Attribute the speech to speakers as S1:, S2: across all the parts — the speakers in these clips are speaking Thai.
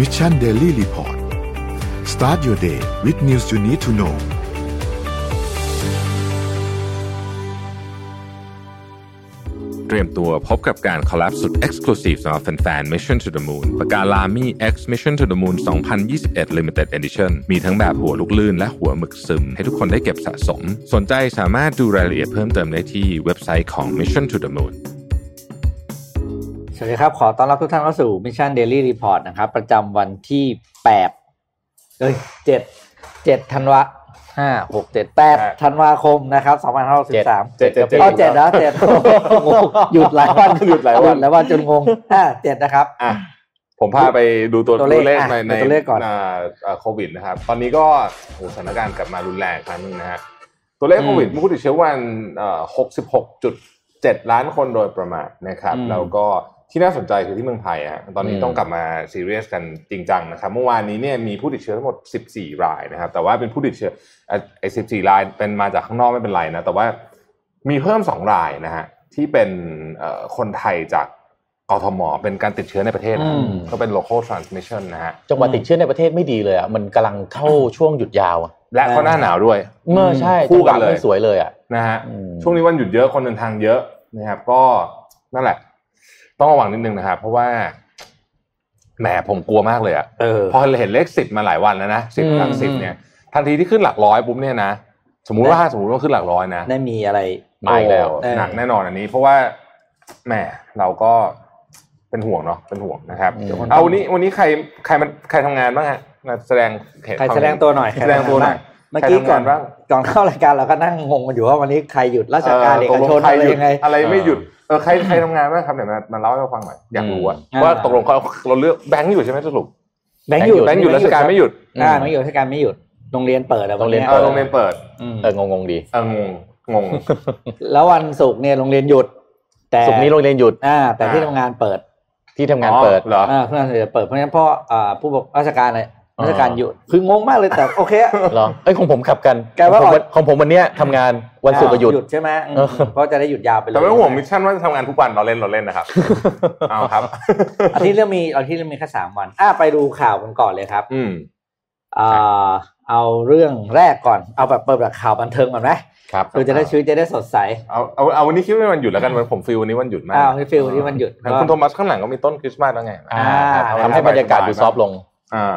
S1: Mission Daily Report start your day with news you need to know
S2: เตรียมตัวพบกับการคอลลับสุด Exclusive สำหรับแฟนๆ Mission to the Moon ปากกาลามี X Mission to the Moon 2021 Limited Edition มีทั้งแบบหัวลูกลื่นและหัวหมึกซึม ให้ทุกคนได้เก็บสะสม สนใจสามารถดูรายละเอียดเพิ่มเติมได้ที่เว็บไซต์ของ Mission to the Moon
S3: สวัสดีครับ ขอต้อนรับทุกท่านเข้าสู่ Mission Daily Report นะครับ ประจำวันที่แปดเอ้ยเจ็ดเจ็ดธันวาห้าหกเจ็ดแปดธันวาคมนะครับสองพันห้าร้อยสิบสาม
S4: เจ็ดเจ็ดเจ็ด
S3: อ๋อเจ็ดนะเจ็ดงง หยุดหลายวัน
S4: หยุดหลายวัน
S3: หลายวันจนงงอ่าเจ็ดนะครับ
S4: อ่ะผมพาไปดูตัว
S3: ตัวเล
S4: เล
S3: ข
S4: ขใน
S3: อ่ะ
S4: ใน
S3: ตัวเลขก่อน
S4: าาโควิดนะครับ ตอนนี้ก็โอ้โหสถานการณ์กลับมารุนแรงอีกครั้งหนึงนะฮะตัวเลขโควิดผู้ติดเชื้อวันหกสิบหกจุดเจ็ดล้านคนโดยประมาณนะครับ
S3: อืม
S4: แล้วก็ที่น่าสนใจคือที่เมืองไทยฮะตอนนี้
S3: อืม
S4: ต้องกลับมาซีเรียสกันจริงจังนะครับ เมื่อวานนี้เนี่ยมีผู้ติดเชื้อทั้งหมด 14 รายนะครับ แต่ว่าเป็นผู้ติดเชื้ออ่ะไอ้14 รายเป็นมาจากข้างนอกไม่เป็นไรนะ แต่ว่ามีเพิ่ม 2 รายนะฮะที่เป็นเอ่อคนไทยจากกทมเป็นการติดเชื้อในประเทศนะฮะ
S3: อืม
S4: ก็เป็น local transmission นะฮะ
S5: จังหวัดติดเชื้อในประเทศไม่ดีเลยอ่ะมันกำลังเข้าช่วงหยุดยาวอะ
S4: และก็หน้าหนาวด้วย
S5: เมื่อใช่
S4: คู่
S5: จังห
S4: กัน
S5: วะ
S4: เลย
S5: ไม่สวยเลยอ่ะ
S4: นะฮะ
S5: อืม
S4: ช่วงนี้วันหยุดเยอะคนเดินทางเยอะนะครับ ก็นั่นแหละ ต้องระวังนิดนึงนะครับ เพราะว่าแหมผมกลัวมากเลยอะ
S3: เออ
S4: พอเห็นเลขสิบมาหลายวันแล้วนะสิบ
S3: อืม
S4: หลักสิบเนี่ยทันทีที่ขึ้นหลักร้อยปุ๊บเนี่ยนะสมมุติว่าสมมติว่าขึ้นหลักร้อยนะ
S3: ได้มีอะไร
S4: มาอีกแล้ว
S3: โอ้เออ
S4: หนักแน่นอนอันนี้ เพราะว่าแหมเราก็เป็นห่วงเนาะเป็นห่วงนะครับ
S5: อืม
S4: เอาวันนี้วันนี้ใครใครมันใครทำงานบ้างฮะมาแสดงเห็น
S3: ใครแสดงตัวหน่อย
S4: แสดงตัวหน่อย
S3: เมื่อกี้ก่อน
S4: ใครทำงานบ้าง
S3: ก่อนเข้ารายการเราก็นั่งงงกันอยู่ว่าวันนี้ใครหยุดราชการเอกชน
S4: ตลงใคร
S3: อะไร
S4: หยุด
S3: ยังไง
S4: อะไรไม่หยุดเออใครใครทำงานบ้างครับเดี๋ยวมามาเล่าให้เราฟังหน่อยอยากรู้อะ
S3: อืม
S4: ว่าตกลงเขาเราเลือกแบงค์อยู่ใช่ไหมสรุป
S3: แบงค์หยุด
S4: แบงค์หยุดราชการไม่หยุด
S3: อ่าแบงค์หยุดราชการไม่หยุดโรงเรียนเปิดอะวั
S5: ม
S4: เออโรงเรียนเปิด
S3: อืม
S5: เอองงงๆดี
S4: เอองงงง
S3: แล้ววันศุกร์เนี่ยโรงเรียนหยุด แต่
S5: สุกร์นี้โรงเรียนหยุด
S3: อ่า แต่ที่
S4: อ่า
S3: ทำงานเปิด
S5: ที่ทำงานเปิด
S4: อ๋อเหรอ
S3: อ่าเพื่อนเดี๋ยวเปิดเพราะฉะนั้นพ่ออ่าผู้ปกราชการเลย
S5: อ๋อ
S3: ราชการหยุดคืองงมากเลยแต่โอเคอะ
S5: เหรอเอ้ยของผมขับกัน
S3: แกว่า
S5: ของผม
S3: ออก
S5: ของผมวันเนี้ยทำงานวันศุกร์ก็หยุด
S3: หยุดใช่ไหมอืม
S5: เออ
S3: เพราะจะได้หยุดยาวไปเลย
S4: แต่ไม่ต้องห่วงมิชชั่นว่าจะทำงานทุกวันเราเล่นเราเล่น นะครับ เอาครับ
S3: อาทิตย์เรื่องมีอาทิตย์เรื่องมีแค่สามวัน อ่าไปดูข่าวกันก่อนเลยครับ
S4: อืม
S3: อ่าเอาเรื่องแรกก่อนเอาแบบเปิดแบบข่าวบันเทิงก่อนไหม
S4: ครับ
S3: คือจะได้ชีวิตจะได้สดใส
S4: เอาเอาเอาวันนี้คิดว่าวันหยุดแล้วกันวันผมฟิลวันนี้วันหยุดมาก
S3: อ้าวให้ฟิลที่มันหยุด
S4: คุณโทมัสข้างหลังก็มีต้นคริสต์มาสแล้วไง
S5: อ่า
S3: อ่า
S5: ทำให้บรรยากาศดูซอฟต์ลง
S4: อ่า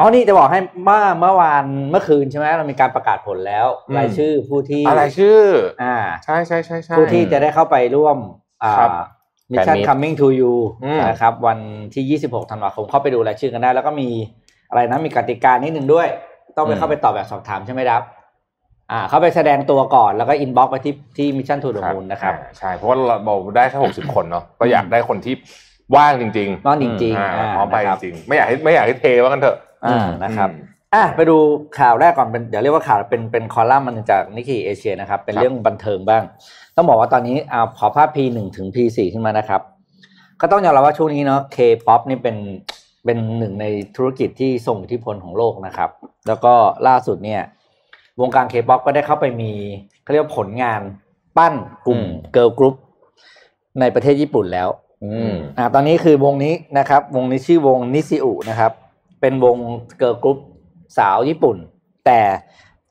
S3: อ๋อนี่จะบอกให้เมื่อเมื่อวานเมื่อคืนใช่ไหมเรามีการประกาศผลแล้ว
S4: อืม
S3: รายชื่อผู้ที่
S4: อะไรชื่อ
S3: อ่า
S4: ใช่ใช่ใช่ใช่
S3: ผู้ที่จะได้เข้าไปร่วมอ่า
S4: ครับ
S3: Mission
S5: Fan Meet
S3: Coming to You
S4: อืม
S3: นะครับ วันที่ 26 ธันวาคมเข้าไปดูรายชื่อกันได้ แล้วก็มีอะไรนะมีกติกานิดหนึ่งด้วย ต้องไป
S5: อืม
S3: เข้าไปตอบแบบสอบถามใช่ไหมครับ อ่า เข้าไปแสดงตัวก่อนแล้วก็อินบ็อกไปที่ที่ Mission to the Moon นะครับ
S4: อ่าใช่ เพราะว่าเราได้แค่หกสิบคนเนาะก็อยากได้คนที่ว่างจริงๆ
S3: นอนจริง
S4: อ่า
S3: ๆอ่า
S4: พร้อมไป
S3: นะค
S4: จ
S3: รับ
S4: ริงๆไม่อยากให้ไม่อยากให้เทว่ากันเถอะ
S3: อ่านะครับ
S4: อืม
S3: อ่ะไปดูข่าวแรกก่อนเป็นเดี๋ยวเรียกว่าข่าวเป็นเป็นคอลัมน์มันจากนิก e เอเชียนะครับ เป็น
S4: ครับ
S3: เรื่องบันเทิงบ้าง ต้องบอกว่าตอนนี้อ่าขอภาพ P1 ถึง P4 ขึ้นมานะครับ ก็ต้องยอมรับว่าช่วงนี้เนาะ K-POP นี่เป็นเป็นหนึ่งในธุรกิจที่ส่งอิทธิพลของโลกนะครับ แล้วก็ล่าสุดเนี่ย วงการ K-POP ก็ได้เข้าไปมีเขาเรียกว่าผลงานปั้นกลุ่ม
S5: อืม
S3: เกิร์ลกรุ๊ปในประเทศญี่ปุ่นแล้ว
S5: อืม
S3: อ่าตอนนี้คือวงนี้นะครับ วงนี้ชื่อวงนิซิอุนะครับ เป็นวงเกิร์ลกรุ๊ปสาวญี่ปุ่น แต่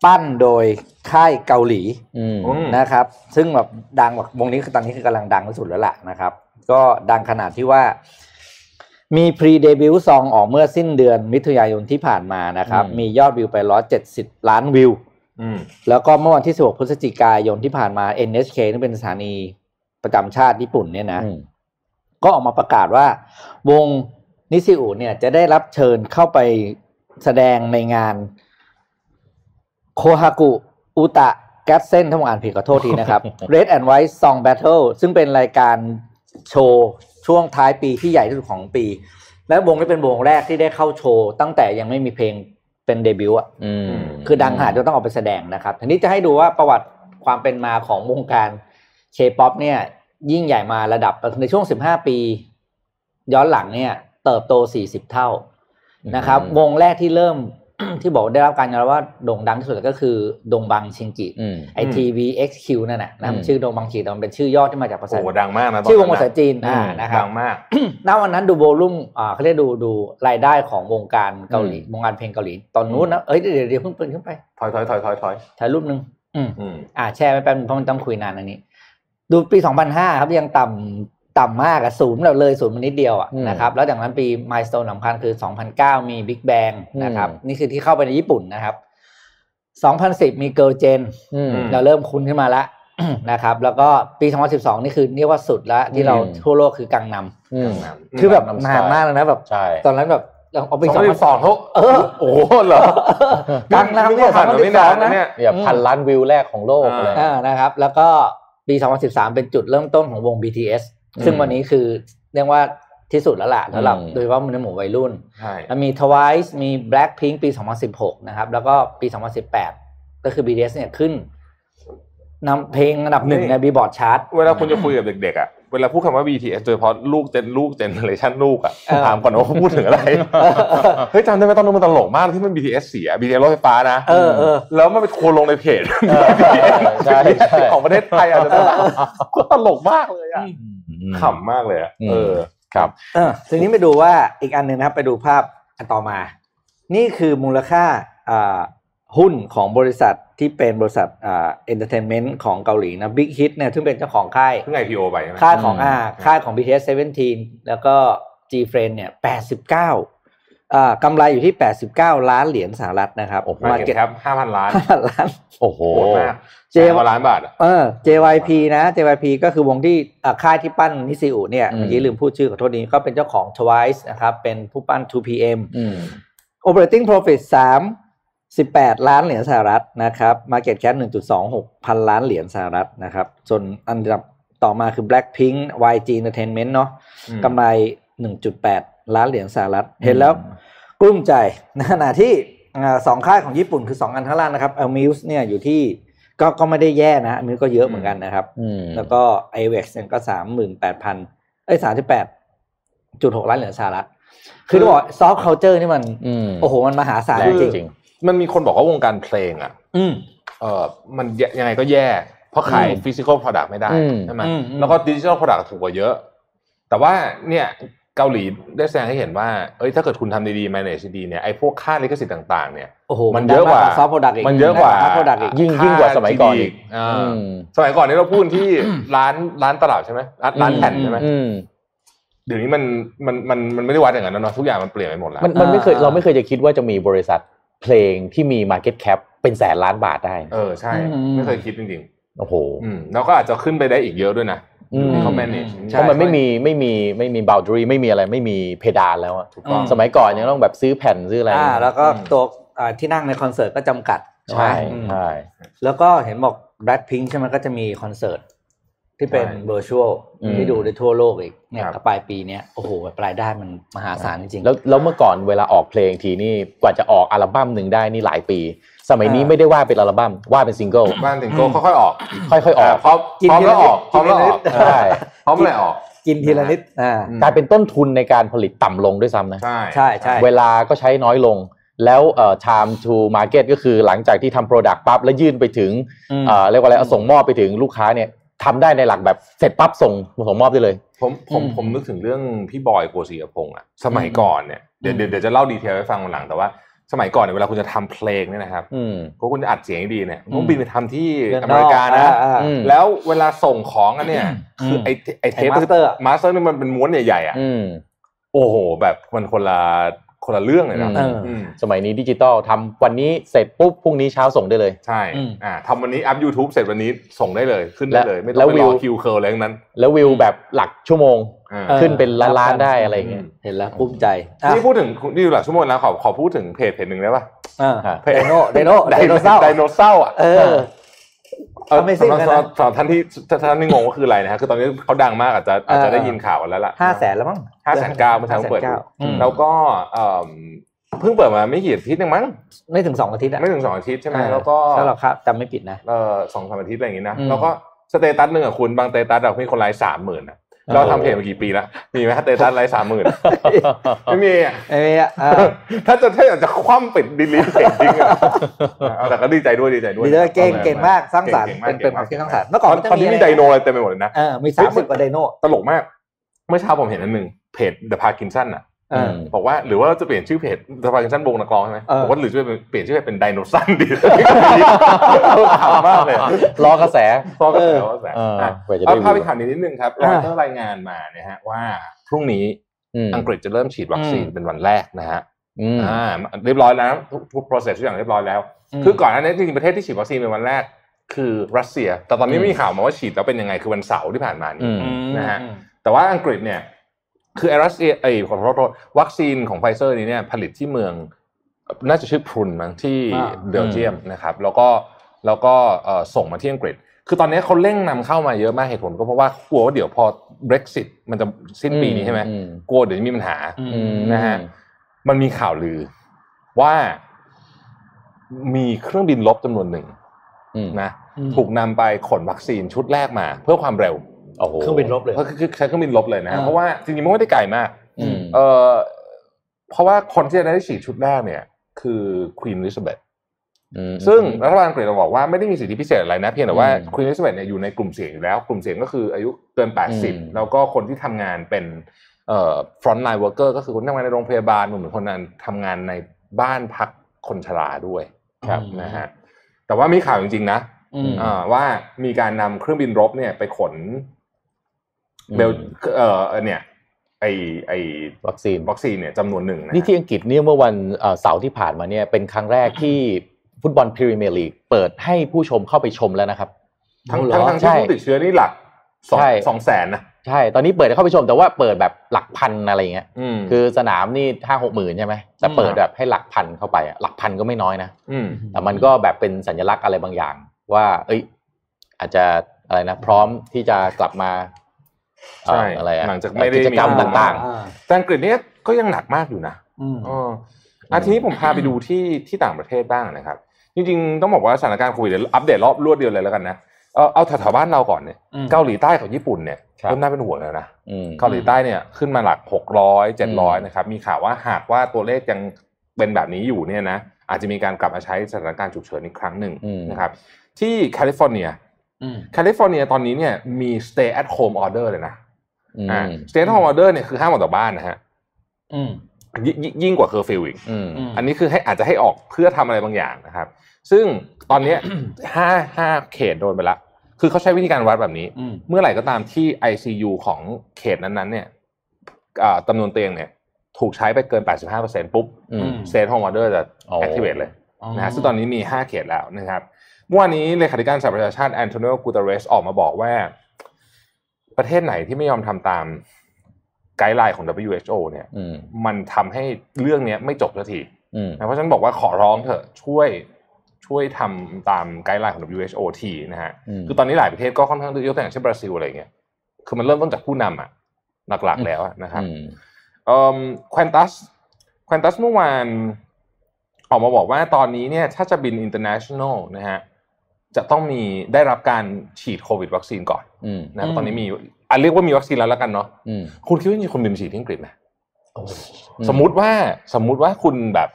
S3: ปั้นโดยค่ายเกาหลี
S5: อืม
S4: อืม
S3: นะครับ ซึ่งแบบดังแบบวงนี้คือตอนนี้คือกำลังดังที่สุดแล้วล่ะนะครับ ก็ดังขนาดที่ว่า มีพรีเดบิวต์ซองออกเมื่อสิ้นเดือนมิถุนายนที่ผ่านมานะครับ
S5: อืม
S3: มียอดวิวไป 170 ล้านวิว
S4: อืม
S3: แล้วก็เมื่อวันที่ 16 พฤศจิกายนที่ผ่านมา NHK นี่เป็นสถานีประจำชาติญี่ปุ่นเนี่ยนะ
S5: อืม
S3: ก็ออกมาประกาศว่าวงนิซิอุเนี่ยจะได้รับเชิญเข้าไปแสดงในงานโคฮากุอุตะแกสเซนถ้าผมอ่านผิดขอโทษทีนะครับ Red and White Song Battle ซึ่งเป็นรายการโชว์ช่วงท้ายปีที่ใหญ่ที่สุดของปี และวงนี้เป็นวงแรกที่ได้เข้าโชว์ตั้งแต่ยังไม่มีเพลงเป็นเดบิวต์อะ
S5: อืม
S3: คือดังขนาดจนต้องออกไปแสดงนะครับทีนี้จะให้ดูว่าประวัติความเป็นมาของวงการเคป๊อปเนี่ยยิ่งใหญ่มาระดับในช่วง 15 ปี ย้อนหลังเนี่ย เติบโต 40 เท่า นะครับวงแรกที่เริ่ม ที่บอกได้รับการยอมรับว่าโด่งดังที่สุดก็คือดงบังชิงกิ
S5: อืม
S3: ไอทีวีเอ็กซ์คิวนั่นน่ะนะ
S5: อืม
S3: ชื่อดงบังชิงกิแต่มันเป็นชื่อย่อที่มาจากภา
S4: โอ้
S3: ษา
S4: โหดังมากนะตนนั้น
S3: ชื่อวงภาษาจีนอ่า
S4: อืม
S3: นะครับ
S4: ดังมาก
S3: ณวันนั้นดูโวลุ่มอ่าเขาเรียกดูดูรายได้ของวงการเกาหลีวงการเพลงเกาหลี ตอนนู้นนะเอ้ยเดี๋ยวเดี๋ยวเพิ่งเปิดขึ้นไป
S4: ถอยถอยถอยถอยถอย
S3: ถ่ายรูปหนึ่งอืม
S4: อืม
S3: อ่าแชร์ไปแป๊บนึงเพราะมันต้องคุยนานอันนี้ ดูปี 2005 ครับยังต่ำต่ำมากอะศูนย์เราเลยศูนย์มันนิดเดียวอะ
S5: อืม
S3: นะครับแล้วจากนั้นปีมายสเตนสำคัญคือ 2009 มี Big Bang นะครับ
S5: อืม
S3: นี่คือที่เข้าไปในญี่ปุ่นนะครับ 2010 มี Girl Gen
S5: อืม
S3: เราเริ่มคุ้นขึ้นมาแล้ว นะครับ แล้วก็ปี 2012 นี่คือเรียกว่าสุดแล้วที่เรา
S5: อืม
S3: ทั่วโลกคือกังนำ
S5: อืม
S3: คือแบบ
S5: ตาม
S3: นาน
S5: style
S3: มากเลยนะแบบ
S5: ใช่
S3: ตอนนั้นแบบเราเอาไป
S4: สองพันสิบสองเขา
S3: เออ
S4: โอ้โหเหรอ
S3: ดังแล้วเนี่ย
S4: ผ่านมาไม่นานนะ
S3: 2012
S4: เนี่ย
S5: เนี่ย
S3: อืม
S5: พันล้านวิวแรกของโลกเลย
S3: เออนะครับ แล้วก็ปี 2013 เป็นจุดเริ่มต้นของวง BTS
S5: อืม
S3: ซึ่งวันนี้คือเรียกว่าที่สุดแล้วล่ะสำหรับ
S5: อืม
S3: โดยเฉพาะในหมู่วัยรุ่น
S4: ใช่
S3: แล้วมี Twice มี Blackpink ปี 2016 นะครับ แล้วก็ปี 2018 ก็คือ BTS เนี่ยขึ้นนำเพลงอันดับหนึ่งในบีบอร์ดชาร์ต
S4: เวลาคุณจะคุยกับเด็กๆอ่ะเวลาพูดคำว่า BTS โดยเฉพาะลูกเจนลูกเจนเลชั่นลูกอ่ะ
S3: เออ
S4: ถามก่อนว่าเขาพูดถึงอะไร เฮ้ยจำได้ไหมตอนนั้นมันตลกมากที่มัน BTS เสีย BTS รถไฟฟ้านะ
S3: เออเออ
S4: แล้วมันไปโคลงในเพจ
S5: ใช่ใช่
S4: ของประเทศไทยอาจจะแบบก็ตลกมากเลยอ่ะขำมากเลยอะ
S5: อืม
S4: เออครับ
S3: เออทีนี้ไปดูว่าอีกอันหนึ่งนะครับไปดูภาพอันต่อมา นี่คือมูลค่าอ่าหุ้นของบริษัทที่เป็นบริษัทอ่าเอนเตอร์เทนเมนต์ของเกาหลีนะบิ๊กฮิตเนี่ยซึ่งเป็นเจ้าของค่าย
S4: เพิ่ง IPO ไปใช่ไหม
S3: ค่ายของ
S5: อืม
S3: อ่าค่ายของ BTS 17 แล้วก็ G f r i e n d เนี่ย 89อ่ากำไรอยู่ที่ 89 ล้านเหรียญสหรัฐนะครับ
S4: มาเก็ตครับห้าพันล้าน
S3: 5ล้าน
S5: โอ้โห
S4: โหดมาก
S3: เจ๊
S4: เจ้าล้านบาทอะ
S3: เออ JYP นะ JYP ก็คือวงที่อ่าค่ายที่ปั้นนิซิอุเนี่ย
S5: อืม
S3: เมื่อกี้ลืมพูดชื่อขอโทษนี้ก็เป็นเจ้าของ Twice นะครับเป็นผู้ปั้น 2PM
S5: อืม
S3: Operating Profit 3 18 ล้านเหรียญสหรัฐนะครับ Market Cap 1.26 พันล้านเหรียญสหรัฐนะครับ ส่วนอันดับต่อมาคือ Blackpink YG Entertainment เนาะ
S4: อืม
S3: กำไร 1.8 ล้านเหรียญสหรัฐ เห็นแล้วกลุ้มใจ ในขณะที่อ่าสองค่ายของญี่ปุ่นคือ 2 อันข้างล่างนะครับ Amuse เนี่ยอยู่ที่ก็ก็ไม่ได้แย่นะ Amuse ก็เยอะเหมือนกันนะครับ
S5: อืม
S3: แล้วก็ i w e x เนี่ยก็สามหมื่นแปดพันเอ้ยสามสิบแปดจุดหกล้านเหรียญสหรัฐ คือต้องบอกซอฟต์เคาเจอร์นี่มัน
S5: อืม
S3: โอ้โห มันมหาศาล
S5: แร
S3: จ
S5: งจ
S3: ริง
S5: ริง
S4: มันมีคนบอกว่าวงการเพลงอ่ะ
S3: ๆอืม
S4: เออมันแย่ยังไงก็แย่ เพราะขาย
S5: อืม
S4: ฟิสิกอลโปรดักต์ไม่ได้
S5: อืม
S4: ใช่ไหม
S3: อืมอืม
S4: แล้วก็ดิจิทัลโปรดักต์ถูกกว่าเยอะ แต่ว่าเนี่ยเกาหลีได้แสดงให้เห็นว่า เอ้ยถ้าเกิดคุณทำดีๆ manage ดีๆเนี่ยไอ้พวกค่าลิขสิทธิ์ต่าง ๆ เนี่ย
S3: โอ้โห
S4: มันเยอะกว่า
S3: ซอฟต์โปรดักต์อีก
S4: มันเยอะกว่า
S3: ซอฟต์โปรดักต์อีก
S5: ยิ่งยิ่งกว่าสมัยก่อนอีก
S4: อ่า
S5: อืม
S4: สมัยก่อนนี่เราพูดที่ ร้านร้านตลับใช่ไหมร้านร้านแผ่นใช่ไหม
S5: อืม
S4: เดี๋ยวนี้มันมันมันมันไม่ได้วัดอย่างนั้นแล้วเนอะทุกอย่างมันเปลี่ยนไปหมดแล้ว
S5: มันมันไม่เคย
S3: อ่า
S5: เราไม่เคยจะคิดว่าจะมีบริษัทเพลงที่มี Market Cap เป็นแสนล้านบาทได้
S4: เออใช่
S3: อืม
S4: ไม่เคยคิดจริง
S5: โอ้โห
S4: ๆอืมแล้วก็อาจจะขึ้นไปได้อีกเยอะด้วยนะ
S5: อืม
S4: ที่เขา
S5: เ
S4: manage
S5: พราะมันไม่มีไม่มีไม่มี boundary ไม่มีอะไรไม่มีเพดานแล้วอะ
S4: ถูกต้อง
S5: สมัยก่อนยังต้องแบบซื้อแผ่นซื้ออะไร
S3: อ่า แล้วก็ตัวอ่าที่นั่งในคอนเสิร์ตก็จำกัด
S5: ใช่
S3: อืม
S5: ใช่
S3: แล้วก็เห็นบอกแบล็คพิงใช่ไหมก็จะมีคอนเสิร์ต ที่เป็น
S4: ใช่
S3: เวอร์ชวลที่ดูได้ทั่วโลกอีกเนี่ย
S4: ครับ
S3: ปลายปีเนี้ยโอ้โหรายได้มันมหาศาลจริงๆ
S5: แล้วแล้วเมื่อก่อนเวลาออกเพลงทีนี่กว่าจะออกอัลบั้มหนึ่งได้นี่หลายปี สมัยนี้
S3: อ่า
S5: ไม่ได้ว่าเป็นอัลบั้มว่าเป็นซิงเกิล
S4: บ้านถึงโก้ค่อยๆออก
S5: ค่อยๆออก
S4: พร้อม
S3: กิน
S4: พร้อม
S3: ที
S4: แล้วอ
S3: ละนิด
S4: อกพร้อมแล้วออก
S3: กินทีละนิด
S5: ใช่
S4: พร้อมแล้วออก
S3: กินทีละนิดอ่า
S5: การเป็นต้นทุนในการผลิตต่ำลงด้วยซ้ำนะ
S4: ใช่
S3: ใช่ใช่
S5: เวลาก็ใช้น้อยลง แล้วเอ่อ time to market ก็คือหลังจากที่ทำ product ปั๊บ แล้วยื่นไปถึง
S3: อืม
S5: เอ่อเรียกว่าอะไรเอาส่งมอบไปถึงลูกค้าเนี่ยทำได้ในหลักแบบเสร็จปั๊บส่งส่งมอบได้เลย
S4: ผมผม
S3: อืม
S4: ผมนึกถึงเรื่องพี่บอยโกศิยพงษ์อะสมัยก่อนเนี่ยเดี๋ยวเดี๋ยวเดี๋ยวจะเล่าดีเทลให้ฟังวันหลังแต่ว่าสมัยก่อนเนี่ยเวลาคุณจะทำเพลงเนี่ยนะครับ
S5: อืม
S4: ก็คุณจะอัดเสียงให้ดีเนี่ยคุณต้อ
S3: อื
S4: ง
S3: ม
S4: บินไปทำที่อเมริกานะ
S3: อ่า
S5: อืม
S4: แล้วเวลาส่งของกันเนี่ย คือไอเทไอเทป
S3: ไอ้ master อะ
S4: มาสเตอร์นี่มันเป็นม้วนใหญ่ๆอ่ะ
S5: อืม
S4: โอ้โห แบบมันคนละคนละเรื่องเลยนะ
S5: อืม
S4: อืม
S5: สมัยนี้ดิจิตอลทำวันนี้เสร็จปุ๊บ พรุ่งนี้เช้าส่งได้เลย
S4: ใช่
S3: อืม
S4: อ่าทำวันนี้อัพ YouTube เสร็จวันนี้ส่งได้เลยขึ้นได้
S5: และ
S4: เลย ไม่ต้
S5: แล้
S4: อง
S5: ว
S4: ไปรอ
S5: วิว
S4: คิวเคิร์อะไรทั้งนั้น
S5: แล้ววิวแบบหลักชั่วโมง
S4: อ่า
S3: เออ
S5: ขึ้นเป็นล้านๆได้
S3: ครับ
S5: อะไรอย่างเงี้ย
S3: เห็นแล้วภูมิใจอ่ะ
S4: นี่พูดถึงนี่อยู่หลักชั่วโมงแล้วขอขอพูดถึงเพจเพจหนึ่งได้ป่ะ
S3: อ่า
S5: อ่ะ
S4: เพ
S3: ได
S4: จ
S3: โนไดโนไดโนเสาร์
S4: ไดโนเสาร์อ่ะ
S3: เออ
S4: เอา
S3: Amazing
S4: สำหรับสำหรั
S3: นะ
S4: บสำหรับท่านที่ท่านที่งงก็คืออะไรนะฮะคือตอนนี้เขาดังมากอาจจะอาจจะได้ยินข่าวกันแล้วล่ะ
S3: ห้าแสนแล้วมั้ง
S4: ห้าแสนเก้าเมื่อเช้าเปิดดู
S3: อืม
S4: แล้วก็เอิ่มเพิ่งเปิดมาไม่กี่อาทิตย์เองมั้ง
S3: ไม่ถึงสองอาทิตย์อะ
S4: ไม่ถึงสองอาทิตย์ใช่ไหม
S3: เออ
S4: แล้วก็
S3: ถ้าเราครับจำไม่ผิดนะ
S4: เออสองสามอาทิตย์อะไรอย่างงี้นะ
S3: อืม
S4: แล้วก็สเตตัสหนึ่งอะคุณบางสเตตัสเรามีคนไลค์สามหมื่นอะ เราทำเพจมากี่ปีแล้วมีไหมเตตันไลฟ์สามหมื่ นไม่มีอะ
S3: ไอ้เนี่ยเออ
S4: ถ้าจะถ้าอยากจะคว่ำปิดดิลิทเพจจริงอะ เอาแต่ก็ดีใจด้วยดีใจด้วย
S3: ดีเลยเก่งเก่งมากสร้างสรรค์
S4: ก่ง
S3: เป็น
S4: ก่
S3: เป็นความคิดสร้างสรรค์เมื่อก่อนมันจะ
S4: ตอนนี้มี
S3: ะ
S4: ได
S3: ร
S4: โนอะไรเต็มไปหมดเลยนะ
S3: เออมีสามสิบกว่าไดโน
S4: ตลกมาก เมื่อเช้าผมเห็นอันหนึ่งเพจ The Parkinson อ่ะ
S3: เออ
S4: บอกว่าหรือว่าเราจะเปลี่ยนชื่อเพจ The Parkinson วงนักร้องใช่ไหม
S3: เออ
S4: บอกว่าหรือจะเปลี่ยนชื่อเป็นไดโนซันดีขำมากเลย
S5: รอกระแส
S4: ซ้อมกระแสว่าแส
S5: เออ
S4: อ่ะ
S5: กว่าจะได้
S4: เอาภาพไปข่าวนี้นิดนึงครับรอยเตอร์รายงานมานะฮะว่าพรุ่งนี้
S5: อืม
S4: อังกฤษจะเริ่มฉีดวัคซีนเป็นวันแรกนะฮะ
S5: อืม
S4: อ่าเรียบร้อยแล้วทุกทุก process ทุกอย่างเรียบร้อยแล้ว คือก่อนหน้านี้จริงๆประเทศที่ฉีดวัคซีนเป็นวันแรก คือรัสเซีย แต่ตอนนี้
S5: อืม
S4: มีข่าวมาว่าฉีดแล้วเป็นยังไงคือวันเสาร์ที่ผ่านมา
S5: อื
S4: นี้
S5: ม
S4: นะฮะ แต่ว่าอังกฤษเนี่ย คือไอรัสเซียไอยขอโทษวัคซีนของไฟเซอร์นี้เนี่ยผลิตที่เมือง น่าจะชื่อพรุนมั้งที่
S3: อ่า
S4: เบลเยียมนะครับ แล้วก็แล้วก็เอ่อส่งมาที่อังกฤษ คือตอนนี้เขาเร่งนำเข้ามาเยอะมากเหตุผลก็เพราะว่ากลัวว่าเดี๋ยวพอ Brexit มันจะสิ้นปีนี้ใช่ไหม
S5: อืม
S4: กลัวเดี๋ยวจะมีปัญหา
S3: อื
S5: อืม
S3: ม
S4: นะฮะ มันมีข่าวลือว่ามีเครื่องบินลบจำนวนหนึ่ง
S5: อืม
S4: นะ
S3: อืม
S4: ถูกนำไปขนวัคซีนชุดแรกมา เพื่อความเร็ว
S5: โอ้โห
S3: เครื่องบินรบเลย
S4: เพราะคือใช้เครื่องบินลบเลยนะฮะ
S3: อ่า
S4: เพราะว่าจริงๆมันไม่ได้ไกลมาก
S5: อืม
S4: เออเพราะว่าคนที่จะได้ฉีดชุดแรกเนี่ย คือควีนลิซาเบธ
S5: อืม
S4: ซึ่งรัฐบาลอังกฤษบอกว่าไม่ได้มีสิทธิพิเศษอะไรนะ เพียงแต่ว่า
S5: อืม
S4: ควีนลิซาเบธเนี่ยอยู่ในกลุ่มเสี่ยงอยู่แล้ว กลุ่มเสี่ยงก็คืออายุเกิน
S5: ม
S4: 80 แล้วก็คนที่ทำงานเป็น เอ่อ front line worker ก็คือคนที่ทำงานในโรงพยาบาลรวมถึงคนนั้นทำงานในบ้านพักคนชราด้วย
S3: ครับ
S4: นะฮะแต่ว่ามีข่าวจริงๆนะ
S3: อืม
S5: ม
S4: เอ่อว่ามีการนำเครื่องบินรบเนี่ยไปขนเบลเอ่อเนี่ย ไอไอ
S5: วัคซีน
S4: วัคซีนเนี่ยจำนวนหนึ่งนะฮะ
S5: นี่ที่อังกฤษเนี่ยเมื่อวันเอ่อเสาร์ที่ผ่านมาเนี่ยเป็นครั้งแรกที่ฟุตบอลพรีเมียร์ลีกเปิดให้ผู้ชมเข้าไปชมแล้วนะครับ
S4: ทั้ง
S3: เหรอ
S4: ทั้งทั้ง
S5: ใช่
S4: ที่ผู้ติดเชื้อนี่หลักสอง
S5: ใช่
S4: สองแสนนะ
S5: ใช่ตอนนี้เปิดให้เข้าไปชมแต่ว่าเปิดแบบหลักพันอะไรอย่างเงี้ย
S4: อืม
S5: คือสนามนี่ห้าหกหมื่นใช่ไหมแต่เปิดแบบให้หลักพันเข้าไปอะหลักพันก็ไม่น้อยนะ
S4: ม
S5: แต่มันก็แบบเป็นสัญลักษณ์อะไรบางอย่าง ว่า เอ้ย อาจจะอะไรนะ พร้อมที่จะกลับมาเอ่อ
S4: ใช่
S5: อะไรอะ
S4: หลังจากไม่ได้
S5: กิจกรรมต่าง
S3: อ่า
S4: ๆแต่อังกฤษเนี่ยก็ยังหนักมากอยู่นะ
S3: อืม
S4: อ๋ออ่ะทีนี้ผมพาไปดูที่ที่ต่างประเทศบ้างนะครับ จริงๆ ต้องบอกว่าสถานการณ์โควิดเดี๋ยวอัปเดตรอบรวดเดียวเลยแล้วกันนะ เออเอาแถวๆบ้านเราก่อนเนี่ย
S3: อืม
S4: เกาหลีใต้กับญี่ปุ่นเนี่ยเริ่มน่าเป็นห่วงแล้วนะ
S5: ๆอืม
S4: เกาหลีใต้เนี่ยขึ้นมาหลักหกร้อยเจ็ดร้อย
S5: ม
S4: นะครับ มีข่าวว่าหากว่าตัวเลขยังเป็นแบบนี้อยู่เนี่ยนะ อาจจะมีการกลับมาใช้สถานการณ์ฉุกเฉินอีกครั้งหนึ่งนะครับ ที่แคลิฟอร์เนีย
S3: อืม
S4: แคลิฟอร์เนียตอนนี้เนี่ยมี stay at home order เลยนะ
S5: อืม
S4: อ่า stay at home order เนี่ยคือห้ามออกจากบ้านนะฮะ
S3: อืม
S4: ยิยิ่งยิ่งกว่าเคอร์ฟิวอีก
S5: อืม
S3: อืม
S4: อันนี้คือให้อาจจะให้ออกเพื่อทำอะไรบางอย่างนะครับ ซึ่งตอนเนี้ย ห้าห้าเขตโดนไปละ คือเขาใช้วิธีการวัดแบบนี้
S3: อืม
S4: เมื่อไหร่ก็ตามที่ ICU ของเขตนั้นๆ เนี่ยอ่าจำนวนเตียงเนี่ย ถูกใช้ไปเกิน 85%ปุ๊บ
S5: อืม
S4: เซตโฮมออเดอร์จะ
S5: อ๋อ
S4: แอคทีเวตเลยนะฮะซึ่งตอนนี้มี 5 เขตแล้วนะครับเมื่อวานนี้เลขาธิการสหประชาชาติแอนโทนิโอกูเตเรสออกมาบอกว่า ประเทศไหนที่ไม่ยอมทำตามไกด์ไลน์ของ WHO เนี่ย
S5: อืม
S4: มันทำให้เรื่องเนี้ยไม่จบสักที
S5: อืม
S4: นะเพราะฉะนั้นบอกว่าขอร้องเถอะช่วยช่วยทำตามไกด์ไลน์ของ WHO ทีนะฮะ
S5: อืม
S4: คือตอนนี้หลายประเทศก็ค่อนข้างยกตัวอย่างเช่นบราซิลอะไรเงี้ยคือมันเริ่มต้นจากผู้นำอะหลักๆแล้วอะนะครับ
S5: อืม
S4: เอ่อควนตัสควนตัสเมื่อวานออกมาบอกว่าตอนนี้เนี่ยถ้าจะบิน international นะฮะจะต้องมีได้รับการฉีดโควิดวัคซีนก่อน
S5: อืม
S4: นะ
S3: อืม
S4: ตอนนี้มีอ่ะเรียกว่ามีวัคซีนแล้วแล้วกันเนาะ
S5: อืม
S4: คุณคิดว่ามีคนบินฉีดที่อังกฤษไหม
S5: อืม
S4: สมมุติว่าสมมุติว่าคุณแบบ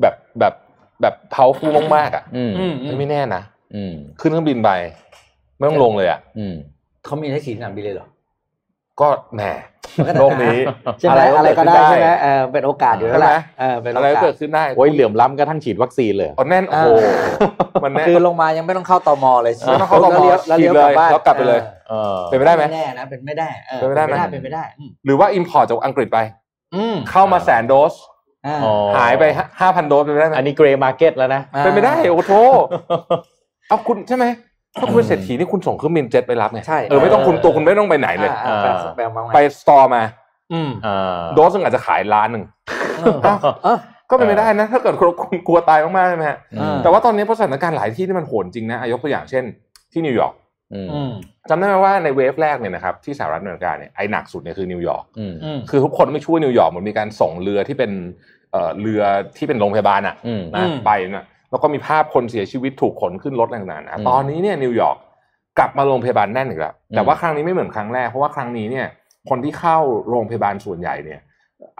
S4: แบบแบบแบบเผาฟูมากๆอ่ะ
S5: อืม
S3: อืมอืม
S4: ไม่แน่นะ
S5: อืม
S4: ขึ้นเครื่องบินไปไม่ต้องลงเลยอ่ะ
S5: อืม
S3: เขามีให้ฉีดสนามบินเลยเหรอ
S4: ก็แหม
S3: มันก็จะ
S4: โลกนี้
S3: ใช่ไหม
S4: อะ
S3: อะไร ไร
S4: ก็
S3: ก็
S4: เกิดขึ้น
S3: ได้
S4: ได้
S3: ใช่ไหมเออเป็นโอกาสอยู่แล้วแห
S4: ใช่ไห
S3: ละ
S4: ม
S3: เออเป็นโอ
S4: อะไรก็
S3: กาส
S4: เกิดขึ้นได้
S5: โอ้ยเหลื่อมล้ำกระทั่งฉีดวัคซีนเลยเหรอ
S4: เอาแน่นโอ้โห
S3: อ่
S4: มันแน่
S3: คือลงมายังไม่ต้องเข้าตมเลย
S4: ไม่ต้องเข้าตม
S3: แล้วลี้ยวแล้
S4: ฉีดเล
S3: วเลี้ยวกลั
S4: ย
S3: บบ้าน
S4: แล้วกลับไปเลย
S5: เออ
S4: เป็นไปได้ไหม
S3: แน่นะเป็นไม่ได้ออ
S4: เป็นไปได้ไหม
S3: เป็นไปได้อืม
S4: หรือว่าอิมพอร์ตจากอังกฤษไป
S3: อืม
S4: เข้ามาแสนโดส
S3: อ่า
S5: อ๋อ
S4: หายไปห้าพันโดสเป็นไปได้ไหม
S5: อันนี้เกรย์มาร์เก็ตแล้วนะ
S3: อ่า
S4: เป็นไปได้โอ้โหเอาคุณใช่ไหมถ้าคุณเป็นเศรษฐีนี่คุณส่งเครื่องบินเจ็ตไปรับไง
S3: ใช่
S4: เออไม่ต้องคุณตัวคุณไม่ต้องไปไหนเลย
S3: อ่าอ่าไปเอามา
S4: ไปสตอร์มา
S3: อืม
S5: อ่า
S4: โดสหนึงอาจจะขายล้านหนึ่ง
S3: เออ
S4: ก็เป็นไม่ได้นะ ถ้าเกิด คนคนกลัวตายมากๆใช่ไหมฮะ
S5: อืม
S4: แต่ว่าตอนนี้เพราะสถานการณ์หลายที่ที่มันโหดจริงนะอ่ะยกตัวอย่างเช่น ที่นิวยอร์ก
S5: อืม
S3: อืม
S4: จำได้ไหมว่าในเวฟแรกเนี่ยนะครับที่สหรัฐอเมริกาเนี่ยไอหนักสุดเนี่ยคือนิวยอร์ก
S5: อืม
S3: อืม
S4: คือทุกคนไม่ช่วยนิวยอร์กมันมีการส่งเรือที่เป็นเอ่อเรือที่เป็นโรงพยาบาลอ่ะ
S5: อืม
S4: นะ
S3: อืม
S4: ไปนะแล้วก็มีภาพคนเสียชีวิตถูกขนขึ้นรถต่างๆนะ
S5: อืม
S4: ตอนนี้เนี่ยนิวยอร์ก กลับมาโรงพยาบาลแน่นอีกแล้วแต่ว่าครั้งนี้ไม่เหมือนครั้งแรกเพราะว่าครั้งนี้เนี่ย คนที่เข้าโรงพยาบาลส่วนใหญ่เนี่ย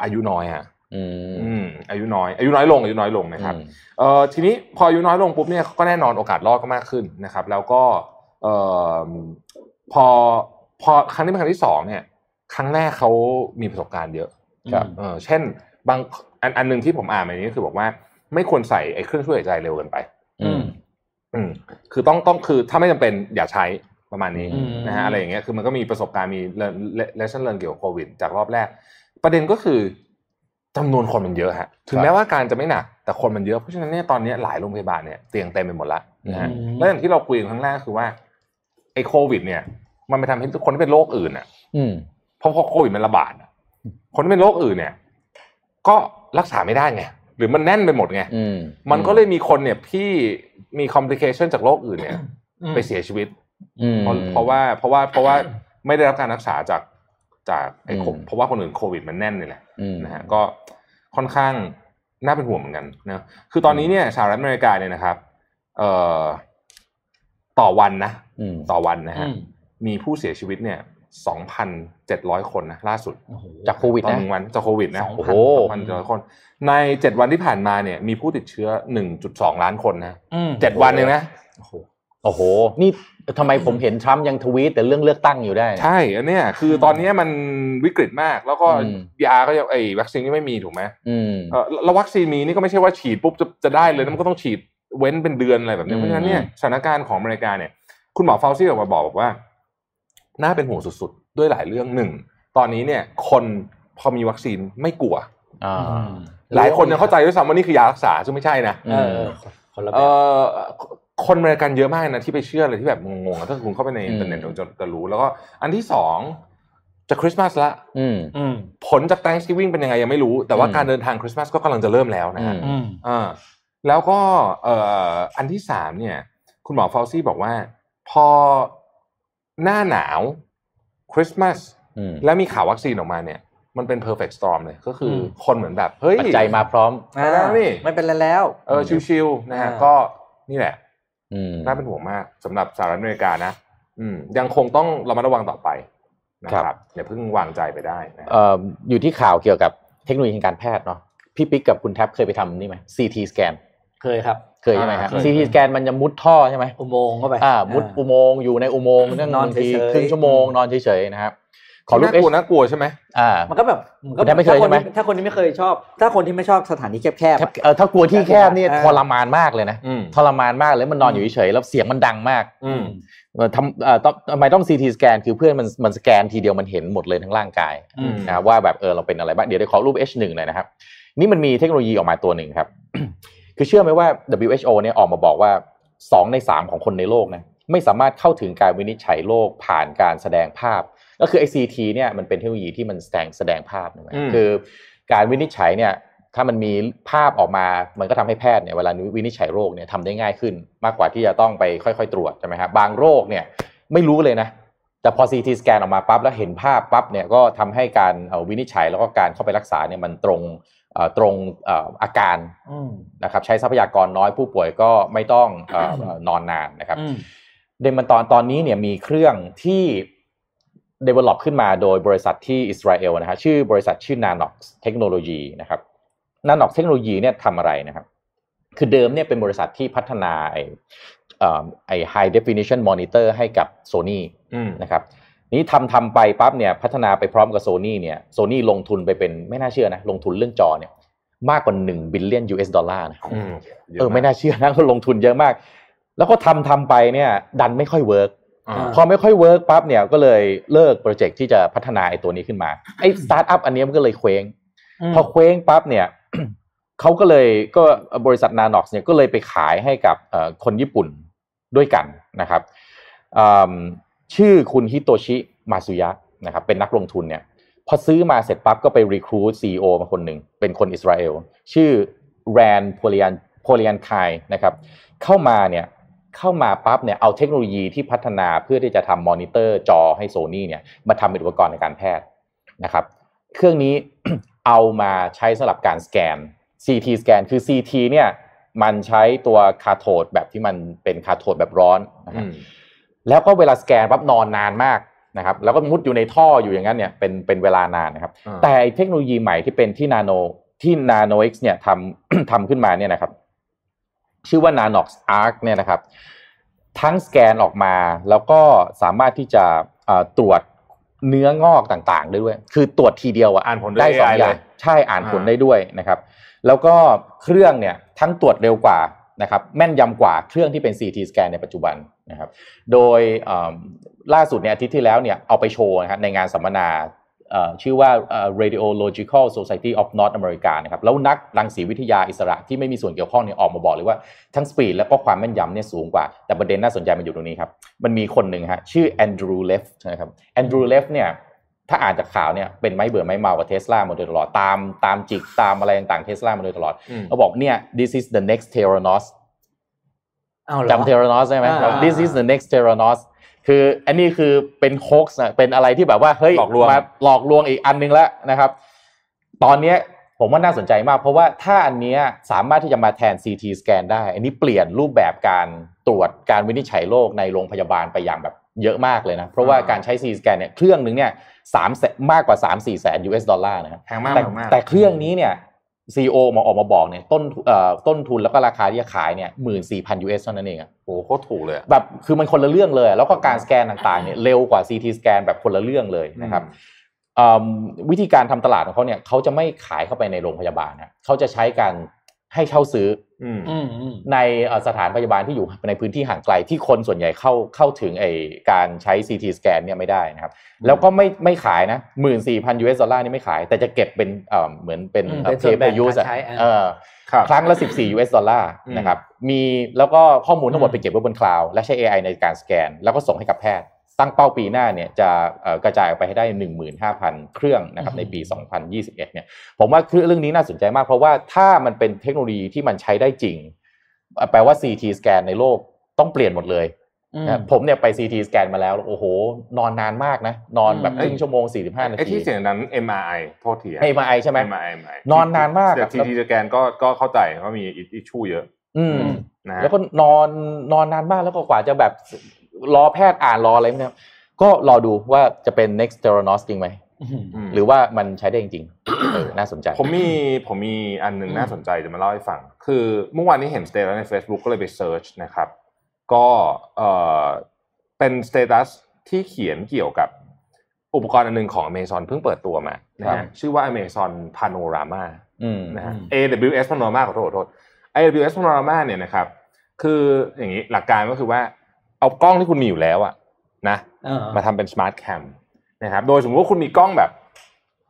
S4: อายุน้อยฮะ
S5: อืม
S4: อืมอายุน้อยอายุน้อยลงอายุน้อยลงนะครับ
S5: อืม
S4: เอ่อทีนี้พออายุน้อยลงปุ๊บเนี่ยก็แน่นอนโอกาสรอดก็มากขึ้นนะครับ แล้วก็เอ่อพอพอครั้งนี้เป็นครั้งที่สองเนี่ย ครั้งแรกเขามีประสบการณ์เยอะ
S5: ครับ
S4: เออเช่นบางอันอันหนึ่งที่ผมอ่านมานี้คือบอกว่าไม่ควรใส่ไอ้เครื่องช่วยหายใจเร็วเกินไป
S5: อืม
S4: อืมคือต้องต้องคือถ้าไม่จำเป็นอย่าใช้ประมาณนี้
S5: อืม
S4: นะฮะอะไรอย่างเงี้ยคือมันก็มีประสบการณ์มีเลชั่นเรียนเกี่ยวกับโควิดจากรอบแรก ประเด็นก็คือจำนวนคนมันเยอะฮะถึงแม้ว่าการจะไม่หนักแต่คนมันเยอะเพราะฉะนั้นเนี่ยตอนเนี้ยหลายโรงพยาบาลเนี่ยเตียงเต็มไปหมดละนะฮะ
S3: อืม
S4: แล้วอย่างที่เราคุยกันครั้งแรกคือว่าไอ้โควิด เนี่ย มันไปทำให้คนที่เป็นโรคอื่นอ่ะ
S5: อืม
S4: เพราะพอโควิดมันระบาดอะคนที่เป็นโรคอื่นเนี่ย ก็รักษาไม่ได้ไงหรือมันแน่นไปหมดไง
S5: อืม
S4: มันก็เลยมีคนเนี่ยที่มีคอมพลิเคชันจากโรคอื่นเนี่ย ไปเสียชีวิต
S5: อืม
S4: เพราะเพราะว่าเพราะว่าเพราะว่าไม่ได้รับการรักษาจากจากไอ้โค
S5: อืม
S4: เพราะว่าคนอื่นโควิดมันแน่นเลยแหละ
S5: อืม
S4: นะฮะก็ค่อนข้างน่าเป็นห่วงเหมือนกันนะคือตอนนี้เนี่ยสหรัฐอเมริกาเนี่ยนะครับ เอ่อต่อวันนะ
S5: อืม
S4: ต่อวันนะฮะ
S3: อืม
S4: มีผู้เสียชีวิตเนี่ยสองพันเจ็ดร้อยคนนะล่าสุด
S5: จากโควิด
S4: ตอน
S5: นะ
S4: หนึ่งวันจากโควิดนะ
S5: โอ้โห
S4: พันเจ็ดร้อยคน ในเจ็ดวันที่ผ่านมาเนี่ย มีผู้ติดเชื้อหนึ่งจุดสองล้านคนนะ
S3: อืม
S4: เจ็ดวันเองนะ
S5: โอ้โห นี่ทำไมผมเห็นทรัมป์ยังทวีตแต่เรื่องเลือกตั้งอยู่ได้
S4: ใช่อันเนี้ยคือตอนเนี้ยมันวิกฤตมาก แล้วก็
S5: อืม
S4: ยาก็ยังไอ้วัคซีนก็ไม่มีถูกไหม
S5: อืม
S4: เออแล้ววัคซีนมีนี่ก็ไม่ใช่ว่าฉีดปุ๊บจะจะได้เลยนะมันก็ต้องฉีดเว้นเป็นเดือนอะไรแบบเนี้ย
S5: อืม
S4: เพราะฉะนั้นเนี่ยสถานการณ์ของอเมริกาเนี่ย คุณหมอเฟลซี่ออกมาบอกบอกว่า น่าเป็นห่วงสุดๆ ด้วยหลายเรื่องหนึ่งตอนนี้เนี่ย คนพอมีวัคซีนไม่กลัว
S5: อ่า
S4: หลายคนยังเข้าใจด้วยซ้ำว่านี่คือยารักษาซึ่งไม่ใช่นะ
S5: อืม
S3: เออคนละแบ
S4: เอบ อคนอเมริกันเยอะมากนะที่ไปเชื่ออะไรที่แบบงงๆอะถ้าคุณเข้าไปใน
S5: อืม
S4: อินเทอร์เน็ตจะจะรู้ แล้วก็อันที่สองจะคริสต์มาสละ
S5: อืม
S3: อืม
S4: ผลจาก Thanksgiving เป็นยังไงยังไม่รู้ แต่ว่า
S5: อืม
S4: การเดินทางคริสต์มาสก็กำลังจะเริ่มแล้วนะฮะ
S3: อืม
S4: อ่าแล้วก็เอ่ออันที่สามเนี่ย คุณหมอฟาวซี่บอกว่า พอหน้าหนาวคริสต์มาส
S5: อืม
S4: แล้วมีข่าววัคซีนออกมาเนี่ย มันเป็น perfect storm เลยก็คืออคนเหมือนแบบเฮ้ย
S5: ปัจจัยมาพร้อม
S4: ไปแล้วนี่
S3: ไม่เป็นไรแล้ว
S4: เออชิวๆนะฮะ
S3: อ่า
S4: ก็นี่แหละ
S5: อืม
S4: น่าเป็นห่วงมากสำหรับสหรัฐอเมริกานะ อืม ยังคงต้องระมัดระวังต่อไปนะค
S5: ครั
S4: รับบ อย่าเพิ่งวางใจไปได้นะ
S5: เอ่ออยู่ที่ข่าวเกี่ยวกับเทคโนโลยีทางการแพทย์เนาะพี่ปิ๊กกับคุณแท็บเคยไปทำนี่ไหม CT scan
S3: เคยครับ
S5: เคยใช่ไหมครับ
S3: อ่าเคย
S5: CT scan มันจะมุดท่อใช่ไหม
S3: อุโมงค์เข้าไป
S5: อ่า มุดอุโมงค์อยู่ในอุโมงค์นั่ง
S3: นอน
S5: บางที
S3: เฉยๆ
S5: ครึ่งชั่วโมงนอนเฉยๆนะครับ ขอรูป
S4: น่า
S5: เอ
S4: ลั
S5: ก
S4: ว
S5: ช
S4: น่ากลัวใช่ไหม
S5: อ่า
S3: มันก็แบบนก็
S5: แต่ไม่เคย
S3: ถ้า
S5: ใช่ไหม
S3: นที่ถ้าคนที่ไม่เคยชอบ ถ้าคนที่ไม่ชอบสถานที่แคบๆ
S5: แทบ
S3: อะ
S5: เอ่อถ้ากลัวที่แคบเนี่ย
S3: อ่า
S5: ทรมานมากเลยนะ
S4: อืม
S5: ทรมานมากเลยมันนอนอยู่เฉยๆแล้วเสียงมันดังมาก
S4: อืม
S5: เอ่อทำเอ่อต้องทำไมต้อง CT สแกนคือเพื่อนมันมันสแกนทีเดียวมันเห็นหมดเลยทั้งร่างกาย
S4: อืม
S5: นะครับว่าแบบเออเราเป็นอะไรบ้างเดี๋ยวได้ขอรูป H1 หน่อยนะครับ นี่มันมีเทคโนโลยีออกมาตัวหนึ่งครับ คือเชื่อไหมว่า WHO เนี่ยออกมาบอกว่า 2 ใน 3 ของคนในโลกนะไม่สามารถเข้าถึงการวินิจฉัยโรคผ่านการแสดงภาพ ก็คือไอซีทีเนี่ยมันเป็นเทคโนโลยีที่มันแสดงแสดงภาพนะครั
S4: อื
S5: บ
S4: ม
S5: คือการวินิจฉัยเนี่ยถ้ามันมีภาพออกมา มันก็ทำให้แพทย์เนี่ยเวลาวินิจฉัยโรคเนี่ยทำได้ง่ายขึ้น มากกว่าที่จะต้องไปค่อยๆ ตรวจใช่ไหมครับบางโรคเนี่ยไม่รู้เลยนะ แต่พอ CT สแกนออกมาปั๊บแล้วเห็นภาพปั๊บเนี่ยก็ทำให้การเอ่อวินิจฉัยแล้วก็การเข้าไปรักษาเนี่ยมันตรงเอ่อตรงเอ่ออาการ
S3: อืม
S5: นะครับใช้ทรัพยากรน้อยผู้ป่วยก็ไม่ต้องเอ่อเอ่อนอนนานนะครับ
S3: อืม
S5: เดนมันตอนตอนนี้เนี่ยมีเครื่องที่ develop ขึ้นมาโดยบริษัทที่อิสราเอลนะฮะชื่อบริษัทชื่อ Nanox Technology นะครับ Nanox Technology เนี่ยทำอะไรนะครับ คือเดิมเนี่ยเป็นบริษัทที่พัฒนาไอ้เอ่อไอ้ high definition monitor ให้กับ Sony
S4: อืม
S5: นะครับนี้ทำทำไปปั๊บเนี่ยพัฒนาไปพร้อมกับโซนี่เนี่ยโซนี่ลงทุนไปเป็นไม่น่าเชื่อนะ ลงทุนเรื่องจอเนี่ยมากกว่า1บิลเลียน US ดอลลาร์นะ
S4: อืม
S5: เออไม่น่าเชื่อนะเขา ลงทุนเยอะมาก แล้วก็ทำทำไปเนี่ยดันไม่ค่อยเวิร์ก
S4: อ่า
S5: พอไม่ค่อยเวิร์กปั๊บเนี่ยก็เลยเลิกโปรเจกต์ที่จะพัฒนาไอ้ตัวนี้ขึ้นมาไอ้สตาร์ทอัพอันเนี้ยมันก็เลยเคว้ง พอเคว้งปั๊บเนี่ย เขาก็เลยก็บริษัทนานอกเนี่ยก็เลยไปขายให้กับเอ่อคนญี่ปุ่นด้วยกันนะครับอืมชื่อคุณฮิโตชิมาซุยะนะครับเป็นนักลงทุนเนี่ย พอซื้อมาเสร็จปั๊บก็ไปรีครูดซีอมาคนหนึ่ง เป็นคนอิสราเอล ชื่อแรนโพลียนโพลียนคายนะครับ เข้ามาเนี่ยเข้ามาปั๊บเนี่ยเอาเทคโนโลยีที่พัฒนาเพื่อที่จะทำมอนิเตอร์จอให้โซนี่เนี่ยมาทำเป็นอุปกรณ์ในการแพทย์นะครับ เครื่องนี้ เอามาใช้สำหรับการสแกน CT สแกนคือ CT เนี่ยมันใช้ตัวคาโทดแบบที่มันเป็นคาโทดแบบร้อนนะ
S4: อื
S5: ฮะ
S4: ม
S5: แล้วก็เวลาสแกนปั๊บนอนนานมากนะครับแล้วก็มุดอยู่ในท่ออยู่อย่างนั้นเนี่ยเป็นเป็นเวลานานนะครับ
S4: อ่า
S5: แต่ไอ้เทคโนโลยีใหม่ที่เป็นที่นาโนที่นาโน X เนี่ยทำ ทำขึ้นมาเนี่ยนะครับ ชื่อว่า Nanox Arc เนี่ยนะครับ ทั้งสแกนออกมาแล้วก็สามารถที่จะเอ่อตรวจเนื้องอกต่าง ๆ ได้ด้วย คือตรวจทีเดียวอะ
S4: อ่านผลด้วย
S5: ได้สอง
S4: AI
S5: อย่าง
S4: เลย
S5: ใช่อ่านผล
S4: อ่า
S5: ได้ด้วยนะครับ แล้วก็เครื่องเนี่ยทั้งตรวจเร็วกว่านะครับแม่นยำกว่าเครื่องที่เป็น CT สแกนในปัจจุบันนะครับ โดยเอิ่มล่าสุดเนี่ยอาทิตย์ที่แล้วเนี่ยเอาไปโชว์นะครับในงานสัมมนาเอ่อชื่อว่าเอ่อ Radiological Society of North America นะครับแล้วนักรังสีวิทยาอิสระที่ไม่มีส่วนเกี่ยวข้องเนี่ยออกมาบอกเลยว่าทั้งสปีดแล้วก็ความแม่นยำเนี่ยสูงกว่า แต่ประเด็นน่าสนใจมันอยู่ตรงนี้ครับ มันมีคนหนึ่งฮะชื่อแอนดรูเลฟนะครับแอนดรูเลฟเนี่ยถ้าอ่านจากข่าวเนี่ยเป็นไม้เบื่อไม้เมากับเทสลามาโดยตลอดตามตามจิกตามอะไรต่างๆเทสลามาโดยตลอด
S4: อืม
S5: เขาบอกเนี่ย this is the next Theranos
S3: เอาเหรอ
S5: จำเท r ร n นอสได้ไหม
S3: อ่า
S5: This is the next Theranos คืออันนี้คือเป็นโคกนะเป็นอะไรที่แบบว่า เฮ้ย
S4: หลอกลวง
S5: มาหลอกลวงอีกอันนึงแล้วนะครับ ตอนเนี้ยผมว่าน่าสนใจมาก เพราะว่าถ้าอันเนี้ยสามารถที่จะมาแทน CT สแกนได้ อันนี้เปลี่ยนรูปแบบการตรวจการวินิจฉัยโรคในโรงพยาบาลไปอย่างแบบเยอะมากเลยนะ เพราะว่าการใช้ CT สแกนเนี่ยเครื่องนึงเนี่ยสามแสนมากกว่า 3 4 แสน US ดอลลาร์นะครับ
S4: แพงมาก
S5: แต่
S4: แพงมาก
S5: แต่เครื่องนี้เนี่ยซีโอมาออกมาบอกเนี่ยต้นเอ่อต้นทุนแล้วก็ราคาที่จะขายเนี่ยหมื่นสี่พันยูเอสเท่านั้นเองอะ
S4: โอ้โหโคตรถูกเลยอะ
S5: แบบคือมันคนละเรื่องเลยอะแล้วก็การสแกนต่างๆเนี่ยเร็วกว่า CT สแกนแบบคนละเรื่องเลยนะครับเอิ่มวิธีการทำตลาดของเขาเนี่ยเขาจะไม่ขายเข้าไปในโรงพยาบาลนะเขาจะใช้การให้เช่าซื้อ
S4: อืม
S3: อืมอืม
S5: ในเอ่อสถานพยาบาลที่อยู่ในพื้นที่ห่างไกลที่คนส่วนใหญ่เข้าเข้าถึงไอการใช้ CT สแกนเนี่ยไม่ได้นะครับแล้วก็ไม่ไม่ขายนะหมื่นสี่พันยูเอสดอลลาร์นี่ไม่ขาย แต่จะเก็บเป็นเอิ่มเหมือนเป็น
S3: อืมเป็นส่วนแบ่งการใช้
S5: เอ
S3: อ่ะ
S5: อ
S4: ครับ
S5: ครั้งละ 14 US ดอลลาร์
S4: อืม
S5: นะครับมีแล้วก็ข้อมูลทั้งหมดไปเก็บไว้บนคลาวด์และใช้ AI ในการสแกน แล้วก็ส่งให้กับแพทย์ ตั้งเป้าปีหน้าเนี่ยจะเอ่อกระจายออกไปให้ได้ 15,000 เครื่องนะครับในปี 2021เนี่ยผมว่าคือเรื่องนี้น่าสนใจมาก เพราะว่าถ้ามันเป็นเทคโนโลยีที่มันใช้ได้จริง แปลว่า CT สแกนในโลกต้องเปลี่ยนหมดเลย
S3: อืม
S5: นะผมเนี่ยไป CT สแกนมาแล้วโอ้โห นอนนานมากนะ นอนแบบ
S3: อืม
S5: ครึ่งชั่วโมง 45 นา
S4: ไอ้
S5: ที
S4: ที่เสียงนั้น MRI โทษทีอะ
S5: ให้มาไอใช่ไหม
S4: MRI
S5: นอนนานมาก
S4: แต่
S5: อะ
S4: ทีทีสแกนก็ก็เข้าใจว่ามีอิชชูเยอะ
S5: อืม
S4: นะฮะ
S5: แล้วก็นอนนอนนานมากแล้วก็กว่าจะแบบรอแพทย์อ่านรออะไรเนี่ยก็รอดูว่าจะเป็น next Theranos จริงไหม
S3: อืม
S4: ม
S5: หรือว่ามันใช้ได้จริงๆเออน่าสนใจ
S4: ผมมีผมมีอันหนึ่ง
S3: อืม
S4: น่าสนใจจะมาเล่าให้ฟัง คือเมื่อวานนี้เห็นสเตตัสใน Facebook ก็เลยไปเซิร์ชนะครับ ก็เออเป็นสเตตัสที่เขียนเกี่ยวกับอุปกรณ์อันหนึงของ Amazon เพิ่งเปิดตัวมานะ
S5: ครั
S4: ฮะ
S5: บ
S4: ชื่อว่า Amazon Panorama
S5: อืม
S4: นะฮะ
S3: อืม
S4: AWS Panorama ขอโทษขอโทษ AWS Panorama เนี่ยนะครับ คืออย่างนี้หลักการก็คือว่าเอากล้องที่คุณมีอยู่แล้วอะนะ
S3: เออ
S4: มาทำเป็นสมาร์ทแคมนะครับ โดยสมมติว่าคุณมีกล้องแบบ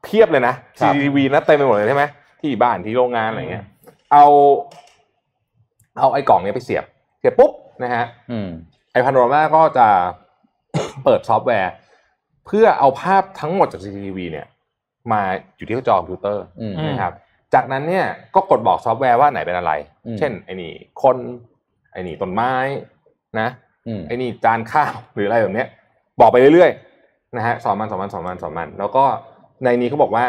S4: เพียบเลยนะ
S5: ครับ
S4: CCTV นะเต็มไปหมดเลยใช่ไหมที่บ้านที่โรงงานอะไรเงี้ย เอา เอาไอ้กล่องเนี้ยไปเสียบ เสียบปุ๊บนะฮะ
S5: อืม
S4: ไอพานโรมาก็จะ เปิดซอฟต์แวร์ เพื่อเอาภาพทั้งหมดจาก CCTV เนี่ย มาอยู่ที่จอคอมพิวเตอร์
S5: อืม
S4: นะครับ จากนั้นเนี่ยก็กดบอกซอฟต์แวร์ว่าไหนเป็นอะไร
S5: อืม
S4: เช่น ไอ้นี่คน ไอ้นี่ต้นไม้นะ
S5: อืม
S4: ไอ้นี่จานข้าว หรืออะไรแบบเนี้ย บอกไปเรื่อยๆนะฮะสองมันสองมันสองมันสองมันแล้วก็ในนี้เขาบอกว่า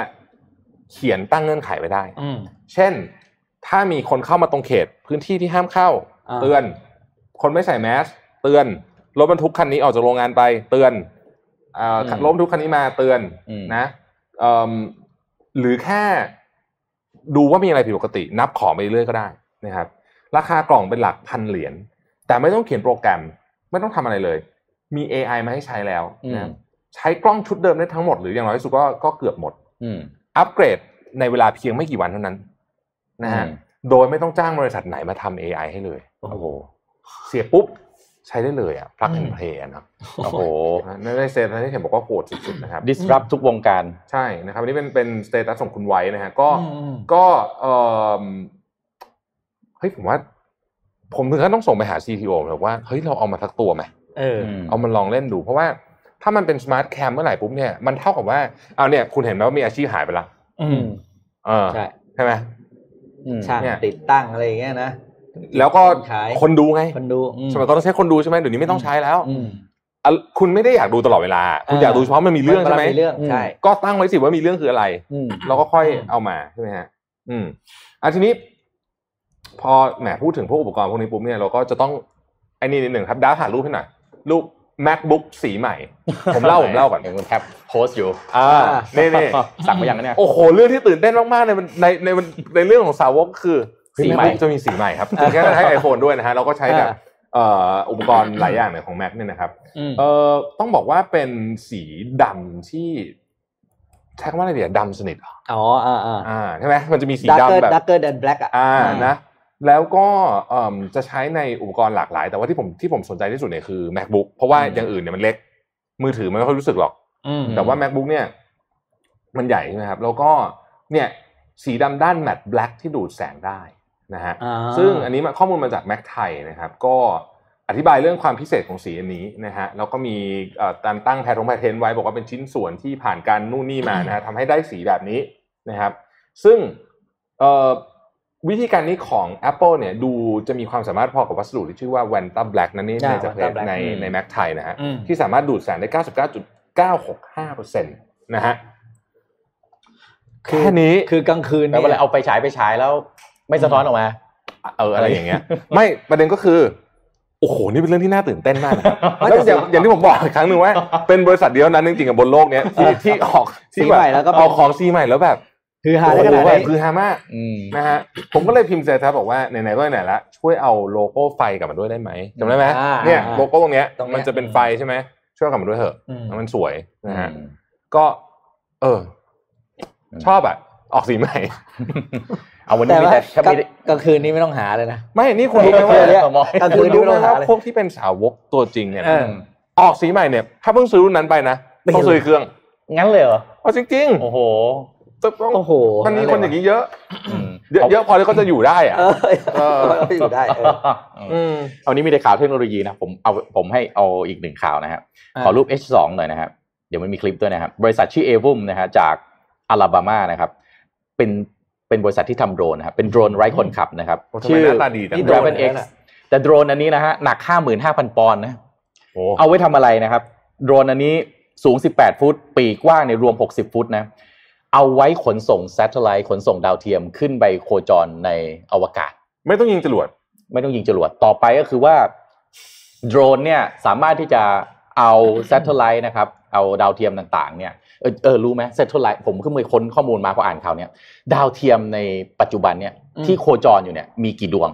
S4: เขียนตั้งเงื่อนไขไว้ได้
S3: อืม
S4: เช่น ถ้ามีคนเข้ามาตรงเขต พื้นที่ที่ห้ามเข้า
S3: อ่า
S4: เตือน คนไม่ใส่แมสเตือนรถบรรทุกคันนี้ออกจากโรงงานไป เตือนเอ่ออ
S5: ม
S4: รถบรรทุกคันนี้มาเตือน
S5: อืม
S4: นะเอิ่มหรือแค่ ดูว่ามีอะไรผิดปกติ นับของไปเรื่อยก็ได้นะครับ ราคากล่องเป็นหลักพันเหรียญแต่ไม่ต้องเขียนโปรแกรม ไม่ต้องทำอะไรเลย มี AI มาให้ใช้แล้วนะครับ
S5: อืม
S4: ใช้กล้องชุดเดิมได้ทั้งหมดหรืออย่างน้อยที่สุดก็ก็เกือบหมด
S5: อืม
S4: อัปเกรดในเวลาเพียงไม่กี่วันเท่านั้นนะฮะ
S5: อืม
S4: โดยไม่ต้องจ้างบริษัทไหนมาทำ AI ให้เลย
S5: โอ้โห
S4: เสียบปุ๊บ ใช้ได้เลยอ่ะ plug and play อะนะ
S5: โอ้โห
S4: นั่นได้เซตนั้นที่เห็นบอกว่าโหดสุดๆนะครับ
S5: disrupt ทุกวงการ
S4: ใช่นะครับอันนี้เป็นเป็นสเตตัสของคุณไว้นะฮะ ก็
S3: อืมอืม
S4: ก็เออเฮ้ยผมว่า ผมถึงขั้นต้องส่งไปหา CTO แบบว่า เฮ้ย เราเอามาทักตัวไหม
S3: เอออ
S4: เอามันลองเล่นดู เพราะว่าถ้ามันเป็นสมาร์ทแคมเมื่อไหร่ปุ๊บเนี่ยมันเท่ากับว่าเอาเนี่ย คุณเห็นไหมว่ามีอาชีพหายไปละ
S3: อืม
S4: เออ
S3: ใช่
S4: ใช่ไหม
S5: อืม
S3: ช่าง
S4: เนี่ย
S3: ติดตั้งอะไรอย่างเงี้ยนะ
S4: แล้วก็
S3: คนขาย
S4: คนดูไง
S3: คนดูอืม
S4: สมัยก่อนต้องใช้คนดูใช่ไหมเดี๋ยวนี้ไม่ต้องใช้แล้ว
S3: อืม
S4: อ่ะคุณไม่ได้อยากดูตลอดเวลา คุณ
S3: เออ
S4: อ
S3: อ
S4: ยากดูเฉพาะมันมีเรื่องใช่ไหม
S3: นเรื่องใช่
S4: ก็ตั้งไว้สิว่ามีเรื่องคืออะไร
S5: อืม
S4: เราก็ค่อย
S3: อืม
S4: เอามาใช่ไหมฮะ อืมอ่ะทีนี้ พอแหมพูดถึงพวกอุปกรณ์พวกนี้ปุ๊บเนี่ยเราก็จะต้องไอ้นี่นิดหนึ่งครับดาฟหารูปให้หน่อยรูป macbook สีใหม่ ผมเล่าผมเล่าก่อน
S5: เห็นคุณแทบโพสต์อยู่
S4: อ่านี่นี่
S5: สั่งไปยังนะเนี่ย
S4: โอ้โห เรื่องที่ตื่นเต้นมากๆในในในในเรื่องของสาวกคือ
S5: สีใหม่
S4: เฮ้ย MacBook จะมีสีใหม่ครับแค่ใช้ iPhone ด้วยนะฮะเราก็ใช้แบบเอ่ออุปกรณ์หลายอย่างเนี่ยของ Mac เนี่ยนะครับ
S3: อืม
S4: เออต้องบอกว่าเป็นสีดำที่ใช้คำว่าอะไรเดียดำสนิทเหรอ
S3: อ๋ออ่าอ่า
S4: อ่าใช่ไหมมันจะมีสี
S3: ดักเกอ
S4: ดำ
S3: ร์
S4: แบบ
S3: ดักเกอร์แดนแบล็กอ่ะ
S4: อ่า
S3: อืม
S4: นะแล้วก็เอิ่มจะใช้ในอุปกรณ์หลากหลาย แต่ว่าที่ผมที่ผมสนใจที่สุดเนี่ยคือ macbook เพราะว่าอย่างอื่นเนี่ยมันเล็ก มือถือมันไม่ค่อยรู้สึกหรอก
S3: อืม
S4: แต่ว่า macbook เนี่ย มันใหญ่ใช่ไหมครับ แล้วก็เนี่ยสีดำด้านแมตต์ black ที่ดูดแสงได้นะฮะ
S3: อ่า
S4: ซึ่งอันนี้มันข้อมูลมาจากแม็กไทยนะครับ ก็อธิบายเรื่องความพิเศษของสีอันนี้นะฮะแล้วก็มีเอ่อการตั้งแพทรงแพทเทนไว้บอกว่าเป็นชิ้นส่วนที่ผ่านการนู่นนี่มานะฮะทำให้ได้สีแบบนี้นะครับ ซึ่งเอ่อวิธีการนี้ของ Apple เนี่ยดูจะมีความสามารถพอกับวัสดุที่ชื่อว่า Vanta Black นั่นนี่
S3: ใช่
S4: ในจาก
S3: Vanta Black
S4: ใน
S3: อืม
S4: ในแม็กไทยนะฮะ
S3: อืม
S4: ที่สามารถดูดแสงได้ 99.965%นะฮะ
S3: คือ
S4: แค่นี้
S3: คือกลางคืน
S5: แปล
S3: นี่ย
S5: ว่าอะไรเอาไปฉายไปฉายแล้ว ไม่สะท้อนออกมา
S4: เอออะไรอย่างเงี้ย ไม่ประเด็นก็คือ โอ้โห นี่เป็นเรื่องที่น่าตื่นเต้นมากนะครับแล้วอย่างอย่างที่ผมบอกอีกครั้งหนึ่งว่า เป็นบริษัทเดียวนั้นจริงๆกับบนโลกเนี้ย ที่ที่ออก
S3: สี
S4: ที่
S3: ใหม่แล้วก็
S4: ออกของซีใหม่แล้วแบบ
S3: คือหา
S4: โอ้
S3: ได้ข
S4: โห
S3: นาด
S4: แบบ
S3: นี้
S4: คือฮามาก
S5: อืม
S4: นะฮะผมก็เลยพิมพ์ใจครับบอกว่าไหนๆก็ไหนๆละช่วยเอาโลโก้ไฟกลับมาด้วยได้ไหมจำได้ไหม
S3: อ่า
S4: เนี่ย
S3: อ่า
S4: โลโก้ตรงเนี้ย
S3: ตรงเนี้ย
S4: มันจะเป็นไฟใช่ไหมช่วยเอากลับมาด้วยเถอะ
S3: อืม
S4: มันสวยนะฮะ ก็ เออ
S5: อืม
S4: ชอบอ่ะ ออกสีใหม่
S5: เอาวันนี้
S3: แต่
S5: มี
S3: ว่า
S5: แต่แค่มีแต่
S3: กลางคืนนี้ไม่ต้องหาเลยนะ
S4: ไม่นี่คุณรู้ไหม
S5: เอ
S4: ว่า
S5: อเออเออ
S3: เออ
S4: คุณรู้ไหมว่าพวกที่เป็นสาวกตัวจริงเนี่ย
S3: เออ
S4: ออกสีใหม่เนี่ย ถ้าเพิ่งซื้อรุ่นนั้นไปนะต้องซื้อเครื่อง
S5: งั้นเลยเหรอ
S4: เอาจริง
S5: โอ้โห
S4: ๆจะต้อง
S3: โอ้โห
S4: มันมีคนอย่าง
S3: นี้
S4: นี้เยอะ
S5: อืม
S4: เยอะเยอะพอที่เขาจะอยู่ได้อ่ะ
S3: เออ
S4: เออ
S3: ก็อยู่ได้เออ
S4: อืม
S5: เอานี้มีแต่ข่าวเทคโนโลยีนะผมเอาผมให้เอาอีกหนึ่งข่าวนะครับ
S3: อ่า
S5: ขอรูป H2 หน่อยนะครับ เดี๋ยวมันมีคลิปด้วยนะครับ บริษัทชื่อ a v u m นะฮะจากอลาบามานะครับ เป็นเป็นบริษัทที่ทำโดรนนะครับ เป็นโดรนไร้คนขับนะครับ
S4: โอ้ทำ
S5: ชื่
S4: ไมห
S5: อ
S4: น้าตาดีจัง
S3: นี่ โดร
S5: Dragon
S3: น
S5: X แต่โดรนอันนี้นะฮะหนัก 55,000 ปอนด์นะ
S4: โอ้
S5: เอาไว้ทำอะไรนะครับ โดรนอันนี้สูง 18 ฟุต ปีกว้างในยรวม 60 ฟุตนะ เอาไว้ขนส่ง s a t เท l ไล e ขนส่งดาวเทียมขึ้นไปโคจรในอวกาศ
S4: ไม่ต้องยิงจรวด
S5: ไม่ต้องยิงจรวด ต่อไปก็คือว่าโดรนเนี่ยสามารถที่จะเอาแซตเท l ไล e นะครับ เอาดาวเทียมต่างๆ เนี่ย เออเออรู้ไหมแซตเท l ไล e ผมเพิ่งไปค้นข้อมูลมาพออ่านข่าวเนี่ยดาวเทียมในปัจจุบันเนี่ย
S3: อืม
S5: ที่โคจรอยู่เนี่ยมีกี่ดวง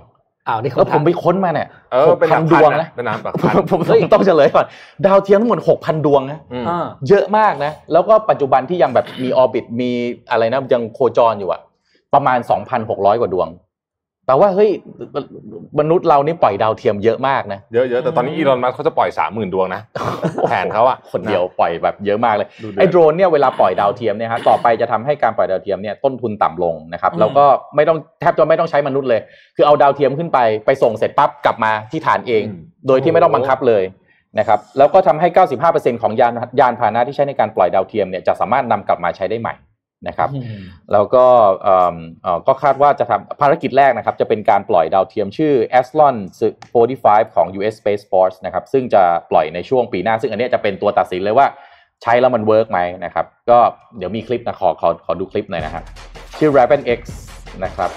S3: อ้าวนี่เขา
S5: แล้วผม
S3: ถา
S5: ไปค้นมาเนี่ย
S4: เออ เป็นหลัก
S5: 6,000ด
S4: พัน
S5: วง
S4: นะ
S5: นะ
S4: เป็นน้ำหลัก
S5: ผ
S4: พัน
S5: มผมต้องต้องเฉลยก่อน ดาวเทียมทั้งหมด6,000 ดวงนะ
S4: อืม
S3: อ่า
S5: เยอะมากนะ แล้วก็ปัจจุบันที่ยังแบบมีออร์บิทมีอะไรนะ ยังโคจรอยู่อะประมาณ 2,600 กว่าดวงแปลว่าเฮ้ยมนุษย์เรานี่ปล่อยดาวเทียมเยอะมากนะ
S4: เยอะๆ แต่ตอนนี้อีลอนมัสเขาจะปล่อยสามหมื่นดวงนะ แผนเขาอ่ะ
S5: คนเดียวปล่อยแบบเยอะมากเลย
S4: ดูเดืด
S5: ไอ้โดรนเนี่ยเวลาปล่อยดาวเทียมเนี่ยฮะต่อไปจะทำให้การปล่อยดาวเทียมเนี่ยต้นทุนต่ำลงนะครับ
S3: อืม
S5: แล้วก็ไม่ต้องแทบจะไม่ต้องใช้มนุษย์เลย คือเอาดาวเทียมขึ้นไปไปส่งเสร็จปั๊บกลับมาที่ฐานเอง โดยที่ไม่ต้องบังคับเลยนะครับ แล้วก็ทำให้ 95%ของยานยานพาหนะที่ใช้ในการปล่อยดาวเทียมเนี่ยจะสามารถนำกลับมาใช้ได้ใหม่นะครับ
S3: อืม
S5: แล้วก็เอิ่มเอ่อก็คาดว่าจะทำภารกิจแรกนะครับ จะเป็นการปล่อยดาวเทียมชื่อ a s l o n 45 ของ US Space Force นะครับ ซึ่งจะปล่อยในช่วงปีหน้า ซึ่งอันเนี้ยจะเป็นตัวตัดสินเลยว่าใช้แล้วมันเวิร์กไหมนะครับ ก็เดี๋ยวมีคลิปนะขอขอขอดูคลิปหน่อยนะครับ ชื่อ r a b b i n X นะครับ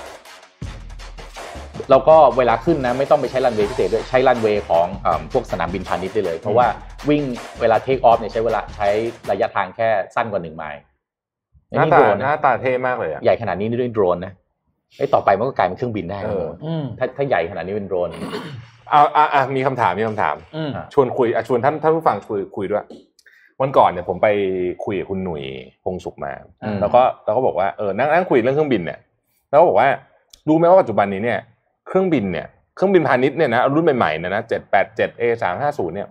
S5: แล้วก็เวลาขึ้นนะ ไม่ต้องไปใช้รันเวย์พิเศษด้วย ใช้รันเวย์ของเอมพวกสนามบินพาณิชย์ได้เลย เพราะว่าวิ่งเวลาเทคออฟเนี่ยใช้เวลาใช้ระยะทางแค่สั้นกว่าหนึ่งไมล์
S4: หน้า
S5: อั
S4: ตา
S5: โดร
S4: หน้าตาเท่มากเลยอ่ะ
S5: ใหญ่ขนาดนี้นี่ด้วยโดรนนะไอ้ยต่อไปมันก็กลายเป็นเครื่องบินได้
S4: เอ
S5: นะ
S4: อ
S5: โม
S3: อืม
S5: ถ้าถ้าใหญ่ขนาดนี้เป็นโดรน
S4: เอาอ่ะอ่ะมีคำถามมีคำถาม
S3: อืม
S4: ชวนคุยอ่ะชวนท่านท่านผู้ฟังคุยคุยด้วย วันก่อนเนี่ยผมไปคุยกับคุณหนุ่ยพงสุขมา
S5: อืม
S4: แล้วก็แล้วก็บอกว่าเออนั่งนั่งคุยเรื่องเครื่องบินเนี่ยแล้วก็บอกว่ารู้ไหมว่าปัจจุบันนี้เนี่ย เครื่องบินเนี่ยเครื่องบินพาณิชย์เนี่ยนะรุ่นใหม่ๆเนี่ยนะเจ็ดแปดเจ็ดเอสามห้าศูนย์เนี่ย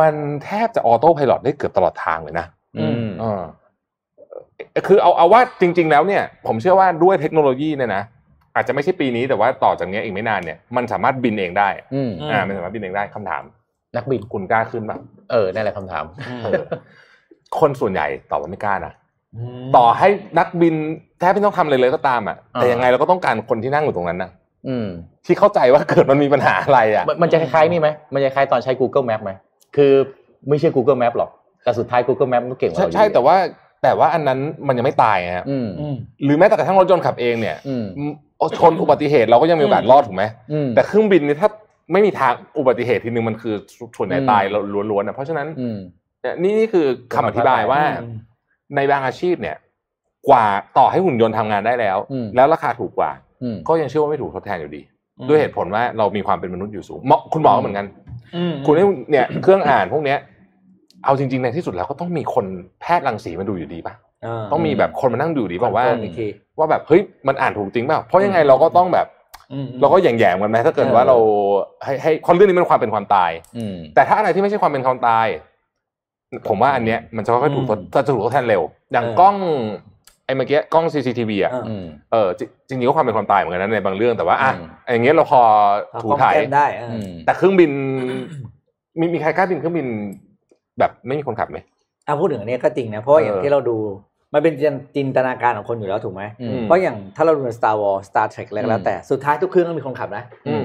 S4: มันแทบจะออโต้ไพลอตได้เกือบตลอดทางเลยนะ
S3: อืม
S4: เออคือเอาเอาว่าจริง ๆ แล้วเนี่ย ผมเชื่อว่าด้วยเทคโนโลยีเนี่ยนะอาจจะไม่ใช่ปีนี้แต่ว่าต่อจากเนี้ยอีกไม่นานเนี่ยมันสามารถบินเองได้
S5: อืม
S4: อ่ามันสามารถบินเองได้คำถาม
S5: นักบิน
S4: คุณกล้าขึ้นป่ะ
S5: เออนั่นแหละคำถาม
S4: เออคนส่วนใหญ่ตอบว่าไม่กล้านะ
S3: ม
S4: ต่อให้นักบินแทบไม่ต้องทำอะไรเลยก็ตามอ่ะ
S5: อ่า
S4: แต่ยังไงเราก็ต้องการคนที่นั่งอยู่ตรงนั้นนะ
S5: อืม
S4: ที่เข้าใจว่าเกิดมันมีปัญหาอะไรอ่ะ
S5: มันมันจะคล้ายๆนี่ไหมมันจะคล้ายตอนใช้ Google Map ไหมคือไม่ใช่ Google Map หรอก แต่สุดท้าย Google Map มันก็เก่งกว่า
S4: ใช่
S5: เราอยู่
S4: ใช่แต่ว่าแต่ว่าอันนั้นมันยังไม่ตายนะครับ
S5: อืม
S3: อืม
S4: หรือแม้แต่กระทั่งรถยนต์ขับเองเนี่ย
S5: อืม
S4: ชนอุบัติเหตุเราก็ยังมีโอกาสรอดถูกไหม
S5: อืม
S4: แต่เครื่องบินนี่ถ้า ไม่มีทางอุบัติเหตุทีหนึ่งมันคือส่วนไหนตายล้วนๆนะเพราะฉะนั้น
S5: อืม
S4: เนี่ยนี่นี่คือคำอธิบายว่า
S3: อืม
S4: ในบางอาชีพเนี่ย กว่าต่อให้หุ่นยนต์ทำงานได้แล้ว
S5: อืม
S4: แล้วราคาถูกกว่า
S5: อืม
S4: ก็ยังเชื่อว่าไม่ถูกทดแทนอยู่ดี ด้วยเหตุผลว่าเรามีความเป็นมนุษย์อยู่สูงหมอคุณหมอก็เหมือนกัน
S3: อืม
S4: คุณให้เนี่ย เครื่องอ่านพวกเนี้ย เอาจริง ๆ ในที่สุดแล้วก็ต้องมีคนแพทย์รังสีมาดูอยู่ดีป่ะ
S3: า
S4: ต้องมีแบบคนมานั่งดูดีป่ะว่า
S3: เพิ่มอีกที
S4: ว่าแบบเฮ้ยมันอ่านถูกจริงเปล่าเพราะยังไง
S3: อืม
S4: เราก็ต้องแบบ
S3: อืม
S4: เราก็แหย่งๆมันไหมถ้าเกิด
S5: เออ
S4: ว่าเราให้ให้ความเรื่องนี้มันความเป็นความตาย
S5: อืม
S4: แต่ถ้าอะไรที่ไม่ใช่ความเป็นความตาย ผมว่าอันเนี้ยมันจะค่อยๆถูกทดจะถูกทดแทนเร็ว อย่าง
S3: เออ
S4: กล้องไอ้เมื่อกี้กล้อง CCTV อ่ะ
S3: อ่า
S5: อืม
S4: เออจจริงๆก็ความเป็นความตายเหมือนกันนะในบางเรื่องแต่ว่าอ่ะ
S5: อืม
S4: อย่างเงี้ยเราพอถูถ่าย
S3: เอป้องกันได้อ่า
S5: อืม
S4: แต่เครื่องบิน มีมีใครกล้าบินเครื่องบิน แบบไม่มีคนขับไหม
S3: อ่ะพูดถึงอันเนี้ยก็จริงนะเพราะว่าอย่าง
S4: เออ
S3: ที่เราดูมันเป็นจินจินตนาการของคนอยู่แล้วถูกไหม
S5: อืม
S3: เพราะอย่างถ้าเราดูใน Star Wars Star Trek อะไรก็แล้วแต่สุดท้ายทุกเครื่องต้องมีคนขับนะ
S4: อืม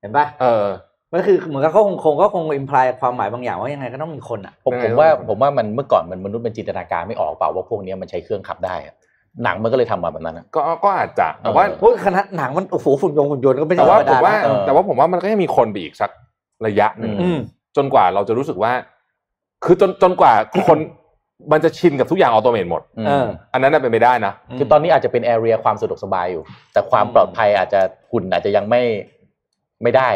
S3: เห็นปะ
S4: เออ
S3: มันคือเหมือนกับเขาคงคงก็คงอิมพลายความหมายบางอย่างว่ายังไงก็ต้องมีคนอ่ะ
S5: ผม
S4: ยังไง
S5: ผมว่า
S4: ก็ต้อง
S5: ผมว่ามันเมื่อก่อนมันมนุษย์มันจินตนาการไม่ออกเปล่าว่าพวกเนี้ยมันใช้เครื่องขับได้อะหนังมันก็เลยทำมาแบบนั้นอะ
S4: ก็ก็อาจจะแต่ว่า
S5: เออ
S3: โอ้ยขนาดหนังมันโอ้โหฝุ่นยงฝุ่นยนต์ก็ไม่
S4: แต่
S3: ใช่
S4: ว่ารผ
S3: ธรมดาม
S4: ว่า
S3: นะ
S5: เออ
S4: แต่ว่าผมว่ามันก็ยังมีคนไปอีกสักระยะหนึ่ง
S5: อื
S3: อืม
S4: จนกว่าเราจะรู้สึกว่า คือจนจนกว่าคน มันจะชินกับทุกอย่างออโตเมทหมด
S5: อืม
S3: เออ
S4: อันนั้นน่ะเป็นไปได้นะ
S5: คือตอนนี้อาจจะเป็นแอเรียความสะดวกสบายอยู่ แต่ความ
S4: อืม
S5: ปลอดภัยอาจจะหุ่นอาจจะยังไม่ไม่ได้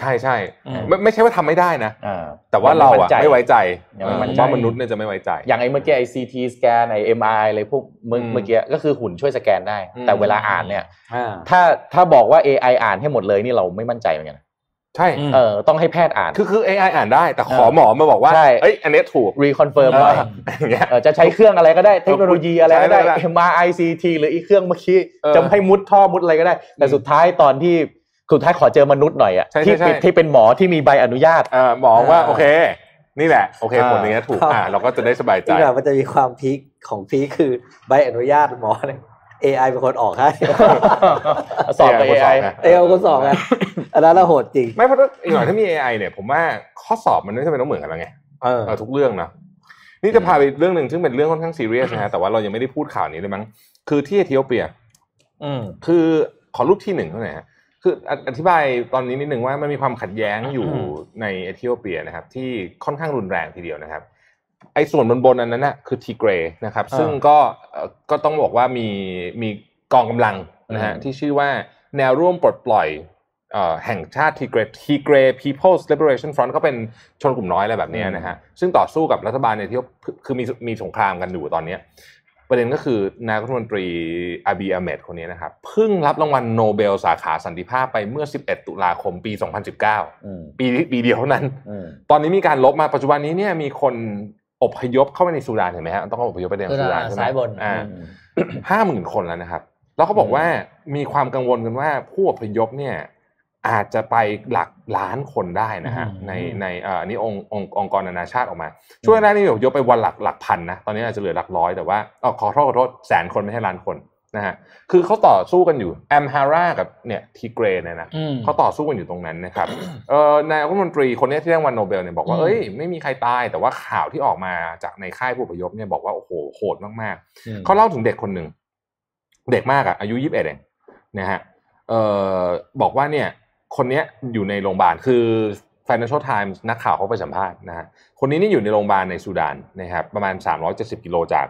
S4: ใช่ใช่
S3: อืม
S4: ไม่ไม่ใช่ว่าทำไม่ได้นะ
S5: อ่า
S4: แต่ว่าเราอะ
S5: ยัง
S4: ไม่ไว้ใจ
S5: ยัง
S4: เอ
S5: ไม่
S4: อ
S5: มั่
S4: ผม
S5: นใจ
S4: ว่ามนุษย์เนี่ยจะไม่ไว้ใจ
S5: อย่างไอ้เมื่อกี้ไอซีทีสแกนไอเอ็มไออะไรพวกเมื่อ
S4: อืม
S5: เมื่อกี้ก็คือหุ่นช่วยสแกนได้
S4: อืม
S5: แต่เวลาอ่านเนี่ย
S3: อ่า
S5: ถ้าถ้าบอกว่า AI อ่านให้หมดเลยนี่เราไม่มั่นใจเหมือนกันนะ
S4: ใช่
S3: อืม
S5: เออต้องให้แพทย์อ่าน
S4: คือคือ AI อ่านได้ แต่ขอหมอมาบอกว่า
S5: ใช่
S4: เอ้ยอันเนี้ยถูก
S5: รีคอนเฟิร์มหน่อย
S4: อย่างเงี้ย
S5: เอ่อจะใช้เครื่องอะไรก็ได้เทคโนโลยีอะไรก็ได้
S4: ใช้อะไรก็ได้
S5: MRI CT หรืออีกเครื่องเมื่อกี้
S4: เออ
S5: จะให้มุดท่อมุดอะไรก็ได้ แต่สุดท้ายตอนที่สุดท้ายขอเจอมนุษย์หน่อยอะ
S4: ใช่ใช่
S5: ที่
S4: ใช่
S5: ปิดที่เป็นหมอที่มีใบอนุญาต
S4: เออหมอว่า
S3: อ่า
S4: โอเค นี่แหละโอเค
S5: อ่า
S4: ผลอย่างเงี้ยถูก
S3: ครับ
S4: อ่าเราก็จะได้สบายใจ
S3: ที่แบบมันจะมีความพีคของพีคคือใบอนุญาตหมอเนี่ย AI เป็นคนออกให้
S5: สอบกับ
S4: AI คนสอบ
S5: AI
S4: นะ
S3: เอลก็สองอ่ะอันนั้นเราโหดจริง
S4: ไม่เพราะถ้าอีกหน่อยถ้ามี AI เนี่ยผมว่าข้อสอบมันไม่จำเป็นต้องเหมือนกันแล้วไง
S3: เออ
S4: เออทุกเรื่องนะนี่จะพาไปเรื่องหนึ่งซึ่งเป็นเรื่องค่อนข้างซีเรียสนะฮะแต่ว่าเรายังไม่ได้พูดข่าวนี้เลยมั้งคือที่เอธิโอเปีย
S3: อืม
S4: คือขอรูปที่หนึ่งเท่านั้นฮะคือออธิบายตอนนี้นิดหนึ่งว่ามันมีความขัดแย้งอยู่
S3: อืม
S4: ในเอธิโอเปียนะครับ ที่ค่อนข้างรุนแรงทีเดียวนะครับ ไอ้ส่วนบนบนๆอันนั้นน่ะคือทีเกรนะครับ ซึ่งก็เอ่อก็ต้องบอกว่ามีมีกองกำลังนะฮะ
S5: อืม
S4: ที่ชื่อว่าแนวร่วมปลดปล่อยเอ่อแห่งชาติทีเกรทีเกร People's Liberation Front ก็เป็นชนกลุ่มน้อยอะไรแบบเนี้ยนะฮะซึ่งต่อสู้กับรัฐบาลในที่คือมีมีสงครามกันอยู่ตอนเนี้ย ประเด็นก็คือนายกรัฐมนตรีอาบีอาเมดคนนี้นะครับเพิ่งรับรางวัลโนเบลสาขาสันติภาพไปเมื่อ 11 ตุลาคมปี 2019
S5: อืม
S4: ปีปีเดียวเท่านั้น
S5: อืม
S4: ตอนนี้มีการลบมาปัจจุบันนี้เนี่ยมีคนอพยพเข้าไปในซูดานเห็นไหมฮะต้องอพยพไปใน
S3: ซู
S4: ซูดา
S3: ดาน น
S4: ใช่ไหม
S3: ซ้ายบน
S4: อ่า ห้าหมื่นคนแล้วนะครับ แล้วเขาบอกว่ามีความกังวลกันว่าผู้อพยพเนี่ยอาจจะไปหลักล้านคนได้นะฮะ
S5: อืม
S4: ในในเอ่ออันนี้องค์องค์องค์กรนานาชาติออกมา ช่วงแรกนี่อพยพไปวันหลักหลักพันนะตอนนี้อาจจะเหลือหลักร้อยแต่ว่าเออขอโทษขอโทษแสนคนไม่ใช่ล้านคนนะฮะคือเขาต่อสู้กันอยู่แอมฮารากับเนี่ยทีเกรเนี่ยนะ
S3: อืม
S4: เขาต่อสู้กันอยู่ตรงนั้นนะครับ เอ่อนายกรัฐมนตรีคนเนี้ยที่ได้รางวัลโนเบลเนี่ยบอกว่า
S3: อืม
S4: เอ้ยไม่มีใครตายแต่ว่าข่าวที่ออกมาจากในค่ายผู้อพยพเนี่ยบอกว่าโอ้โหโหดมากๆ เขาเล่าถึงเด็กคนหนึ่งเด็กมากอะอายุยี่สิบเอ็ดเองนะฮะเอ่อบอกว่าเนี่ย คนเนี้ยอยู่ในโรงพยาบาลคือ Financial Times นักข่าวเขาไปสัมภาษณ์นะฮะคนนี้นี่อยู่ในโรงพยาบาลในซูดานนะครับ ประมาณ 370 กิโลจาก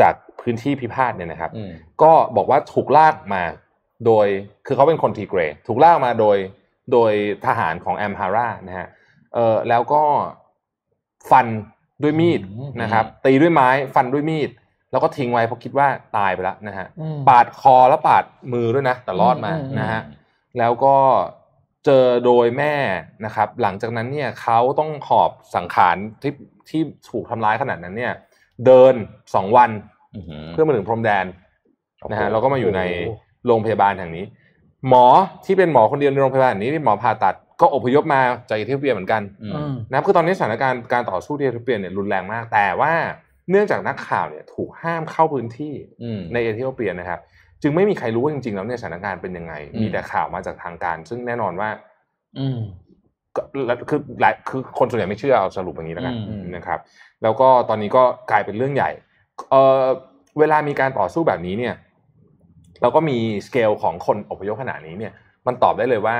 S4: จากพื้นที่พิพาทเนี่ยนะครับ
S5: อืม
S4: ก็บอกว่าถูกลากมาโดยคือเขาเป็นคนทีเกรถูกลากมาโดยโดยทหารของแอมฮาร่านะฮะเออแล้วก็ฟันด้วยมีดนะครับ ตีด้วยไม้ฟันด้วยมีด แล้วก็ทิ้งไว้เพราะคิดว่าตายไปแล้วนะฮะ
S3: อืม
S4: ปาดคอแล้วปาดมือด้วยนะ แต่รอดมา
S3: อืมอืม
S4: นะฮะแล้วก็เจอโดยแม่นะครับ หลังจากนั้นเนี่ยเขาต้องหอบสังขารที่ที่ถูกทำร้ายขนาดนั้นเนี่ย เดินสองวัน เพื่อมาถึงพรมแดนนะฮะ
S5: โอ้โห
S4: เราก็มาอยู่ในโรงพยาบาลแห่งนี้ หมอที่เป็นหมอคนเดียวในโรงพยาบาลแห่งนี้เป็นหมอผ่าตัดก็อพยพมาจากเอธิโอเปียเหมือนกัน
S5: อืม
S3: อืม
S4: นะครับคือตอนนี้สถานการณ์การต่อสู้ที่เอธิโอเปียเนี่ยรุนแรงมาก แต่ว่าเนื่องจากนักข่าวเนี่ยถูกห้ามเข้าพื้นที่
S5: อืม
S4: ในเอธิโอเปียนะครับ จึงไม่มีใครรู้ว่าจริงๆแล้วเนี่ยสถานการณ์เป็นยังไง
S5: อืม
S4: มีแต่ข่าวมาจากทางการ ซึ่งแน่นอนว่า
S3: อืม
S4: ก็และคือหลายคือคนส่วนใหญ่ไม่เชื่อเอาสรุปอย่างนี้แล้วกัน
S3: อืม
S4: นะครับ แล้วก็ตอนนี้ก็กลายเป็นเรื่องใหญ่ เอ่อเวลามีการต่อสู้แบบนี้เนี่ย เราก็มีสเกลของคนอพยพขนาดนี้เนี่ย มันตอบได้เลยว่า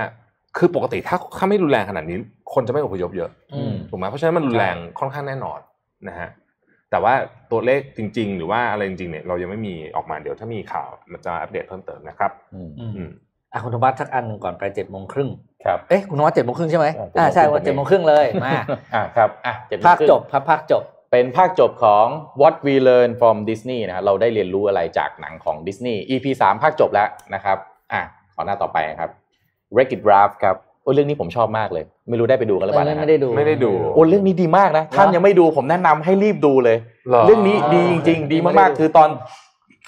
S4: คือปกติถ้าถ้าไม่รุนแรงขนาดนี้ คนจะไม่อพยพเยอะ
S3: อืม
S4: ถูกไหมเพราะฉะนั้นมันรุนแรงค่อนข้างแน่นอนนะฮะแต่ว่าตัวเลขจริง ๆ หรือว่าอะไรจริงๆเนี่ยเรายังไม่มีออกมาเดี๋ยวถ้ามีข่าวมันจะอัปเดตเพิ่มเติมนะครับ
S5: อืม
S3: อืม
S4: อืม
S3: อ่ะคุณธวัฒน์สักอันหนึ่งก่อนไปเจ็ดโมงครึ่ง
S5: ครับ
S3: เอ๊ะคุณธวัฒน์เจ็ดโมงครึ่งใช่ไหม
S5: อ่า
S3: อ่า
S5: 7:30
S3: ใช่วันเจ็ดโมงครึ่งเลยมา
S5: อ่ะครับอ่ะเจ็ดโมง
S3: ภาค
S5: ครึ่ง
S3: จบครับภาคจบ
S5: เป็นภาคจบของ What We Learn from Disney นะฮะเราได้เรียนรู้อะไรจากหนังของ Disney EP 3 ภาคจบแล้วนะครับอ่ะขอหน้าต่อไปครับ Wreck It Ralph ครับโอ้ยเรื่องนี้ผมชอบมากเลย ไม่รู้ได้ไปดูกันหรือเปล่านะฮะ
S3: ไม่ได้ดู
S4: ไม่ได้ดู
S5: โอ้เรื่องนี้ดีมากนะท่าน
S3: เหรอ
S5: ยังไม่ดูผมแนะนำให้รีบดูเลย
S4: หรอ
S5: เรื่องนี้ดีจริง
S3: โอเค
S5: ๆ ดี
S3: ไม่ได้
S5: มาก
S3: ดู
S5: ๆ คือตอน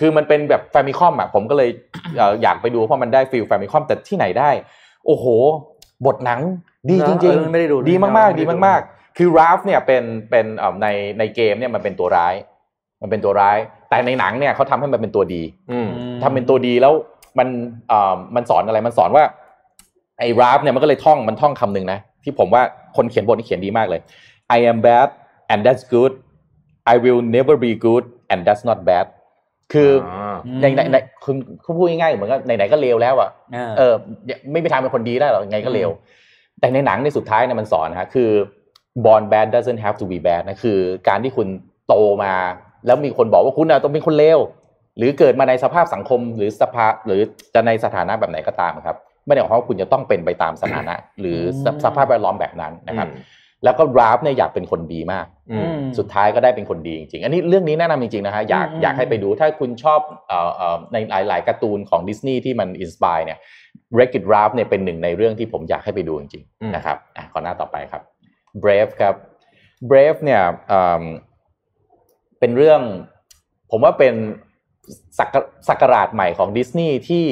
S5: คือมันเป็นแบบแฟมิคอมอ่ะผมก็เลยเอ่ออยากไปดูเพราะมันได้ฟิลแฟมิคอมแต่ที่ไหนได้ โอ้โห บทหนังดีจริง
S3: เออไม่ได้ดู
S5: ๆ ดีมากๆ ดีมากๆ คือราฟเนี่ยเป็นเป็นเอ่อในในเกมเนี่ยมันเป็นตัวร้าย มันเป็นตัวร้าย แต่ในหนังเนี่ยเขาทำให้มันเป็นตัวดี
S4: อืม
S5: ทำเป็นตัวดีแล้วมันเอ่อมันสอนอะไรมันสอนว่า ไอ้ราฟเนี่ยมันก็เลยท่องมันท่องคำหนึ่งนะ ที่ผมว่าคนเขียนบทนี่เขียนดีมากเลย I am bad and that's good I will never be good and that's not bad คือในในในคุณคุณพูดง่ายๆเหมือนกับไหนๆก็เลวแล้วอะ
S3: อ่า
S5: เออเนี่ยไม่มีทางเป็นคนดีได้หรอกยังไงก็เลวแต่ในหนังในยสุดท้ายเนี่ยมันสอนนะฮะคือ born bad doesn't have to be bad นะคือ การที่คุณโตมา แล้วมีคนบอกว่าคุณน่ะต้องเป็นคนเลวหรือเกิดมาในสภาพสังคมหรือสภาหรือจะในสถานะแบบไหนก็ตามครับ ไม่ได้หมายความว่าคุณจะต้องเป็นไปตามสถานะ หรือส
S3: ม
S5: สภาพแวดล้อมแบบนั้นนะครับ แล้วก็ราฟเนี่ยอยากเป็นคนดีมาก
S4: อืม
S5: สุดท้ายก็ได้เป็นคนดีจริงๆ อันนี้เรื่องนี้แนะนำจริงๆนะฮะอยาก
S3: อืม
S5: อยากให้ไปดูถ้าคุณชอบเอ่อเอ่อในหลายๆการ์ตูนของดิสนีย์ที่มันอินสปายเนี่ย w r e c k It Ralph เนี่ยเป็นหนึ่งในเรื่องที่ผมอยากให้ไปดูจริง
S4: อืม
S5: ๆนะครับอ่ะขอหน้าต่อไปครับ Brave ครับ Brave เนี่ยเอิ่มเป็นเรื่อง ผมว่าเป็นสักกะสักการาชใหม่ของดิสนีย์ที่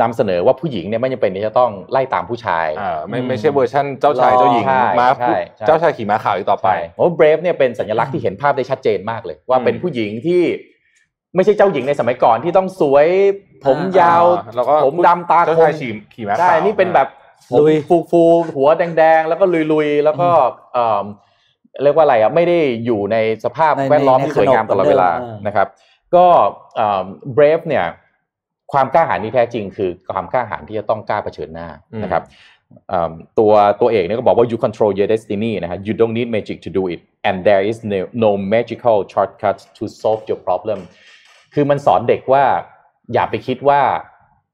S5: นำเสนอว่าผู้หญิงเนี่ยไม่จำเป็นที่จะต้องไล่ตามผู้ชาย
S4: อ่าไม่ไม่ใช่เวอร์ชั่นเจ้าชายเจ้าหญิง
S5: ใช่
S4: ม้า
S5: ใช่ใช่
S4: เจ้าชายขี่ม้าขาวอีกต่อไป
S5: ไปโอ้เบรฟเนี่ยเป็นสัญลักษณ์ที่เห็นภาพได้ชัดเจนมากเลย ว่าเป็นผู้หญิงที่ไม่ใช่เจ้าหญิงในสมัยก่อนที่ต้องสวย ผม
S3: อ่าย
S5: าว
S4: อ่าแล้วก็
S5: ผมดำตา
S4: เจ้า
S5: ค
S4: ชาม ยขี่ขี่ม้าขาว
S5: ใช่นี่เป็นแบบ
S3: ลุย
S5: ฟูฟูๆหัวแดง ๆ แล้วก็ลุยๆ แล้วก็เอ่อเรียกว่าอะไรอ่ะไม่ได้อยู่ในสภาพแวดล้อมที่สวยงามตลอดเวลานะครับ ก็เบรฟเนี่ย ความกล้าหาญที่แท้จริงคือความกล้าหาญที่จะต้องกล้าเผชิญหน้านะครับเอิ่มตัวตัวเอกเนี่ยก็บอกว่า you control your destiny นะฮะ you don't need magic to do it and there is no, no magical shortcut to solve your problem คือมันสอนเด็กว่าอย่าไปคิดว่า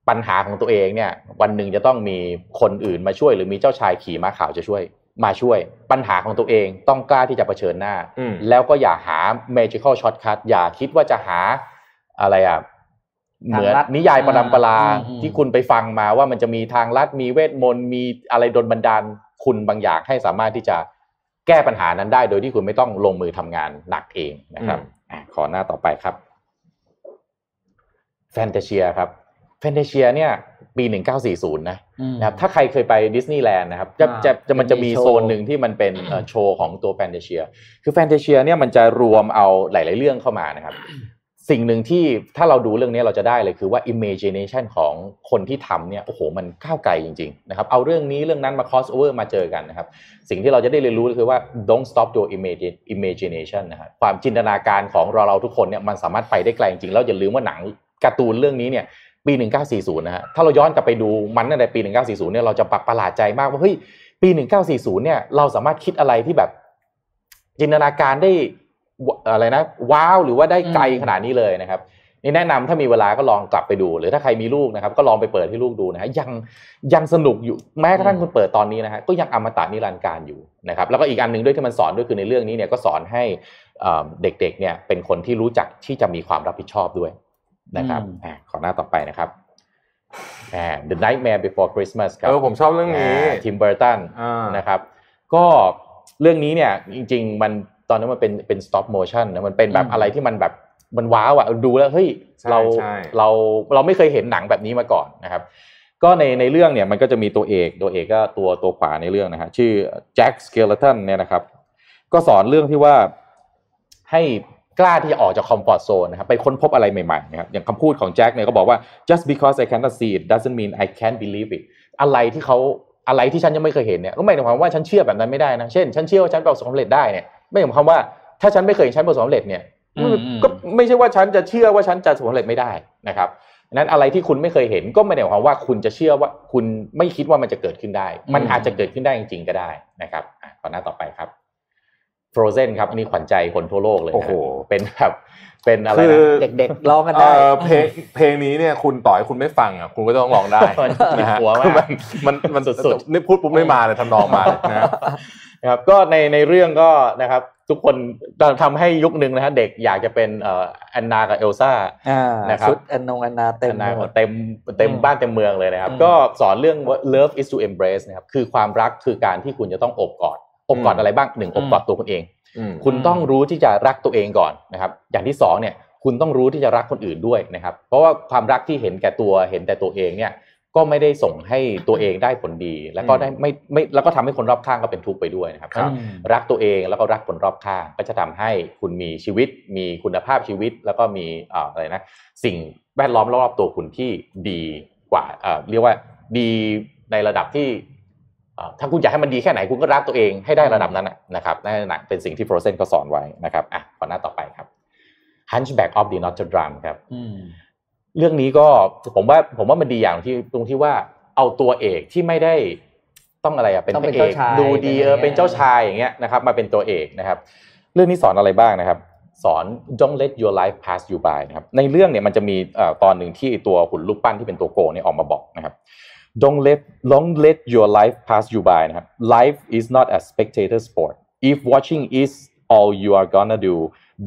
S5: ปัญหาของตัวเองเนี่ย วันหนึ่งจะต้องมีคนอื่นมาช่วย หรือมีเจ้าชายขี่ม้าขาวจะช่วย มาช่วย ปัญหาของตัวเองต้องกล้าที่จะเผชิญหน้า
S4: อืม
S5: แล้วก็อย่าหา magical shortcut อย่าคิดว่าจะหาอะไรอ่ะเหมือน
S3: ทางลัด
S5: นิยายประดำประลา
S3: อ่าอืม
S5: ที่คุณไปฟังมาว่ามันจะมีทางลัดมีเวทมนต์มีอะไรดลบันดาลคุณบางอย่างให้สามารถที่จะแก้ปัญหานั้นได้ โดยที่คุณไม่ต้องลงมือทำงานหนักเองนะครับอ่ะขอหน้าต่อไปครับแฟนตาเชียครับแฟนตาเชียเนี่ยปี 1940 นะ
S3: อืม
S5: นะครับถ้าใครเคยไปดิสนีย์แลนด์นะครับจะ
S3: อ่า
S5: จะจะมันจะ
S3: มี
S5: มี
S3: โชว์
S5: โซนหนึ่งที่มันเป็นเอ่อโชว์ของตัวแฟนเ a เชีย คือแฟนเ a เชียเนี่ยมันจะรวมเอาหลาย ๆ เรื่องเข้ามานะครับ สิ่งหนึ่งที่ถ้าเราดูเรื่องนี้เราจะได้เลยคือว่า imagination ของคนที่ทำเนี่ยโอ้โหมันก้าวไกลจริง ๆ นะครับ เอาเรื่องนี้เรื่องนั้นมา cross over มาเจอกันนะครับ สิ่งที่เราจะได้เรียนรู้ก็คือว่า don't stop your imagi- imagination นะครับความจินตนาการของเราเราทุกคนเนี่ยมันสามารถไปได้ไกลจริงๆแล้วอย่าลืมว่าหนังการ์ตูนเรื่องนี้เนี่ย ปี 1940 นะฮะ ถ้าเราย้อนกลับไปดูมันตั้งแต่ปี 1940 เนี่ย เราจะประหลาดใจมากว่า เฮ้ย ปี 1940 เนี่ย เราสามารถคิดอะไรที่แบบ จินตนาการได้วอะไรนะ ว้าว หรือว่าได้ไกล
S3: อืม
S5: ขนาดนี้เลยนะครับ นี่แนะนำถ้ามีเวลาก็ลองกลับไปดู หรือถ้าใครมีลูกนะครับ ก็ลองไปเปิดให้ลูกดูนะฮะ ยังยังสนุกอยู่ แม้กระทั่งคุณเปิดตอนนี้นะฮะ ก็ยังอมตะนิรันดร์การอยู่นะครับ แล้วก็อีกอันหนึ่งด้วยที่มันสอนด้วยคือในเรื่องนี้เนี่ย ก็สอนให้เอ่อเด็กๆ เนี่ย เป็นคนที่รู้จักที่จะมีความรับผิดชอบด้วย นะครับ
S3: อืม
S5: อ่ะขอหน้าต่อไปนะครับอ่า The Nightmare Before Christmas ครับ
S4: เออผมชอบเรื่องนี้
S5: ทิมเบอร์ตัน
S4: อ่าน
S5: นะครับ ก็เรื่องนี้เนี่ย จริง ๆ มันตอนนั้นมันเป็นเป็น stop motion นะมันเป็นแบบ
S3: อืม
S5: อะไรที่มันแบบมันว้าวอะดูแล้วเฮ้ย
S4: ใช่
S5: เรา
S4: ใช่
S5: เราเราไม่เคยเห็นหนังแบบนี้มาก่อนนะครับ ก็ในในเรื่องเนี่ยมันก็จะมีตัวเอกตัวเอกก็ตัวตัวขวาในเรื่องนะฮะชื่อแจ็คสเกลตันเนี่ยนะครับ ก็สอนเรื่องที่ว่าให้กล้าที่จะออกจากคอมฟอร์ z โซนนะครับไปค้นพบอะไรใหม่ๆนะครับอย่างคำพูดของแจ็คเนี่ยก็บอกว่า just because I cannot see it doesn't mean I can't believe it อะไรที่เขาอะไรที่ฉันยังไม่เคยเห็นเนี่ยก็ไม่ได้หมายความว่าฉันเชื่อแบบนั้นไม่ได้นะเช่นฉันเชื่อว่าฉันประสบความสำเร็จได้เนี่ยไม่ได้หมายความว่าถ้าฉันไม่เคยเห็นฉันประสบความสำเร็จเนี่ย
S3: อืมอืม
S5: ก็ไม่ใช่ว่าฉันจะเชื่อว่าฉันจะประสบความสำเร็จไม่ได้นะครับ ฉะนั้นอะไรที่คุณไม่เคยเห็นก็ไม่ได้หมายความว่าคุณจะเชื่อว่าคุณไม่คิดว่ามันจะเกิดขึ้นได้ มัน
S3: อืม
S5: อาจจะเกิดขึ้นได้จริงๆก็ได้นะครับอ่ะขอหน้าต่อไปครับ Frozen ครับอันนี้ขวัญใจคนทั่วโลกเลยนะ
S4: โอ้โห
S5: เป็นแบบเป็นอะไร
S4: คือ
S5: นะ
S3: เด็กๆร้องกัน
S4: เอ่
S3: ได้
S4: อเพลงเพลงนี้เนี่ยคุณต่อยคุณไม่ฟังอ่ะคุณก็ต้องร้องได้
S5: มัน
S4: นะฮะ
S5: หัวมาก
S4: มันมันมัน
S5: สุดๆ
S4: นี่พูดปุ๊บไม่มาเลยทำนองมาเลยนะฮะ
S5: นะครับก็ในในเรื่องก็นะครับ ทุกคนทำให้ยุคหนึ่งนะฮะเด็กอยากจะเป็นเอ่อแอนนากับเอลซ่า
S3: อ่า
S5: นะครับ
S3: ชุดอนนงอนนาเต็ม
S5: แอนนา
S3: ไปหมด
S5: เต็มเต็ม
S3: อืม
S5: บ้านเต็มเมืองเลยนะครับ
S3: อืม
S5: ก็สอนเรื่อง love is to embrace นะครับคือความรักคือการที่คุณจะต้องอบกอดอบกอด
S4: อืม
S5: อะไรบ้างหนึ่งอบกอดตัวคุณเอง
S4: อืม
S5: คุณต้องรู้ที่จะรักตัวเองก่อนนะครับ อย่างที่สองเนี่ยคุณต้องรู้ที่จะรักคนอื่นด้วยนะครับ เพราะว่าความรักที่เห็นแก่ตัวเห็นแต่ตัวเองเนี่ยก็ไม่ได้ส่งให้ตัวเองได้ผลดี แล้วก็ได้ไม่ไม่แล้วก็ทำให้คนรอบข้างก็เป็นทุกข์ไปด้วยนะครับ
S4: ครับ
S3: อืม
S5: รักตัวเองแล้วก็รักคนรอบข้างก็จะทำให้คุณมีชีวิต มีคุณภาพชีวิต แล้วก็มีเอ่ออะไรนะสิ่งแวดล้อมรอบๆตัวคุณที่ดีกว่าเอ่อเรียกว่าดีในระดับที่เอ่อถ้าคุณอยากให้มันดีแค่ไหนคุณก็รักตัวเองให้ได้ระดับนั้นน่ะนะครับนั่นนะเป็นสิ่งที่โฟรเซนก็สอนไว้นะครับอ่ะขอหน้าต่อไปครับ Hunchback of the Notre Dame ครับ
S3: อืม
S5: เรื่องนี้ก็ผมว่าผมว่ามันดีอย่างที่ตรงที่ว่าเอาตัวเอกที่ไม่ได้ต้องอะไรอะเป็น
S3: ต้อง
S5: พ
S3: เป็น
S5: ระเอก
S3: เจ้าชาย
S5: ดูดีเออ
S3: เป็นอะไร
S5: เป็นเจ้าชายอย่างเงี้ยนะครับมาเป็นตัวเอกนะครับ เรื่องนี้สอนอะไรบ้างนะครับ สอน don't let your life pass you by นะครับในเรื่องเนี่ยมันจะมีเอ่อตอนหนึ่งที่ตัวหุ่นรูปปั้นที่เป็นตัวโกงเนี่ยออกมาบอกนะครับ don't let don't let your life pass you by นะครับ life is not a spectator sport if watching is all you are gonna do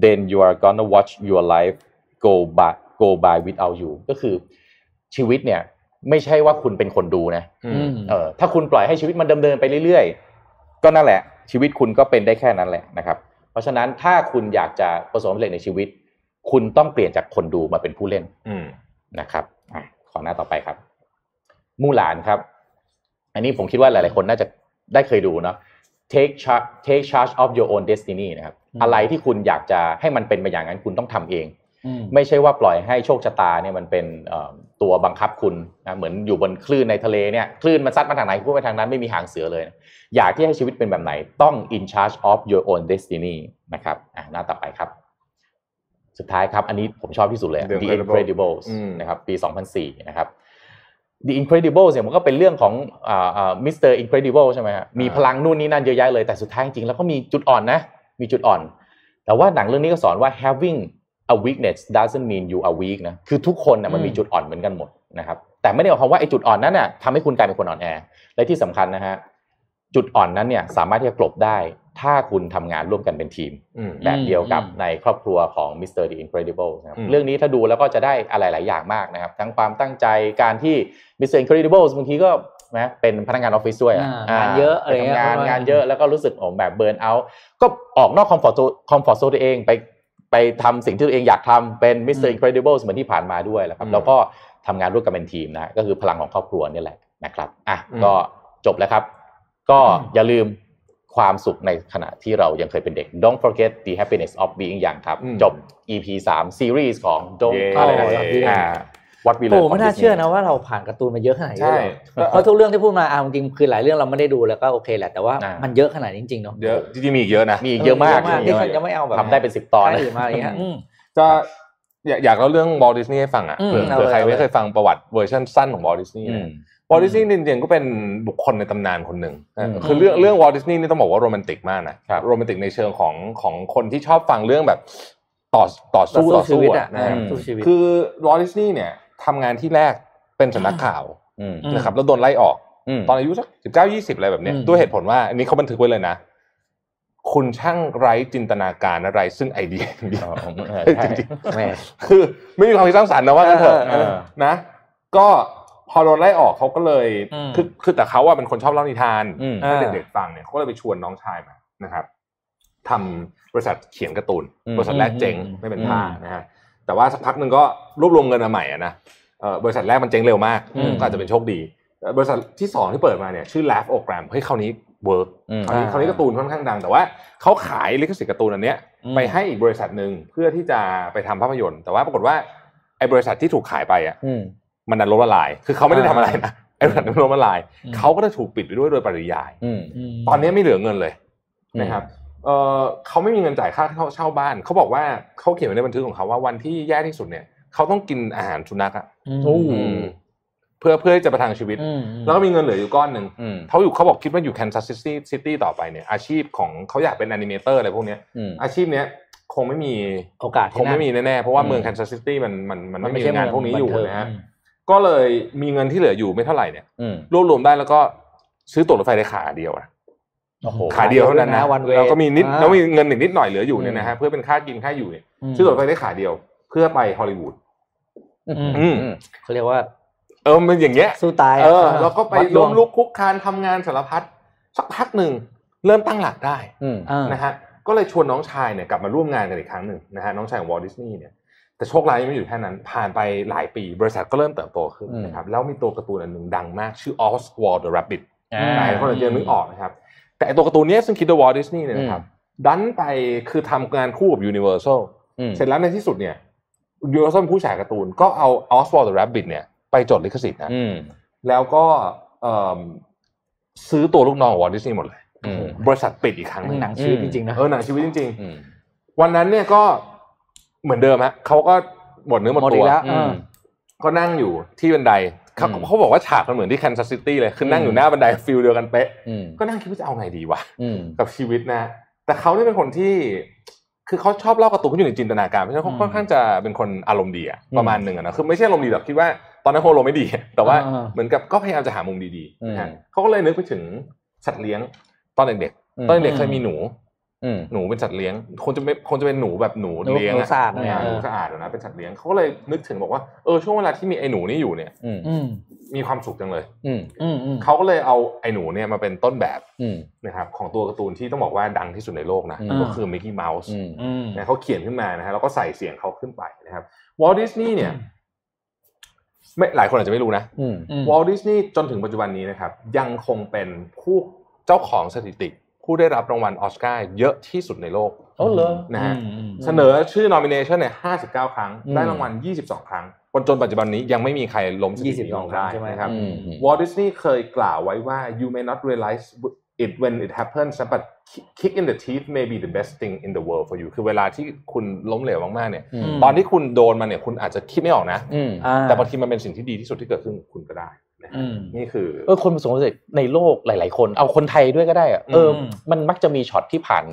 S5: then you are gonna watch your life go by go by without you ก็คือชีวิตเนี่ยไม่ใช่ว่าคุณเป็นคนดูนะ
S4: อื
S3: อื
S4: ม
S3: ม
S5: เออถ้าคุณปล่อยให้ชีวิตมันดำเนินไปเรื่อยๆ ก็นั่นแหละ ชีวิตคุณก็เป็นได้แค่นั้นแหละนะครับ เพราะฉะนั้นถ้าคุณอยากจะประสบความสำเร็จในชีวิต คุณต้องเปลี่ยนจากคนดูมาเป็นผู้เล่น
S4: อืม
S5: นะครับอะขอหน้าต่อไปครับ มู่หลานครับ อันนี้ผมคิดว่าหลายๆ คนน่าจะได้เคยดูเนาะ take charge take charge of your own destiny นะครับ
S3: อืม
S5: อะไรที่คุณอยากจะให้มันเป็นไปอย่างนั้นคุณต้องทำเอง
S3: อืม
S5: ไม่ใช่ว่าปล่อยให้โชคชะตาเนี่ยมันเป็นเอ่อตัวบังคับคุณนะเหมือนอยู่บนคลื่นในทะเลเนี่ยคลื่นมันซัดมาทางไหนคุณไปทางนั้นไม่มีหางเสือเลยนะอยากที่ให้ชีวิตเป็นแบบไหนต้อง in charge of your own destiny นะครับอ่ะหน้าต่อไปครับ สุดท้ายครับ อันนี้ผมชอบที่สุดเลย
S4: The
S5: The
S4: Incredible
S5: Incredibles
S4: อืม
S5: นะครับปี 2004 นะครับ The Incredibles เนี่ยมันก็เป็นเรื่องของมิสเตอร์อินเครดิเบิลใช่ไหมฮะมีพลังนู่นนี่นั่นเยอะแยะเลยแต่สุดท้ายจริงๆแล้วก็มีจุดอ่อนนะ มีจุดอ่อน แต่ว่าหนังเรื่องนี้ก็สอนว่า having a weakness doesn't mean you are weak นะ คือทุกคนนะมัน
S3: อืม
S5: มีจุดอ่อนเหมือนกันหมดนะครับ แต่ไม่ได้หมายความว่าไอ้จุดอ่อนนั้นน่ะทำให้คุณกลายเป็นคนอ่อนแอ และที่สำคัญนะฮะ จุดอ่อนนั้นเนี่ยสามารถที่จะกลบได้ ถ้าคุณทำงานร่วมกันเป็นทีม
S4: อืม
S5: แบบเดียวกับ
S3: อืม
S5: ในครอบครัวของมิสเตอร์ดีอินเครดิเบิลนะครับ
S4: อืม
S5: เรื่องนี้ถ้าดูแล้วก็จะได้อะไรหลายอย่างมากนะครับ ทั้งความตั้งใจการที่มิสเตอร์อินเครดิเบิลบางทีก็นะเป็นพนักงานออฟฟิศด้วยอะ
S3: อ่างานเยอะอะไรเงี้ย
S5: ปทำงาน
S3: เพราะว่าง
S5: งานเยอะแล้วก็รู้สึกโอ้แบบเบิร์นเอาท์ก็ออกนอกคอมฟอร์ตคอมฟอร์ตโซนตัวเองไปไปทำสิ่งที่ตัวเองอยากทำเป็นมิสเตอร์อินเครดิเบิลเหมือนที่ผ่านมาด้วยแหละครับ แล้วก็ทำงานร่วมกันเป็นทีมนะก็คือพลังของครอบครัวเนี่ยแหละนะครับอ่ะก็จบแล้วครับ ก็อย่าลืมความสุขในขณะที่เรายังเคยเป็นเด็ก Don't forget the happiness of being young ครับ
S4: อืม
S5: จบ EP 3 series ของ Don't
S4: เย้
S5: อะไรนะ
S3: โอ้ย
S5: อ่า What We
S3: โอ้
S5: Learned
S3: ไม่
S5: from
S3: น่า
S5: Disney
S3: เชื่อนะว่าเราผ่านการ์ตูนมาเยอะขนาดนี้
S4: ใช่
S3: เลยเหรอเพราะทุกเรื่องที่พูดมาเอาจริงๆคือหลายเรื่องเราไม่ได้ดูแล้วก็โอเคแหละแต่ว่า
S5: อ่ามั
S3: มันเยอะขนาดนี้จริงๆเนาะ
S4: เยอะจริงๆมีอีกเยอะนะ
S5: มีอีกเยอะมาก
S3: นี่ฉันยังไม่เอาแบบ
S5: ทำได้เป็น 10 ตอน
S3: ใคร
S5: นะ
S3: อื่นมาอะไรเงี้ยอืม
S4: ก็อยากอยากเล่าเรื่องบอลดิสนีย์ให้ฟังอ่ะ
S3: อืม
S4: เผื่อเผื่อ
S3: เอาเลย
S4: ใคร
S3: เอาเลย
S4: ไม่เคยฟังประวัติเวอร์ชันสั้นของบอลดิสนีย์
S5: อืม
S4: บอลดิสนีย์จริงๆก็เป็นบุคคลในตำนานคนหนึ่ง
S5: อืม
S4: คือเรื่องเรื่องวอลดิสนีย์นี่ต้องบอกว่าโรแมนติกมากนะครับ โรแมนติกในเชิงของของคนที่ชอบฟังเรื่องแบบต่อต่อสู้ต่อ
S3: ชี
S4: สู้
S3: วิต
S4: อะ
S3: อ่ะ
S4: นะฮะ
S5: อืม
S3: สู้ชีวิต
S4: คือวอลดิสนีย์เนี่ยทำงานที่แรกเป็นสำนักข่าว
S5: อืม
S3: ม
S4: นะครับแล้วโดนไล่ออก
S5: อืม
S4: ตอนอายุสักสิบเก้ายี่สิบอะไรแบบเนี้ย
S3: อืม
S4: ด้วยเหตุผลว่าอันนี้เขาบันทึกไว้เลยนะ คุณช่างไร้จินตนาการอะไร ซึ่งไอเดียอย่างเดียว
S5: อ๋อเออ
S4: จ
S5: ใช่
S4: ริงๆ
S5: แม่
S4: คือไม่มีความคิดสร้างสรรค์นะว่างั้นเถอะ
S5: เออเออ
S4: นะ ก็พอโดนไล่ออกเขาก็เลย
S3: อืม
S4: คือคือแต่เขาอะเป็นคนชอบเล่านิทาน
S5: อืม
S3: อ่า
S4: ให้เด็กๆฟังเนี่ยเขาก็เลยไปชวนน้องชายมานะครับทำบริษัทเขียนการ์ตูน
S5: อืม
S4: บริษัทแรกเจ๊ง
S3: อืม
S4: ไม่เป็น
S5: อืม
S4: ท่านะฮะแต่ว่าสักพักหนึ่งก็รวบรวมเงินมาใหม่อะนะเอ่อบริษัทแรกมันเจ๊งเร็วมาก
S3: อืม
S4: ก็อาจจะเป็นโชคดีเอ่อบริษัทที่สองที่เปิดมาเนี่ยชื่อ Laugh o g r a m เฮ้ยคราวนี้เวิร์ก
S5: อืม
S4: คราวนี้
S3: อ่า
S4: คราวนี้การ์ตูนค่อนข้างดัง แต่ว่าเขาขายลิขสิทธิ์การ์ตูนอันเนี้ย ไปให้อีกบริษัทหนึ่งเพื่อที่จะไปทำภาพยนตร์ แต่ว่าปรากฏว่าไอ้บริษัทที่ถูกขายไปอ่ะ
S5: อืม
S4: มันดันล้มละลาย คือเขาไม่ได้ทำอะไรนะไอ้บริษัทนั้นล้มละลาย
S3: อืม
S4: เขาก็ได้ถูกปิดไปด้วยโดยปริยาย
S5: อืม
S3: ม
S4: ตอนนี้ไม่เหลือเงินเลยนะครับเออเขาไม่มีเงินจ่ายค่าเช่าบ้านเขาบอกว่าเขาเขียนไว้ในบันทึกของเขาว่าวันที่แย่ที่สุดเนี่ย เขาต้องกินอาหารสุนัขอะ
S5: โอ้
S4: อืมเพื่อเพื่อจะประทังชีวิต
S3: อืม
S4: แล้วก็มีเงินเหลืออยู่ก้อนหนึ่ง
S5: อืม
S4: เขาอยู่เขาบอกคิดว่าอยู่แคนซัสซิตี้ซิตี้ต่อไปเนี่ย อาชีพของเขาอยากเป็นแอนิเมเตอร์อะไรพวกเนี้ย
S5: อืม
S4: อาชีพเนี้ยคงไม่มี
S3: โอกาส
S4: ค
S3: ที่
S4: งไม่มีแน่ๆ เพราะว่า
S5: อืม
S4: เมืองแคนซัสซิตี้มันมันมัน
S3: มัน
S4: ไม่
S3: ไม่
S4: มี
S3: ใช่
S4: งานพ
S3: เมื
S4: วกนี้อยู่
S3: บัเทิง
S4: นะฮะ
S3: อืม
S4: ก็เลยมีเงินที่เหลืออยู่ไม่เท่าไหร่เนี่ย
S5: อืม
S4: รวบรวมได้แล้วก็ซื้อตั๋วรถไฟได้ขาเดียวนะ
S3: โอ้โห
S4: ขาเดียวเท่านั้นนะ
S3: วันเว
S4: แล้วก็มีนิด
S3: อ่า
S4: แล้วมีเงินหนึ่งนิดหน่อยเหลืออยู่เนี่ยนะฮะเพื่อเป็นค่ากินค่าอยู่เนี่ย
S3: ม
S4: ซื้อตั๋วรถไฟได้ขาเดียว เพื่อไปฮอลลีวูด
S3: อืม
S4: อืม
S3: เขาเรียกว่า
S4: เออมันอย่างเงี้ย
S3: สู้ตายะ
S4: เออแล้วก็ไป
S3: วัดด
S4: ล้
S3: ว
S4: ม
S3: ง
S4: ลุกคลุกคลานทำงานสารพัดสักพักหนึ่งเริ่มตั้งหลักได้
S5: อืม
S3: อ่า
S4: นะฮะก็เลยชวนน้องชายเนี่ยกลับมาร่วมงานกันอีกครั้งหนึ่งนะฮะน้องชายของวอลดิสนีย์เนี่ยแต่โชคร้ายยังไม่อยู่แค่นั้น ผ่านไปหลายปีบริษัทก็เริ่มเติบโตขึ้นนะครับแล้วมีตัวการ์ตูนอันหนึ่งดังมากชื่อ Oswald the Rabbit
S5: อ่า
S4: หลายคนอาจจะนึกออกนะครับ แต่ไอ้ตัวการ์ตูนเนี้ยซึ่งคิดโดยวอลดิสนีย์เนี่ยนะครับดันไปคือทำงานคู่กับ Universal
S5: อืม
S4: เสร็จแล้วในที่สุดเนี่ย Universal เป็นผู้ฉายการ์ตูนก็เอา Oswald the Rabbit เนี่ยไปจดลิขสิทธิ์นะ
S5: อืม
S4: แล้วก็เอิ่มซื้อตัวลูกน้องวอลดิสนีย์หมดเลย
S5: อืม
S4: บริษัทปิดอีกครั้งหนึ่ง
S3: หนังชีวิตจริงๆนะ
S4: เออหนังชีวิตจริง
S5: อืม
S4: ๆ วันนั้นเนี่ยก็เหมือนเดิมฮะเขาก็หมดเนื้อหมด
S3: หมด
S4: ตั
S3: อี
S4: ว
S3: กแล้ว
S5: อืม
S4: ก็นั่งอยู่ที่บันไดเขา
S5: อืม
S4: เขาบอกว่าฉากมันเหมือนที่แคนซัสซิตี้เลยคือนั่งอ
S5: อื
S4: ยู่
S5: ม
S4: หน้าบันไดฟิลเดียวกันเป๊ะ
S5: อืม
S4: ก็นั่งคิดว่าจะเอาไงดีวะ
S5: อืม
S4: กับชีวิตนะ แต่เขาเนี่ยเป็นคนที่ คือเขาชอบเล่าการ์ตูนเขาอยู่ในจินตนาการเพราะฉะนั้นเขา
S5: อืม
S4: ค่อนข้างจะเป็นคนอารมณ์ดีอะ
S5: อืม
S4: ประมาณหนึ่งอะนะคือไม่ใช่อารมณ์ดีแบบคิดว่าตอนนั้นโฮโลไม่ดี แต่ว่า
S3: อ่า
S4: เหมือนกับก็พยายามจะหามุมดีๆนะฮะ
S5: อืม
S4: เขาก็เลยนึกไปถึงสัตว์เลี้ยงตอนเด็กๆตอนเด็กๆเคยมีหนู
S5: อืม
S4: หนูเป็นสัตว์เลี้ยงคงจะเป็นคงจะเป็นหนูแบบหนู
S3: หนู
S4: เลี้ยง
S3: หนู
S4: อะ
S3: สะอาดหน่อย
S4: เนี่ย
S3: อะ
S4: หนูสะอาดอะนะเป็นสัตว์เลี้ยงเขาก็เลยนึกถึงบอกว่าเออช่วงเวลาที่มีไอ้หนูนี่อยู่เนี่ย
S5: อืม
S3: อืม
S4: มีความสุขจังเลย
S5: อืม
S3: อืมอืม
S4: เขาก็เลยเอาไอ้หนูเนี่ยมาเป็นต้นแบบ
S5: อืม
S4: นะครับของตัวการ์ตูนที่ต้องบอกว่าดังที่สุดในโลกนะ
S5: อืม
S4: ก็คือมิกกี้เมาส์
S5: อืม
S3: อืม
S4: นะเขาเขียนขึ้นมานะฮะแล้วก็ใส่เสียงเขาขึ้นไปนะครับวอลดิสนีย์เนี่ยไม่หลายคนอาจจะไม่รู้นะ
S5: อืม
S4: วอลดิสนีย์จนถึงปัจจุบันนี้นะครับยังคงเป็นผู้เจ้าของสถิติ ผู้ได้รับรางวัลออสการ์เยอะที่สุดในโลก
S5: อ๋อเหรอ
S4: นะฮะ เสนอชื่อ nomination เนี่ย59 ครั้ง
S5: อืม
S4: ได้รางวัล 22 ครั้งจนจนปัจจุบันนี้ยังไม่มีใครล้มสถิตินี้ลงได้
S3: 22ใช่ไหม
S4: นะครับ
S5: อืม
S4: Walt Disney เคยกล่าวไว้ว่า you may not realize it when it happens but kick in the teeth may be the best thing in the world for you คือเวลาที่คุณล้มเหลวมากๆเนี่ย
S5: อืม
S4: ตอนที่คุณโดนมันเนี่ยคุณอาจจะคิดไม่ออกนะ
S5: อืม
S3: อ่
S4: แต่บางทีมันเป็นสิ่งที่ดีที่สุดที่เกิดขึ้นกับคุณก็ได้นะฮะ
S3: อืม
S4: นี่คือ
S5: เออคนประสบความสำเร็จในโลกหลาย ๆ คน เอาคนไทยด้วยก็ได้อะเอออ
S3: ม
S5: มันมักจะมีช็อตที่ผ่าน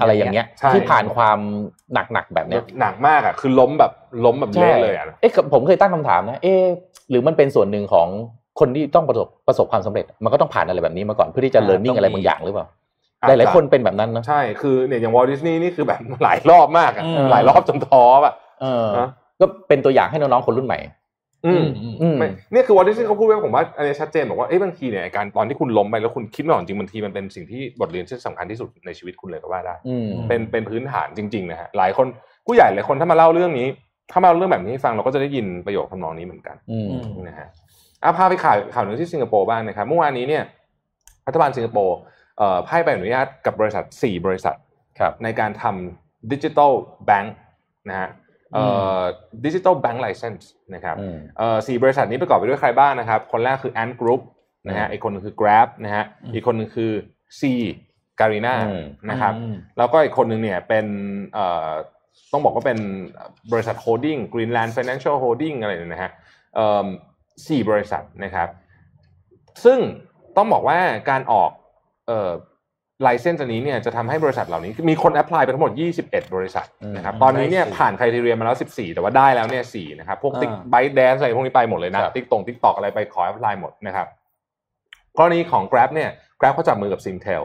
S5: อะไรอย่างเงี้ย
S4: ใช่
S5: ที่ผ่านความหนัก ๆ แบบเนี้ย
S4: หนักมากอ่ะคือล้มแบบล้มแบบเละเลยอ่ะ
S5: เอ๊ะกับผมเคยตั้งคำถามนะเอ๊ะหรือมันเป็นส่วนหนึ่งของคนที่ต้องประสบประสบความสำเร็จ มันก็ต้องผ่านอะไรแบบนี้มาก่อนเพื่อที่จะ
S3: อ่า
S5: เรียนรู้
S3: ต้องมี
S5: อะไรบางอย่างหรือเปล่า
S4: อาจ
S5: ห
S4: จะ
S5: ลาย ๆ คนเป็นแบบนั้นนะ
S4: ใช่คือเนี่ยอย่างวอลดิสนีย์นี่คือแบบ หลายรอบมากอ่ะ
S3: อืม
S4: หลายรอบจนท้ออ่ะ
S5: เออ
S4: นะ
S5: ก็เป็นตัวอย่างให้น้อง ๆ คนรุ่นใหม่
S4: อืม
S3: อืม
S5: อืม
S4: ไม่เนี่ยคือวอลดิสนีย์เขาพูดไว้ผมว่าอันนี้ชัดเจนบอกว่าเอ้ยบางทีเนี่ยการตอนที่คุณล้มไปแล้วคุณคิดไม่ออกจริงบางทีมันเป็นสิ่งที่บทเรียนที่สำคัญที่สุดในชีวิตคุณเลยก็ว่าได้
S5: อืม
S4: เป็นเป็นพื้นฐานจริงๆนะฮะหลายคนผู้ใหญ่หลายคนถ้ามาเล่าเรื่องนี้ ถ้ามาเล่าเรื่องแบบนี้ให้ฟังเราก็จะได้ยินประโยคคำนองนี้เหมือนกัน
S5: อืม
S4: นะฮะอ่ะพาไปข่าวข่าวหนึ่งที่สิงคโปร์บ้างนะครับเมื่อวานนี้เนี่ยรัฐบาลสิงคโปร์เอ่อให้ใบอนุญาตกับบริษัท 4 บริษัท
S5: ครับ
S4: ในการทำดิจิทัลแบงค์นะฮะดิจิทัลแบงค์ไลเซนส์นะครับ
S5: อืม
S4: เอ่อสี่บริษัทนี้ประกอบไปด้วยใครบ้างนะครับ คนแรกคือ Ant Group นะฮะ
S5: อืม
S4: อีกคนหนึงคือ Grab นะฮะ
S3: อืม
S4: อีกคนหนึงคือ C Garena
S5: อืม
S4: นะครับ
S3: อืม
S4: แล้วก็อีกคนหนึ่งเนี่ยเป็นเอ่อต้องบอกว่าเป็นบริษัทโฮดดิ้ง Greenland Financial Holding อะไรเนี่ยนะฮะเอิ่มสี่บริษัทนะครับ ซึ่งต้องบอกว่าการออกเอ่อไลเซนส์อันนี้เนี่ยจะทำให้บริษัทเหล่านี้มีคนแอพพลายไปทั้งหมด 21 บริษัทนะครับ
S3: อืม
S4: ตอนนี้เนี่ย
S3: ได้สี่
S4: ผ่านใครทีเรียมาแล้ว 14 แต่ว่าได้แล้วเนี่ย4นะครับพวกติ๊ก
S3: อ่า
S4: ไบแดนอะไรพวกนี้ไปหมดเลยนะติ๊กตรงติ๊กตอกอะไรไปขอแอพพลายหมดนะครับกรณีของ Grab เนี่ย Grab เขาจับมือกับ Singtel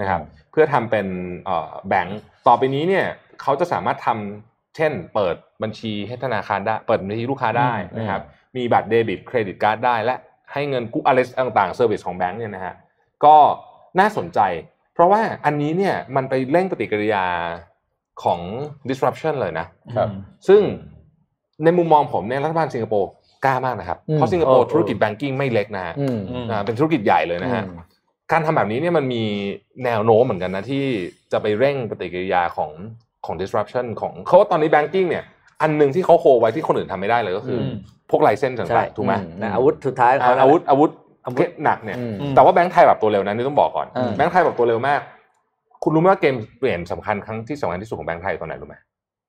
S4: นะครับเพื่อทำเป็นเอ่อแบงก์ต่อไปนี้เนี่ยเขาจะสามารถทำเช่น เปิดบัญชีให้ธนาคารได้เปิดบัญชีลูกค้าได้นะครับ มีบัตรเดบิตเครดิตการ์ดได้และให้เงินกู้อะไรต่างๆเซอร์วิสของแบงก์เนี่ยนะฮะก็น่าสนใจ เพราะว่าอันนี้เนี่ยมันไปเร่งปฏิกิริยาของ disruption เลยนะ
S5: ครับ
S4: ซึ่งในมุมมองผมเนี่ยรัฐบาลสิงคโปร์กล้ามากนะครับ
S5: อืม
S4: เพราะสิงคโปร์
S3: เออ
S4: ธุรกิจแบงกิ้งไม่เล็กนะฮะ
S5: อืม
S3: อืม
S4: อ่าเป็นธุรกิจใหญ่เลยนะฮะ
S5: อืม
S4: การทำแบบนี้เนี่ยมันมีแนวโน้มเหมือนกันนะ ที่จะไปเร่งปฏิกิริยาของของ disruption ของเขาว่าตอนนี้ banking เนี่ย อันหนึ่งที่เขาโคไว้ที่คนอื่นทำไม่ได้เลยก็คืออ
S3: ม
S4: พวกไลเซนส์
S3: ใช่
S4: ต่างๆถูกไหม
S5: อืม
S3: นะอาวุธสุดท้ายขง
S4: อ่า
S3: เข
S4: อาวุธอาวุธ
S3: อาวุ
S4: เก็
S3: ธ
S4: บหนักเนี่ย
S5: อืม
S3: ม
S4: แต่ว่าแบงค์ไทยปรับตัวเร็วนะนี่ต้องบอกก่อน
S3: อืม
S4: แบงค์ไทยปรับตัวเร็วมาก คุณรู้ไหมว่าเกมเปลี่ยนสำคัญครั้งที่สำคัญที่สุดของแบงค์ไทยตอนไหนรู้ไหม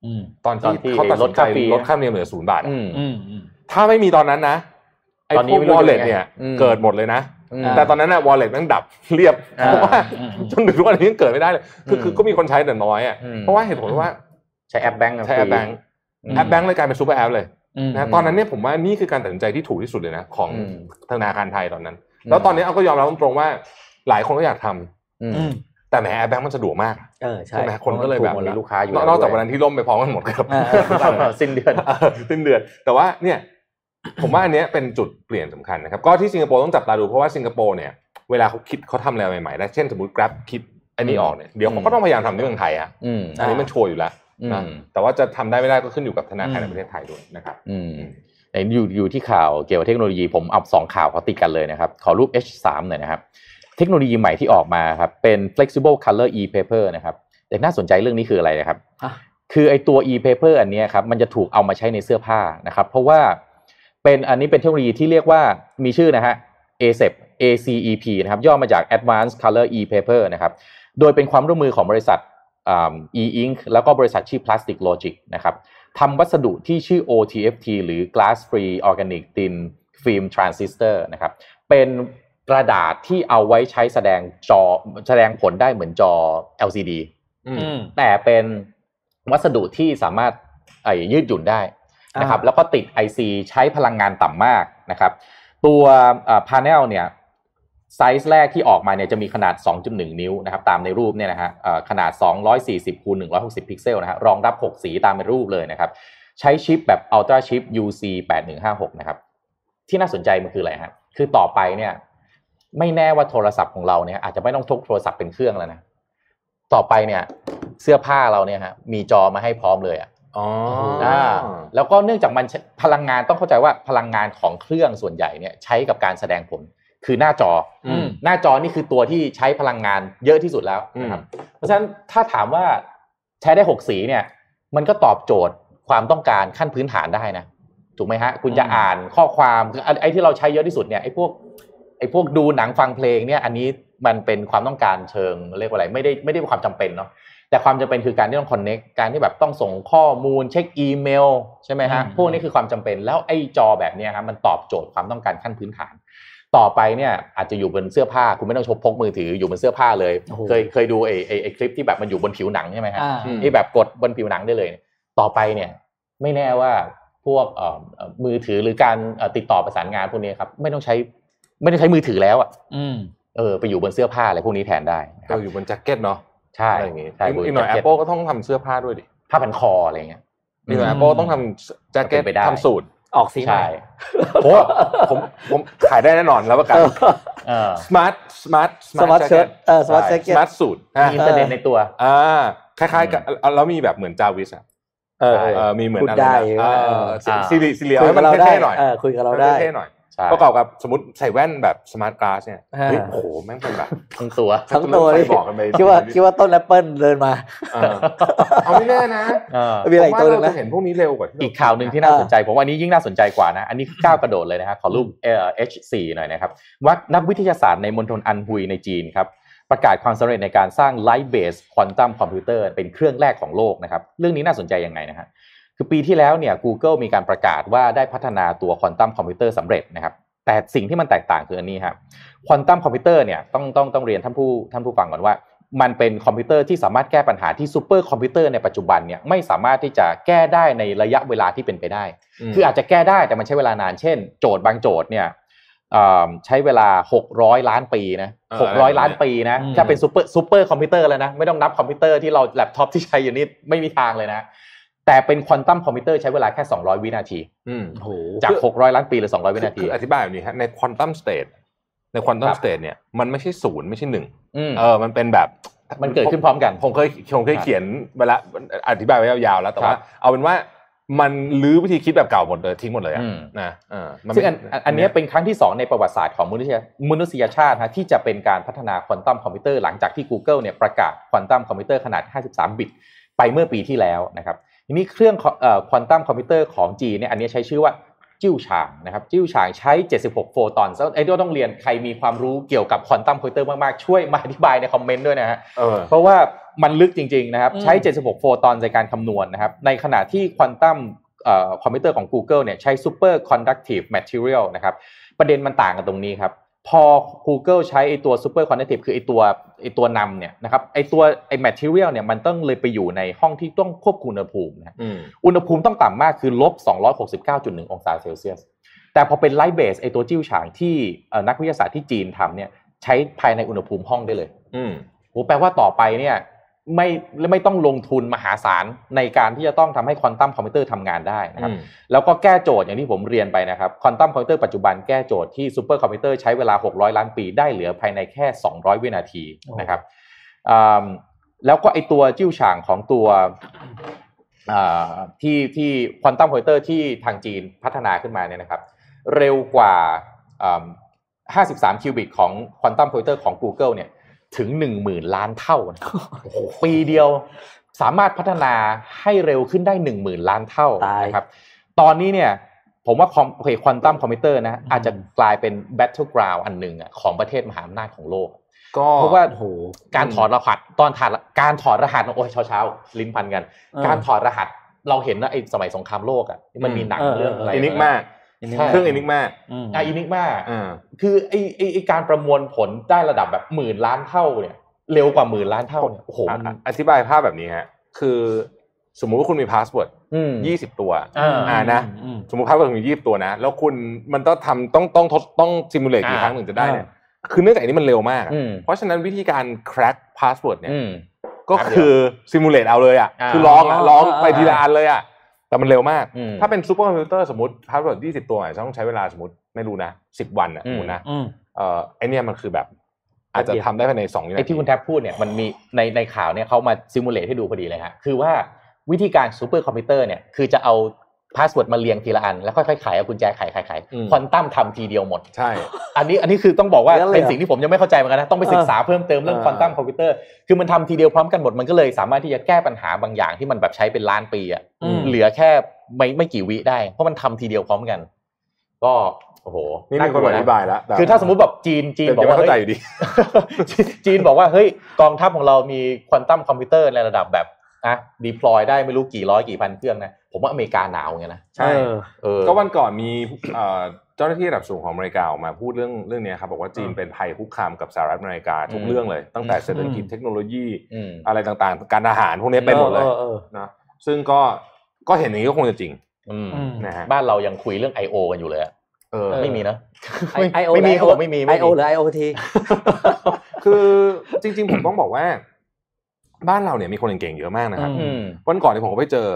S3: อืม
S4: ตอน
S5: ตอนที่
S4: ที่เขาตัดสินใจ
S5: ลดค่าฟรี
S4: ลดค่าธรรมเนียมเหลือศูนย์บาทอะ
S5: อืม
S3: อืมอืม
S4: ถ้าไม่มีตอนนั้นนะไอ้
S5: ตอนนี้
S4: พวก
S5: ไม่รู้
S4: วอล
S5: จะเป็
S4: เล็
S5: น
S4: ต
S5: ไง
S4: เนี่ย
S5: อืม
S4: เกิดหมดเลยนะ
S5: อืม
S3: อ่า
S4: แต่ตอนนั้นน่ะวอลเล็ตนั่งดับเรียบ
S5: อ่า
S4: เพราะ ว่า
S3: อืม
S4: จนถึงทุกวันนี้ยังเกิดไม่ได้เลยคือคือ
S5: อืม
S4: ก็มีคนใช้แต่น้อยอ่ะ
S5: อืม
S4: เพราะว่าเหตุผลว่า
S5: ใช้แอปแบงก์
S4: ใช้แอปแบงค์
S5: อืม
S4: แอปแบงค์เลยกลายเป็นซูเปอร์แอปเลย
S3: อืม
S4: นะตอนนั้นเนี่ยผมว่านี่คือการตัดสินใจที่ถูกที่สุดเลยนะของ
S5: อืม
S4: ธนาคารไทยตอนนั้น แล้วตอนนี้เอาก็ยอมรับตรงๆว่าหลายคนก็อยากทำ
S5: อืม
S3: อืม
S4: แต่แหมแอปแบงค์มันสะดวกมาก
S5: เออ
S4: ใช่
S5: ใช่
S4: ไหมคนก็เลยแบบ
S5: ถูหมดมีลูกค้าอยู่
S4: นอกนอกจากวันนั้นที่ล่มไปพร้อมกันหมดครับ
S3: อ่า
S5: สิ้นเดือน
S4: เออ สิ้นเดือนแต่ว่าเนี่ย ผมว่าอันเนี้ยเป็นจุดเปลี่ยนสำคัญนะครับ ก็ที่สิงคโปร์ต้องจับตาดูเพราะว่าสิงคโปร์เนี่ยเวลาเขาคิดเขาทำอะไรใหม่ๆได้เช่นสมมติ Grab คิดอันนี้ออกเนี่ยเดี๋ยวเขาก็ต้องพยายามทำที่เมืองไทยอ่ะ
S5: อืม
S4: อันนี้มันชัวร์อยู่แล้วนะ
S5: อืม
S4: แต่ว่าจะทำได้ไม่ได้ก็ขึ้นอยู่กับธนาคารแห่งประเทศไทยด้วยนะครับ
S5: อืมไหนอยู่อยู่ที่ข่าวเกี่ยวกับเทคโนโลยีผมเอาสองข่าวเขาติดกันเลยนะครับ ขอรูป H3 หน่อยนะครับ เทคโนโลยีใหม่ที่ออกมาครับเป็น flexible color e-paper นะครับแต่น่าสนใจเรื่องนี้คืออะไรนะครับ
S3: อ่ะ
S5: คือไอตัว e-paper อันเนี้ยครับมันจะถูกเอามาใช้ในเสื้อผ้านะครับ เพราะว่าเป็นอันนี้เป็นเทคโนโลยีที่เรียกว่ามีชื่อนะฮะ ACEP ACEP นะครับย่อมาจาก Advanced Color e-paper นะครับโดยเป็นความร่วมมือของบริษัทอ่า e-ink แล้วก็บริษัทชื่อ Plastic Logic นะครับ ทำวัสดุที่ชื่อ OTFT หรือ Glass Free Organic Thin Film Transistor นะครับ เป็นกระดาษที่เอาไว้ใช้แสดงจอแสดงผลได้เหมือนจอ LCD
S3: อืม
S5: แต่เป็นวัสดุที่สามารถเอ่ยยืดหยุ่นได้นะครับ
S3: อ่า
S5: แล้วก็ติด IC ใช้พลังงานต่ำมากนะครับ ตัวพา n e l เนี่ยไซส์แรกที่ออกมาเนี่ยจะมีขนาด 2.1 นิ้วนะครับ ตามในรูปเนี่ยนะฮะเอ่อขนาด 240คูณ160 พิกเซลนะฮะรองรับ 6 สีตามในรูปเลยนะครับ ใช้ชิปแบบ Ultra Chip UC 8156นะครับ ที่น่าสนใจมันคืออะไรฮะคือต่อไปเนี่ย ไม่แน่ว่าโทรศัพท์ของเราเนี่ย อาจจะไม่ต้องทกโทรศัพท์เป็นเครื่องแล้วนะ ต่อไปเนี่ย เสื้อผ้าเราเนี่ยฮะมีจอมาให้พร้อมเลยอะ
S4: อ๋อ
S5: ่าแล้วก็เนื่องจากมันใช้พลังงานต้องเข้าใจว่าพลังงานของเครื่องส่วนใหญ่เนี่ยใช้กับการแสดงผล คือหน้าจออ
S4: ม
S5: หน้าจอนี่คือตัวที่ใช้พลังงานเยอะที่สุดแล้วนะครับ เพราะฉะนั้นถ้าถามว่าใช้ได้หกสีเนี่ย มันก็ตอบโจทย์ความต้องการขั้นพื้นฐานได้นะถูกไหมฮะ คุณจะ
S3: อืม
S5: อ่านข้อความคือไอ้ไอ้ที่เราใช้เยอะที่สุดเนี่ยไอ้พวกไอ้พวกดูหนังฟังเพลงเนี่ย อันนี้มันเป็นความต้องการเชิงเรียกว่าอะไรไม่ได้ไม่ได้เป็นความจำเป็นเนาะแต่ความจำเป็นคือการที่ต้องคอนเน็กการที่แบบต้องส่งข้อมูลเช็คอีเมลใช่ไหมฮะพวกนี้คือความจำเป็นแล้วไอ้จอแบบเนี้ยครับมันตอบโจทย์ความต้องการขั้นพื้นฐาน ต่อไปเนี่ยอาจจะอยู่บนเสื้อผ้าคุณไม่ต้องชกพกมือถืออยู่บนเสื้อผ้าเลย
S3: โอ้โห
S5: เคยเคยดูไอ้ไอ้ไอ้คลิปที่แบบมันอยู่บนผิวหนังใช่ไหมฮะ
S3: อ่า
S4: อืม
S5: ที่แบบกดบนผิวหนังได้เลยเนี่ยต่อไปเนี่ย ไม่แน่ว่าพวกเอ่อเอ่อมือถือหรือการเอ่อติดต่อประสานงานพวกนี้ครับ ไม่ต้องใช้ไม่ต้องใช้มือถือแล้วอ่ะ
S3: อืม
S5: เออไปอยู่บนเสื้อผ้าอะไรพวกนี้แทนได้นะครั
S4: เรา
S5: บ
S4: อยู่บนแจ็คเก็ตเนาะ
S5: ใช่
S4: อะไรอย่างงี้
S5: ใช่
S4: อีกหน่อย
S5: บนแจ็คเก็ต
S4: Apple ก็ต้องทำเสื้อผ้าด้วยดิ
S5: ผ้าพันคออะไรเงี้ย
S4: อีกหน่อย
S3: อืม
S4: Apple ต้องทำแจ็คเก็ต
S5: เป็นไปได้
S4: ทำสูตร
S3: ออกสีใหม่
S5: ใช่โอ้
S4: ผมผมขายได้แน่นอนแล้วประกัน
S3: เออ
S5: เออ
S4: smart smart
S3: สมาร์ทเชิ้ตเออสมาร์ทเซ็กเก็ต
S4: smart suit อ่ะ
S5: มีอินเทอร์เน็ตในตัว
S4: อ่าคล้ายๆกับแล้วมีแบบเหมือนจาวิสอ่ะ
S3: เออ
S5: ใช่
S4: เออมีเหมือน
S3: พูด
S4: อะไร
S3: ได้
S4: นะเออ
S5: เออ
S4: ซีรีซีเรียล
S3: คุย
S4: ให้
S3: กั
S4: มั
S3: บ
S4: น
S3: เราได้
S4: เท่ๆหน่อย
S3: เออคุยกับเรา
S4: ให้มัน
S3: ได้
S4: เท่ๆหน่อย
S5: ใช่
S4: ประกอบกับสมมติใส่แว่นแบบสมาร์ทกลาสเนี่ย
S3: อ่า
S4: เฮ้ยโอ้โหแม่งเป็นแบบ
S5: ทั้งตัว
S3: ทั้งตัว
S4: เล
S3: เลย ย
S4: บอกกันไป
S3: คิดว่าคิดว่าต้นแอปเปิลเดินมา
S4: เออเอาไม่แน่นะ
S5: เออ
S3: มีอะไรอีก
S4: ผ
S3: ตัวหนึ่
S4: ว่
S3: ง
S4: เรา
S3: นะ
S4: จะเห็นพวกนี้เร็วกว่า
S5: อีกข่าวหนึ่งที่น่าสนใจ ผมว่าอันนี้ยิ่งน่าสนใจกว่านะ อันนี้ก้าวกระโดดเลยนะครับ ขอรูปเอ่อ H4 หน่อยนะครับว่านักวิทยาศาสตร์ในมณฑลอันฮุยในจีนครับ ประกาศความสำเร็จในการสร้าง Light Based Quantum Computer เป็นเครื่องแรกของโลกนะครับ เรื่องนี้น่าสนใจยังไงนะฮะคือปีที่แล้วเนี่ย Google มีการประกาศว่าได้พัฒนาตัวควอนตัมคอมพิวเตอร์สำเร็จนะครับ แต่สิ่งที่มันแตกต่างคืออันนี้ครับควอนตัมคอมพิวเตอร์เนี่ยต้องต้องต้องเรียนท่านผู้ท่านผู้ฟังก่อนว่า มันเป็นคอมพิวเตอร์ที่สามารถแก้ปัญหาที่ซูเปอร์คอมพิวเตอร์ในปัจจุบันเนี่ยไม่สามารถที่จะแก้ได้ในระยะเวลาที่เป็นไปได้
S4: ม
S5: คืออาจจะแก้ได้แต่มันใช้เวลานาน เช่น โจทย์บางโจทย์เนี่ยเอ่อใช้เวลา 600 ล้านปีนะ600 ล้านปีนะ
S3: อืม
S5: ถ้าเป็นซูเปอร์ซูเปอร์คอมพิวเตอร์แล้วนะ ไม่ต้องนับคอมพิวเตอร์ที่เราแล็ปท็อปที่ใช้อยู่นี่ไม่มีทางเลยนะ แต่เป็นควอนตัมคอมพิวเตอร์ใช้เวลาแค่ 200 วินาที
S4: ม
S3: โอ้โห
S5: จาก
S4: คือ
S5: 600 ล้านปีเหรือ 200 วินาที
S4: คืออธิบายแบบนี้ฮะในควอนตัมสเตทในควอนตัม
S5: ครับ
S4: สเตทเนี่ยมันไม่ใช่ศูนย์ไม่ใช่หนึ่ง
S5: อืม
S4: เออมันเป็นแบบ
S5: มันเกิดขึ้นพร้อมกัน
S4: ผมเคยผมเคยเขียนเวลาอธิบายไว้ยาวๆแล้วแต่
S5: ครั
S4: ว่า
S5: บ
S4: เอาเป็นว่ามันลื้อวิธีคิดแบบเก่าหมดเลยทิ้งหมดเลยอะ
S5: อืม
S4: นะเออมั
S5: ซึ่งอัน
S4: ไม่
S5: อันอันเนี้ยเป็นครั้งที่ 2 ในประวัติศาสตร์ของมนุษยมนุษยชาตินะที่จะเป็นการพัฒนาควอนตัมคอมพิวเตอร์หลังจากที่ Google เนี่ยประกาศควอนตัมคอมพิวเตอร์ขนาด 53 บิต ไปเมื่อปีที่แล้วนะครับทีนี้เครื่องควอนตัมคอมพิวเตอร์ของจีนเนี่ยอันเนี้ยใช้ชื่อว่าจิ้วฉางนะครับจิ้วฉางใช้ 76 โฟตอนไอ้ที่ต้องเรียนใครมีความรู้เกี่ยวกับควอนตัมคอมพิวเตอร์มากๆ ช่วยมาอธิบายในคอมเมนต์ด้วยนะฮะ
S4: เออ
S5: เพราะว่า มันลึกจริง ๆ นะครับ
S3: อืม
S5: ใช้ 76 โฟตอนในการคำนวณนะครับ ในขณะที่ควอนตัมคอมพิวเตอร์ของ Google เนี่ยใช้ super conductive material นะครับ ประเด็นมันต่างกันตรงนี้ครับ พอ Google ใช้ไอตัว super conductive คือไอตัวไอตัวนำเนี่ยนะครับไอตัวไอ material เนี่ยมันต้องเลยไปอยู่ในห้องที่ต้องควบคุมอุณหภูมินะครับ
S4: อืม
S5: อุณหภูมิต้องต่ำมากคือลบ 269.1 องศาเซลเซียส แต่พอเป็นไลท์เบสไอตัวจิ้วฉางที่เอ่อนักวิทยาศาสตร์ที่จีนทำเนี่ยใช้ภายในอุณหภูมิห้องได้เลย
S4: อืม
S5: โหแปลว่าต่อไปเนี่ยไม่ไม่ต้องลงทุนมหาศาลในการที่จะต้องทำให้ควอนตัมคอมพิวเตอร์ทำงานได้นะครับ แล้วก็แก้โจทย์อย่างที่ผมเรียนไปนะครับควอนตัมคอมพิวเตอร์ปัจจุบันแก้โจทย์ที่ซูเปอร์คอมพิวเตอร์ใช้เวลา 600 ล้านปีได้เหลือภายในแค่ 200 วินาทีนะครับอ่าแล้วก็ไอตัวจิ้วฉางของตัวอ่าที่ที่ควอนตัมคอมพิวเตอร์ที่ทางจีนพัฒนาขึ้นมาเนี่ยนะครับ เร็วกว่าอ่า53 คิวบิตของควอนตัมคอมพิวเตอร์ของ Google เนี่ยถึง 10,000 ล้านเท่านะโอ้โหปีเดียวสามารถพัฒนาให้เร็วขึ้นได้ 10,000 ล้านเท่า
S3: ตาย
S5: นะครับ ตอนนี้เนี่ยผมว่าคอมโอเคควอนตัมคอมพิวเตอร์นะอาจจะกลายเป็น battleground อันหนึ่งอะของประเทศมหาอำนาจของโลก
S4: ก็
S5: เพราะว่า
S3: โอ้โห
S5: การถอดรหัสตอนถอดการถอดรหัสโอ้ยเช้าๆ ลิ้นพันกัน
S3: เออ
S5: การถอดรหัสเราเห็นนะไอ้สมัยสงครามโลกอ่ะที่มันมีหนัง
S3: เออ
S5: เรื่องอะไร
S4: อินิกมาก
S3: ใช่
S4: เครื่องอินิกมาก
S3: อืม
S5: อ่ะอินิกมา
S4: อ่า
S5: คือไอ้ไอ้ไอ้การประมวลผลได้ระดับแบบหมื่นล้านเท่าเนี่ยเร็วกว่าหมื่นล้านเท่าเนี่ยโอ้โห
S4: อ่ะ
S5: มัน
S4: อ่ะอธิบายภาพแบบนี้ฮะ คือสมมุติว่าคุณมีพาสเวิร์ด
S5: อืม
S4: ยี่สิบตัว
S5: อ่า
S4: อ่านะ
S3: อืม
S4: สมมุติพาสเวิร์ดมียี่สิบตัวนะ แล้วคุณมันต้องทำต้องต้องทดต้องซิมูเลตกี่
S5: อ่า
S4: ครั้งถึงจะได้เนี่ย คือเนื่องจากอันนี้มันเร็วมากอะ
S5: อืม
S4: เพราะฉะนั้นวิธีการ crack password เนี่ย
S5: อืม
S4: ก็คือซิมูเลตเอาเลยอ่ะ
S5: อ่า
S4: คือลองอ่ะลอง
S3: อ่า
S4: ไปทีละอันเลยอ่ะ แต่มันเร็วมาก
S5: อืม
S4: ถ้าเป็นซูเปอร์คอมพิวเตอร์สมมติพาสเวิร์ดยี่สิบตัวอาจจะต้องใช้เวลาสมมติไม่รู้นะสิบวันอ่ะ
S5: อื
S4: ส
S5: ม
S4: มมตินะ
S3: อืม
S4: เอ่อไอเนี่ยมันคือแบบ อาจจะทำได้ภายในสองวินา
S5: ไอ้
S4: ที
S5: ที่คุณแท็บพูดเนี่ยมันมีในในข่าวเนี่ยเขามาซิมูเลตให้ดูพอดีเลยฮะคือว่าวิธีการซูเปอร์คอมพิวเตอร์เนี่ยคือจะเอาพาสเวิร์ดมาเรียงทีละอัน แล้วค่อยๆไขายเอากุญแจไขายขายขายควอนตัมทำทีเดียวหมด
S4: ใช่
S5: อันนี้อันนี้คือต้องบอกว่า
S3: เยอะเลยอะ
S5: เป็นสิ่งที่ผมยังไม่เข้าใจเหมือนกันนะต้องไปศึกษาเพิ่มเติมเรื่อง
S4: เออ
S5: ควอนตัมคอมพิวเตอร์คือมันทำทีเดียวพร้อมกันหมดมันก็เลยสามารถที่จะแก้ปัญหาบางอย่างที่มันแบบใช้เป็นล้านปีอะ
S3: อืม
S5: เหลือแค่ไม่ไม่กี่วิได้ เพราะมันทำทีเดียวพร้อมกัน ก็โอ้โห
S4: นี่มีคน
S5: กลัว
S4: อธิบายแล้วแต่
S5: คือถ้าสมมติแบบจีนจีน
S4: แต่
S5: บอก
S4: ยังไม่
S5: ว่า
S4: เข้าใจอย
S5: เฮ้
S4: ยู่ดี
S5: จีนจีนบอกว่าเฮ้ยกองทัพของเรามีควอนตัมคอมพิวเตอร์ในระดับแบบนะดีพลอยได้ไม่รู้กี่ร้อยกี่พันเครื่องนะ ผมว่าอเมริกาหนาวไงนะ
S4: ใช่
S3: เออ
S5: เออ
S4: ก็วันก่อนมีเอ่อเจ้าหน้าที่ระดับสูงของอเมริกาออกมาพูดเรื่องเรื่องเนี้ยครับบอกว่าจีนเป็นภัยคุกคามกับสหรัฐอเมริกาทุก
S5: อืม
S4: เรื่องเลย ตั้งแต่เศรษฐกิจ
S3: อืม
S4: เทคโนโลยี
S5: อืม
S4: อะไรต่างๆ การอาหารพวกเนี้ยเป็นหมดเลย
S3: ออ
S4: นะซึ่งก็ก็เห็นอย่างนี้ก็คงจะจริง
S5: อืม
S3: เออ
S4: นะฮะ
S5: บ้านเรายังคุยเรื่อง I.O. กันอยู่เลยอะ
S4: เออ
S3: เออ
S5: ไม่ มีเนอะ
S3: ไอโอ
S5: ไม่มีเขาบอกไม่มี
S3: ไอ
S5: ไม่
S3: โอ
S5: มี
S3: หรือไอโอที
S4: คือจริง ๆ ผมต้องบอกว่า บ้านเราเนี่ยมีคนเก่งๆเยอะมากนะครับ
S3: อื
S5: อืม
S4: วันก่อนเนี่ยผมก็ไปเจอ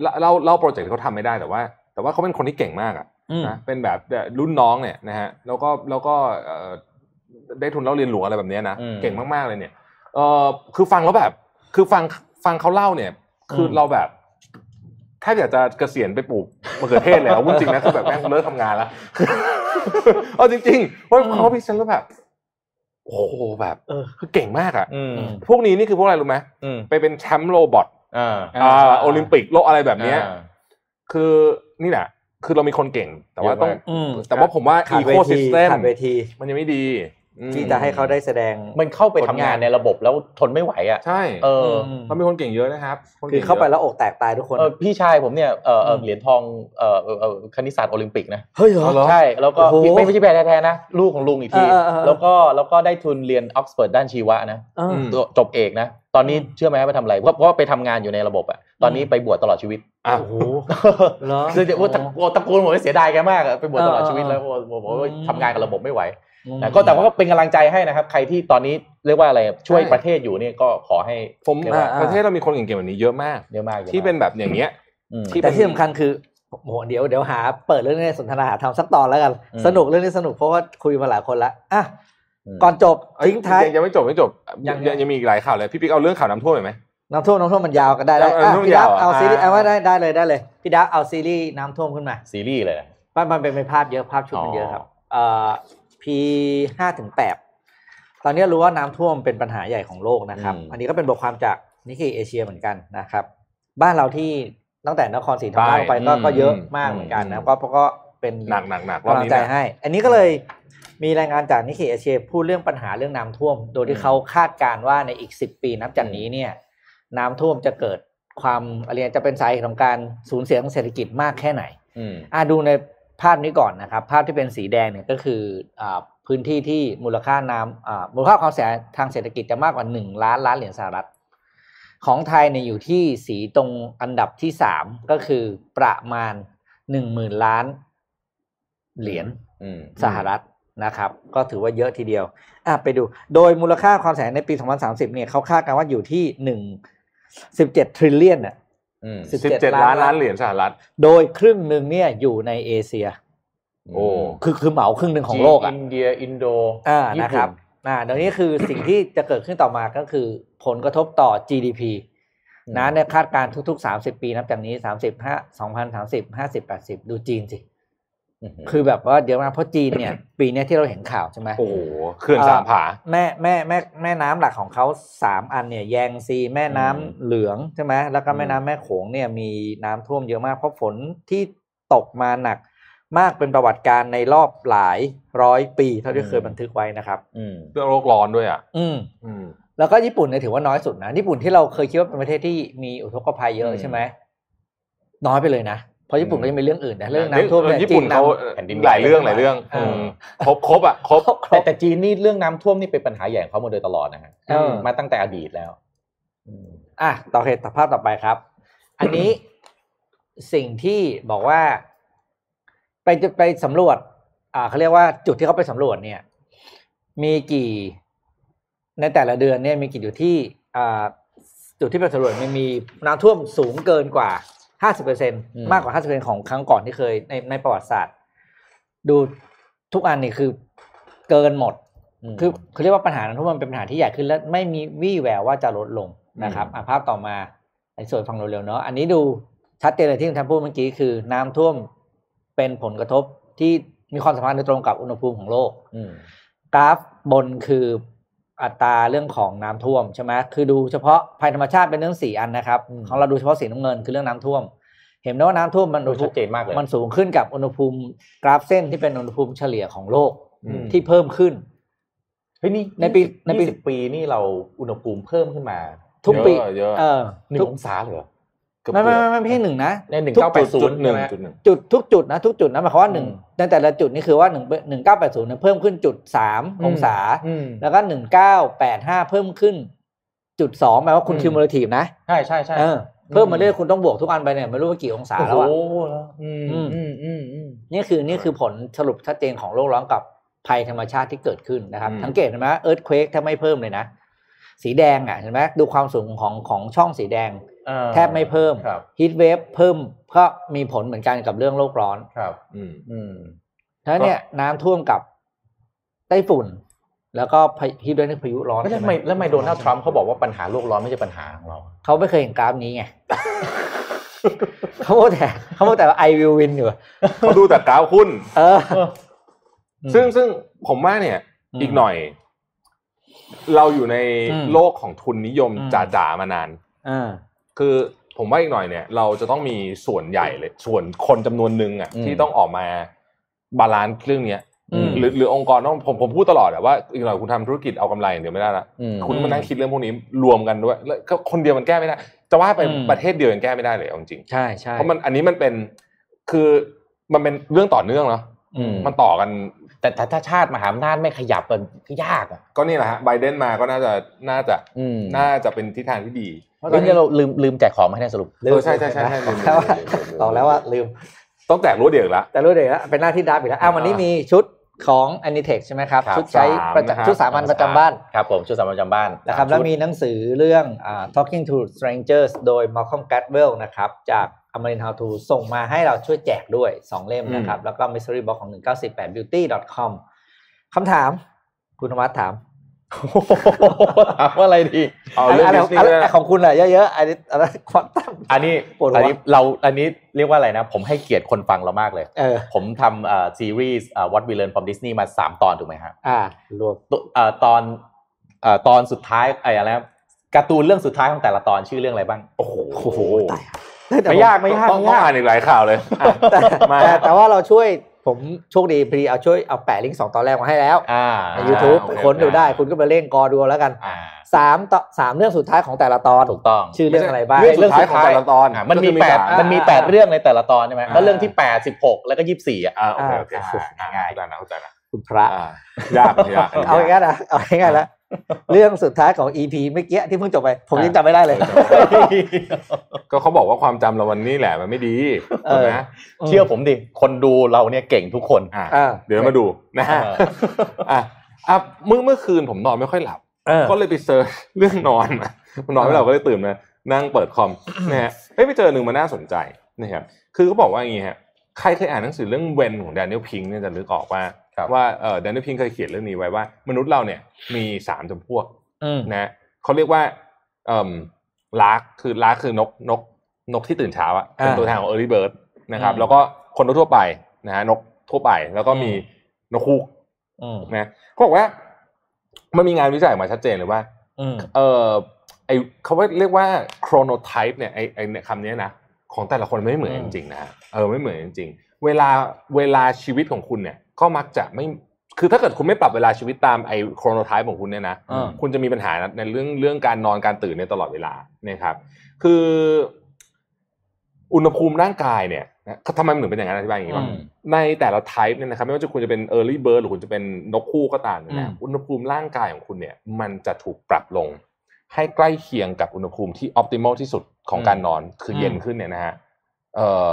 S4: เล่าเล่าเล่าโปรเจกต์ที่เขาทำไม่ได้แต่ว่า แต่ว่าเขาเป็นคนที่เก่งมากอะนะเป็นแบบรุ่นน้องเนี่ยนะฮะแล้วก็แล้วก็เอ่อได้ทุนเล่าเรียนหลวงอะไรแบบเนี้ยนะ
S5: อืม
S4: เก่งมากๆเลยเนี่ยเออคือฟังแล้วแบบ คือฟังฟังเขาเล่าเนี่ย คืออ
S3: ม
S4: เราแบบถ้าอยากจะเกษียณไปปลูกมะเขือเทศแล้ววุ่นจริงนะ คือแบบแม่งเลิกทำงานแล้ว เอาจริงๆเพราะเขาพิชันแล้วแบบโอ้โหแบบ
S3: เออ
S4: คือเก่งมากอะ
S5: อืม
S4: พวกนี้นี่คือพวกอะไรรู้ไหม
S5: อืม
S4: ไปเป็นแชมป์โรบอท
S5: อ่า
S4: อ่าโอลิมปิกโลกอะไรแบบเนี้ย
S5: อ่า
S4: คือนี่แหละคือเรามีคนเก่ง แต่ว่าต้อง
S5: เยอะมาก
S3: อืม
S4: แต่ว่าผมว่า
S3: ขา
S4: อี
S3: ด
S4: โค
S3: เว
S4: ซิ
S3: ที
S4: สเต็ม
S3: ขาดเวที
S4: มันยังไม่ดีอืม
S3: ที่จะให้เขาได้แสดง
S5: มันเข้าไปทำ
S3: ผลงาง
S5: าน นในระบบแล้วทนไม่ไหวอ่ะ
S4: ใช่
S5: เอออ
S3: ม
S4: เรามีคนเก่งเยอะนะครับน
S3: คื
S4: ก่
S3: อง
S4: ยะ
S3: เข้าไปแล้วอกแตกตายทุกคน
S5: เออพี่ชายผมเนี่ยเออเออ
S3: อืม
S5: เหรียญทองเออเออเออคณิตศาสตร์โอลิมปิกนะ
S3: เฮ้ยเหรอ
S5: ใช่ แล้วก็
S3: โอ้โห
S5: ไม่ไม่ใช่แพรแท้ๆนะ ลูกของลุงอีกที
S3: เออเออเออ
S5: แล้วก็แล้วก็ได้ทุนเรียนออกซฟอร์ดด้านชีวะนะ
S3: เออ
S4: อืม
S5: ตัวจบเอกนะ ตอนนี้เชื่อไหมว่าไปทำอะไรเพราะเพราะว่าไปทำงานอยู่ในระบบอะตอนนี้ไปบวชตลอดชีวิต
S4: อ่ะ
S3: โอ้โหเหรอ
S5: คือจะว่าตระกูลตระกูลผมเสียดายแกมากอะไปบวชตลอดชีวิตแล้วผมบอกว่า
S3: อืม
S5: ทำงานกับระบบไม่ไหว
S3: อืม
S5: แต่ก็แต่ว่าก็เป็นกำลังใจให้นะครับ ใครที่ตอนนี้เรียกว่าอะไรช่วยประเทศอยู่เนี่ยก็ขอให้
S4: ผม
S5: เรียกว่า
S4: อ่ะ
S3: อ่า
S4: ประเทศเรามีคนเก่งๆแบบนี้เยอะมาก
S5: เยอะมากยอะมาก
S4: ที่เป็นแบบอย่างเงี้ย
S5: อืม
S4: ที่
S3: แต่ที่สำคัญคือโอ้โหเดี๋ยวเดี๋ยวหาเปิดเรื่องนี้ในสนทนาหาทำสักตอนแล้วกัน
S5: อืม
S3: สนุกเรื่องนี้สนุกเพราะว่าคุยมาหลายคนละอ่ะ
S5: อืม
S3: ก่อนจบ
S4: เอ้
S3: ทิ้งท้าย
S4: ยังไม่จบไม่จบ
S3: ยั
S4: ยัง
S3: ง
S4: ยังมีอีกหลายข่าวเลยพี่ปิ๊กเอาเรื่องข่าวน้ำท่วมหน่อยไหม
S3: น้ำท่วมน้ำท่วมมันยาวกันได้ได้
S4: เออ
S3: อ่ะ
S4: น้ำท่วม
S3: พี่ดา
S4: า
S3: วย
S4: วอ่ะ
S3: เอาซีรีส์
S4: อ่า
S3: เอาไว้ได้ได้เลยได้เลยพี่ดาวเอาซีรีส์น้ำท่วมขึ้นมา
S5: ซีรีส์เลยนะ
S3: มันมันเป็นเป็นภาพเยอะภาพชุดมันเยอะครับเอ่อพีห้าถึงแปดตอนนี้รู้ว่าน้ำท่วมเป็นปัญหาใหญ่ของโลกนะครับ
S5: อืม
S3: อันนี้ก็เป็นบทความจากนิกเกิเอเชียเหมือนกันนะครับ บ้านเราที่ตั้งแต่นครศรีธรรมราชลงไปก็ก็เยอะมากเหมือนกันนะก็เพราะก็เป็น
S4: หนักหนักหนักร
S3: กำ
S4: อบ
S3: ลัง
S4: นี้
S3: ใจ
S4: นะ
S3: ให้ อันนี้ก็เลย มีรายงานจากนิเคเอเชียพูดเรื่องปัญหาเรื่องน้ำท่วม โดยที่เขาคาดการณ์ว่าในอีกสิบปีนับจากนี้เนี่ย น้ำท่วมจะเกิดความอะไรจะเป็นสาเหตุของการสูญเสียของเศรษฐกิจมากแค่ไหน
S5: อืม
S3: อ่ะดูในภาพนี้ก่อนนะครับ ภาพที่เป็นสีแดงเนี่ยก็คืออาพื้นที่ที่มูลค่าน้ำอ่ามูลค่าความเสียหายทางเศรษฐกิจจะมากกว่าหนึ่งล้านล้านเหรียญสหรัฐ ของไทยเนี่ยอยู่ที่สีตรงอันดับที่สามก็คือประมาณหนึ่งหมื่นล้านเหรียญ
S5: อืม
S3: สหรัฐนะครับ ก็ถือว่าเยอะทีเดียวอ่ะไปดู โดยมูลค่าความเสียหายในปี 2030 เนี่ยเขาคาดกันว่าอยู่ที่หนึ่งสิบเจ็ดทริลเลียนอ่ะ
S5: อืม
S4: สิบเจ็ดล้านล้านเหรียญสหรัฐ
S3: โดยครึ่งหนึ่งเนี่ยอยู่ในเอเชีย
S4: โอ้
S3: คือคือเหมาครึ่งหนึ่งของโลกอ่ะ
S5: จีนอินเดีย อินโด
S3: อ่า
S5: ญี่
S3: นะค
S5: ปุ่
S3: รับอ่าดังนี้ คือสิ่งที่จะเกิดขึ้นต่อมาก็คือผลกระทบต่อ GDP นะในคาดการณ์ทุก ๆ 30 ปีนับจากนี้ 35 2030 50 80 ดูจีนสิ
S5: อืม
S3: คือแบบว่าเดี๋ยวมาเพราะจีนเนี่ย ปีเนี้ยที่เราเห็นข่าวใช่ไหม
S4: โอ้โหเขื่อนสามผา
S3: แม่แม่แม่แม่น้ำหลักของเขาสามอันเนี่ยแยงซีแม่น้ำ
S4: อืม
S3: เหลืองใช่ไหมแล้วก็แม่น้ำแม่โขงเนี่ยมีน้ำท่วมเยอะมาก เพราะฝนที่ตกมาหนักมากเป็นประวัติการณ์ในรอบหลายร้อยปีเท่าที่เคยบันทึกไว้นะครับ
S5: อืม
S4: เรื่องโลกร้อนด้วยอ่ะ
S3: อืม
S4: อืม
S3: แล้วก็ญี่ปุ่นเนี่ยถือว่าน้อยสุดนะ ญี่ปุ่นที่เราเคยคิดว่าเป็นประเทศที่มีอุทกภัยเยอะ
S5: อืม
S3: ใช่ไหมน้อยไปเลยนะเพราะญี่ปุ่น
S4: อืม
S3: ก็ยังมีเรื่องอื่นนะเรื่องน้ำท่วม
S4: เอ
S3: เนี่
S4: อย ญี่ปุ่น
S3: จี
S4: เขา
S3: ำ
S5: แผ่นดินไหว
S4: หลายเรื่องหลายเรื่อง
S3: เอออื
S4: มครบครบอ่ะครบ
S5: แต่แต่จีนนี่เรื่องน้ำท่วมนี่เป็นปัญหาใหญ่ของเขามาโดยตลอดนะฮะ
S3: เออ
S5: มาตั้งแต่อดีตแล้ว
S3: อ่ะต่อเหตุภาพต่อไปครับ อันนี้ สิ่งที่บอกว่า ไปจะไปสำรวจ อ่าเขาเรียกว่าจุดที่เขาไปสำรวจเนี่ย มีกี่ ในแต่ละเดือนเนี่ยมีกี่จุดที่ อ่า จุดที่ไปสำรวจมันมีน้ำท่วมสูงเกินกว่า 50เปอร์เซ็น
S5: ม
S3: มากกว่า 50เปอร์เซ็นของครั้งก่อนที่เคยในในประวัติศาสตร์ ดูทุกอันนี่คือเกินหมด
S5: ม
S3: คือเขาเรียกว่าปัญหาน้ำท่วมมันเป็นปัญหาที่ใหญ่ขึ้นและไม่มีวี่แววว่าจะลดลงนะครับอ่ะภาพต่อมาในส่วนฟังเร็วๆเนาะอันนี้ดูชัดเจนเลยที่คุณท่านพูดเมื่อกี้คือ น้ำท่วมเป็นผลกระทบที่มีความสัมพันธ์โดยตรงกับอุณหภูมิของโลก
S5: อืม
S3: กราฟบนคืออัตราเรื่องของน้ำท่วมใช่ไหมคือดูเฉพาะภัยธรรมชาติเป็นเรื่องสี่อันนะครับ
S5: อืม
S3: ของเราดูเฉพาะสีน้ำเงินคือเรื่องน้ำท่วม เห็นไหมว่าน้ำท่วมมัน
S5: โดยชัดเจนมากเลย
S3: มันสูงขึ้นกับอุณหภูมิกราฟเส้นที่เป็นอุณหภูมิเฉลี่ยของโลก
S4: อืม
S3: ที่เพิ่มขึ้น
S5: เฮ้ยนี่
S3: ในปีในปี
S5: ยี่สิบปีนี่เราอุณหภูมิเพิ่มขึ้นมา
S3: ทุกปี
S4: เยอะเยอะ
S3: เออ
S5: หนึ่
S3: ทุก
S5: งองศาเหรอเกือบ
S3: ไม่ไม่
S5: เกือบ
S3: ไม่ไม่ไม่ใช่หนึ่งนะ
S5: ในหนึ่ง
S3: ทุก
S5: เก้าแปดศู
S4: จุ
S5: น
S4: ด
S5: ย์
S4: หนึ่ง
S5: ใช่ไม
S4: จุดหนึ่ง
S3: จุดทุกจุดนะทุกจุดนะหมายความว่าหนึ่ง
S5: อืม
S3: ในแต่ละจุดนี่คือว่าหนึ่งหนึ่งเก้าแปดศูนย์เนี่ยเพิ่มขึ้นจุดสามองศา
S5: อืม
S3: แล้วก็หนึ่งเก้าแปดห้าเพิ่มขึ้น จุดสองหมายว่าคุณคิวมูลทีฟนะ
S5: ใช่ใช่ใช่
S3: เออเพิ่มมาเรื่อยคุณต้องบวกทุกอันไปเนี่ยไม่รู้ว่ากี่องศา
S5: โอ้
S3: แล้วอ่ะ
S5: โหแล้วอืม
S3: อืม
S5: อืมอืมอืม
S3: นี่คือนี่คือผลสรุปชัดเจนของโลกร้อนกับภัยธรรมชาติที่เกิดขึ้นนะครับ
S4: อืม
S3: สังเกตเห็นไหมเอิร์ธเควกถ้าไม่เพิ่มเลยนะ สีแดงอ่ะเห็นไหมดูความสูงของของช่องสีแดง
S5: เอ่อ
S3: แทบไม่เพิ่ม
S5: ครับ
S3: ฮีทเวฟเพิ่มก็มีผลเหมือนกันกับเรื่องโลกร้อน
S5: ครับ
S4: อืม
S5: อืม
S3: เพราะฉะนั้นเนี่ยน้ำท่วมกับไต้ฝุ่น แล้วก็พายุฮีทเวฟนี่พายุร้อน
S5: แล้ว
S3: ใช่
S5: ทำ
S3: ไห
S5: ไม
S3: ม
S5: แล้วทำไมโดนัลด์ทรัมป์เขาบอกว่าปัญหาโลกร้อนไม่ใช่ปัญหาของเรา
S3: เขาไม่เคยเห็นกราฟนี้ไง เขาโมวแต่เขาโมวแต่ไอวิววินอยู่
S4: เขาดูแต่กราฟหุ้น
S3: เออ
S4: ซึ่งซึ่งผมว่าเนี่ย
S3: อืม
S4: อีกหน่อย เราอยู่ใน
S3: อืม
S4: โลกของทุนนิยม
S3: อืม
S4: จ๋าๆมานาน
S3: อ่า
S4: คือผมว่าอีกหน่อยเนี่ย เราจะต้องมีส่วนใหญ่เลย ส่วนคนจำนวนหนึ่งอ่ะ
S5: อืม
S4: ที่ต้องออกมาบาลานซ์เรื่องเนี้ย
S3: อืม
S4: หรือหรือองค์กรต้องผมผมพูดตลอดอะว่าอีกหน่อยคุณทำธุรกิจเอากำไรอย่างเดียวไม่ได้ละ
S5: อืม
S4: คุณมานั่งคิดเรื่องพวกนี้รวมกันด้วยแล้วก็คนเดียวมันแก้ไม่ได้จะว่าไป
S3: อืม
S4: ประเทศเดียวยังแก้ไม่ได้เลยเอาจริง
S3: ใช่ใช่
S4: เพราะมันอันนี้มันเป็นคือมันเป็นเรื่องต่อเนื่องเนาะ
S5: อืม
S4: มันต่อกัน
S5: แต่แต่ถ้าชาติมหาอำนาจไม่ขยับมันก็ยากอ่ะ
S4: ก็นี่แหละฮะไบเดนมาก็น่าจะน่าจะ
S5: อืม
S4: น่าจะเป็นทิศทางที่ดี
S5: เฮ้ยเนี่ยเราลืมลืมแจกของมาให้นะสรุป
S4: เออใช่ใช่ใช่ใช่
S3: บอกแล้วว่าบอกแล้วว่าลืม
S4: ต้องแตกรั้วเดียวอีกละ
S3: แต่รู้เดี๋ยวเป็นหน้าที่ดับอีกแล้วอ้าววันนี้มีชุดของ a n i t e c h ใช่ไหมครับ
S4: ครับ
S3: ชุดใช้ประ
S4: สามนะฮะ
S3: จำชุดสามัญประจำบ้าน
S5: ครับผมชุดสามัญประจำบ้าน
S3: นะครับ
S5: สา
S3: แล้ว
S5: ชุด
S3: มีหนังสือเรื่องอ่า Talking to Strangers โดย Malcolm Gladwell นะครับ จาก American How to ส่งมาให้เราช่วยแจกด้วย 2 เล่มนะครับ แล้วก็ mystery box ของ 198 beauty com คำถาม คุณธวัฒน์ถาม
S5: โอ้โหถามว่าอะไรดี
S4: เอาเรื่อง
S3: อะไร
S4: ดิสนีย์
S3: อะไร
S4: ด้วยนะ
S3: ของคุณแหละเยอะๆอันนี้อันนั้นความตั้ง
S5: อันนี้
S3: ปวดหัว
S5: อันนี้เราอันนี้เรียกว่าอะไรนะ ผมให้เกียรติคนฟังเรามากเลย
S3: เออ
S5: ผมทำเอ่อซีรีส์เอ่อ What We Learn from Disney มา 3 ตอนถูกไหมครับ
S3: อ่า รวม
S5: ตเอ่อตอนเอ่อตอนสุดท้ายไอ้อะไรนะการ์ตูนเรื่องสุดท้ายของแต่ละตอนชื่อเรื่องอะไรบ้าง
S4: โอ้โห
S3: โอ้โหตาย แต่
S5: ไม่ยากไม่ยาก
S4: ต้อง
S5: ไม่
S4: ต้อง
S5: ยาก
S4: อ่านอีกหลายข่าวเลย
S3: แต่แต่แต่ว่าเราช่วย ผมโชคดีพอดีเอาช่วยเอาแปะลิงก์สองตอนแรกมาให้แล้ว
S5: อ่า
S3: ใน YouTube
S4: โอเค
S3: ไปค้นดูได้คุณก็ไปเล่นกอดูเอาแล้วกัน
S5: อ่า
S3: สามต่อสามเรื่องสุดท้ายของแต่ละตอน
S5: ถูกต้อง
S3: ชื่อเรื่องอะไรบ้าง
S4: เรื่องสุดท้ายของแต่ละตอน
S5: อ่ะมันมีแปด
S4: ก็คือสา
S5: มันมีแปดเรื่องในแต่ละตอนใช่ไหม
S4: อ่า
S5: แล้วเรื่องที่แปดสิบหกแล้วก็ยี่สิบสี่อ่ะ
S4: อ่าโอเคโอเค
S3: อ่า
S4: อ่า
S3: ง่าย
S4: เข้าใจนะเข้าใจนะ
S3: คุณพระ
S4: อ่ายากยาก
S3: เอาง่ายๆนะเอาง่ายๆนะเรื่องสุดท้ายของ EP เมื่อกี้ที่เพิ่งจบไป ผมยังจำไม่ได้เลย
S4: ก็เขาบอกว่าความจำเราวันนี้แหละมันไม่ดี
S3: เอ
S4: ถูก
S3: อ
S4: ไหม
S5: เชื่อผมดิ คนดูเราเนี่ยเก่งทุกคน
S4: อ่า
S3: อ่า
S4: เดี๋ยวมาดูนะฮะ
S5: เออ
S4: อ่ะอ่ะเมื่อเมื่อคืนผมนอนไม่ค่อยหลับ ก็เลยไปเซิร์ช เรื่องนอนมาผมนอนไม่หลับก็เลยตื่นมานั่งเปิดคอม นะฮะเอ้ยไปเจอหนึ่งมันน่าสนใจนะครับคือเขาบอกว่าอย่างงี้ฮะใครเคยอ่านหนังสือเรื่องเวนของแดเนียลพิงเนี่ยจะนึกออกว่าว่าเออแดเนียลพิงเคยเขียนเรื่องนี้ไว้ว่า มนุษย์เราเนี่ยมีสามจำพวก
S3: อืม
S4: นะฮะเขาเรียกว่าเอ่มลากคือลากคือนกนกนกที่ตื่นเช้าอะเป็น
S3: อ่า
S4: ตัวแทนของ early bird นะครับ
S3: อืม
S4: แล้วก็คนทั่วๆไปนะฮะนกทั่วไปแล้วก็มีนกคูก
S3: อืม
S4: นะเขาบอกว่ามันมีงานวิจัยออกมาชัดเจนเลยว่า
S3: อืม
S4: เออไอเขาว่าเรียกว่า chronotype เนี่ยไอไอเนี่ยคำเนี้ยนะของแต่ละคนไม่เหมือน
S3: อื
S4: จ
S3: ม
S4: ริงๆนะฮะเออไม่เหมือนจริงๆเวลาเวลาชีวิตของคุณเนี่ยก็มักจะไม่คือถ้าเกิดคุณไม่ปรับเวลาชีวิตตามไอ chronotype ของคุณเนี่ยนะ
S3: อืม
S4: คุณจะมีปัญหาในเรื่องเรื่องการนอนการตื่นเนี่ยตลอดเวลานะครับ คือ อุณหภูมิร่างกายเนี่ยนะทำไมมันถึงเป็นอย่างนั้นอธิบายอย่างนี้ว่า
S3: อืม
S4: ในแต่ละ type เนี่ยนะครับไม่ว่าจะคุณจะเป็น early bird หรือคุณจะเป็นนกคู่ก็ตามเนยนะ
S3: อืม
S4: อุณหภูมิร่างกายของคุณเนี่ย มันจะถูกปรับลง ให้ใกล้เคียงกับอุณหภูมิที่ optimal ที่สุดของการนอน คือเย็นขึ้นเนี่ยนะฮะเอ่อ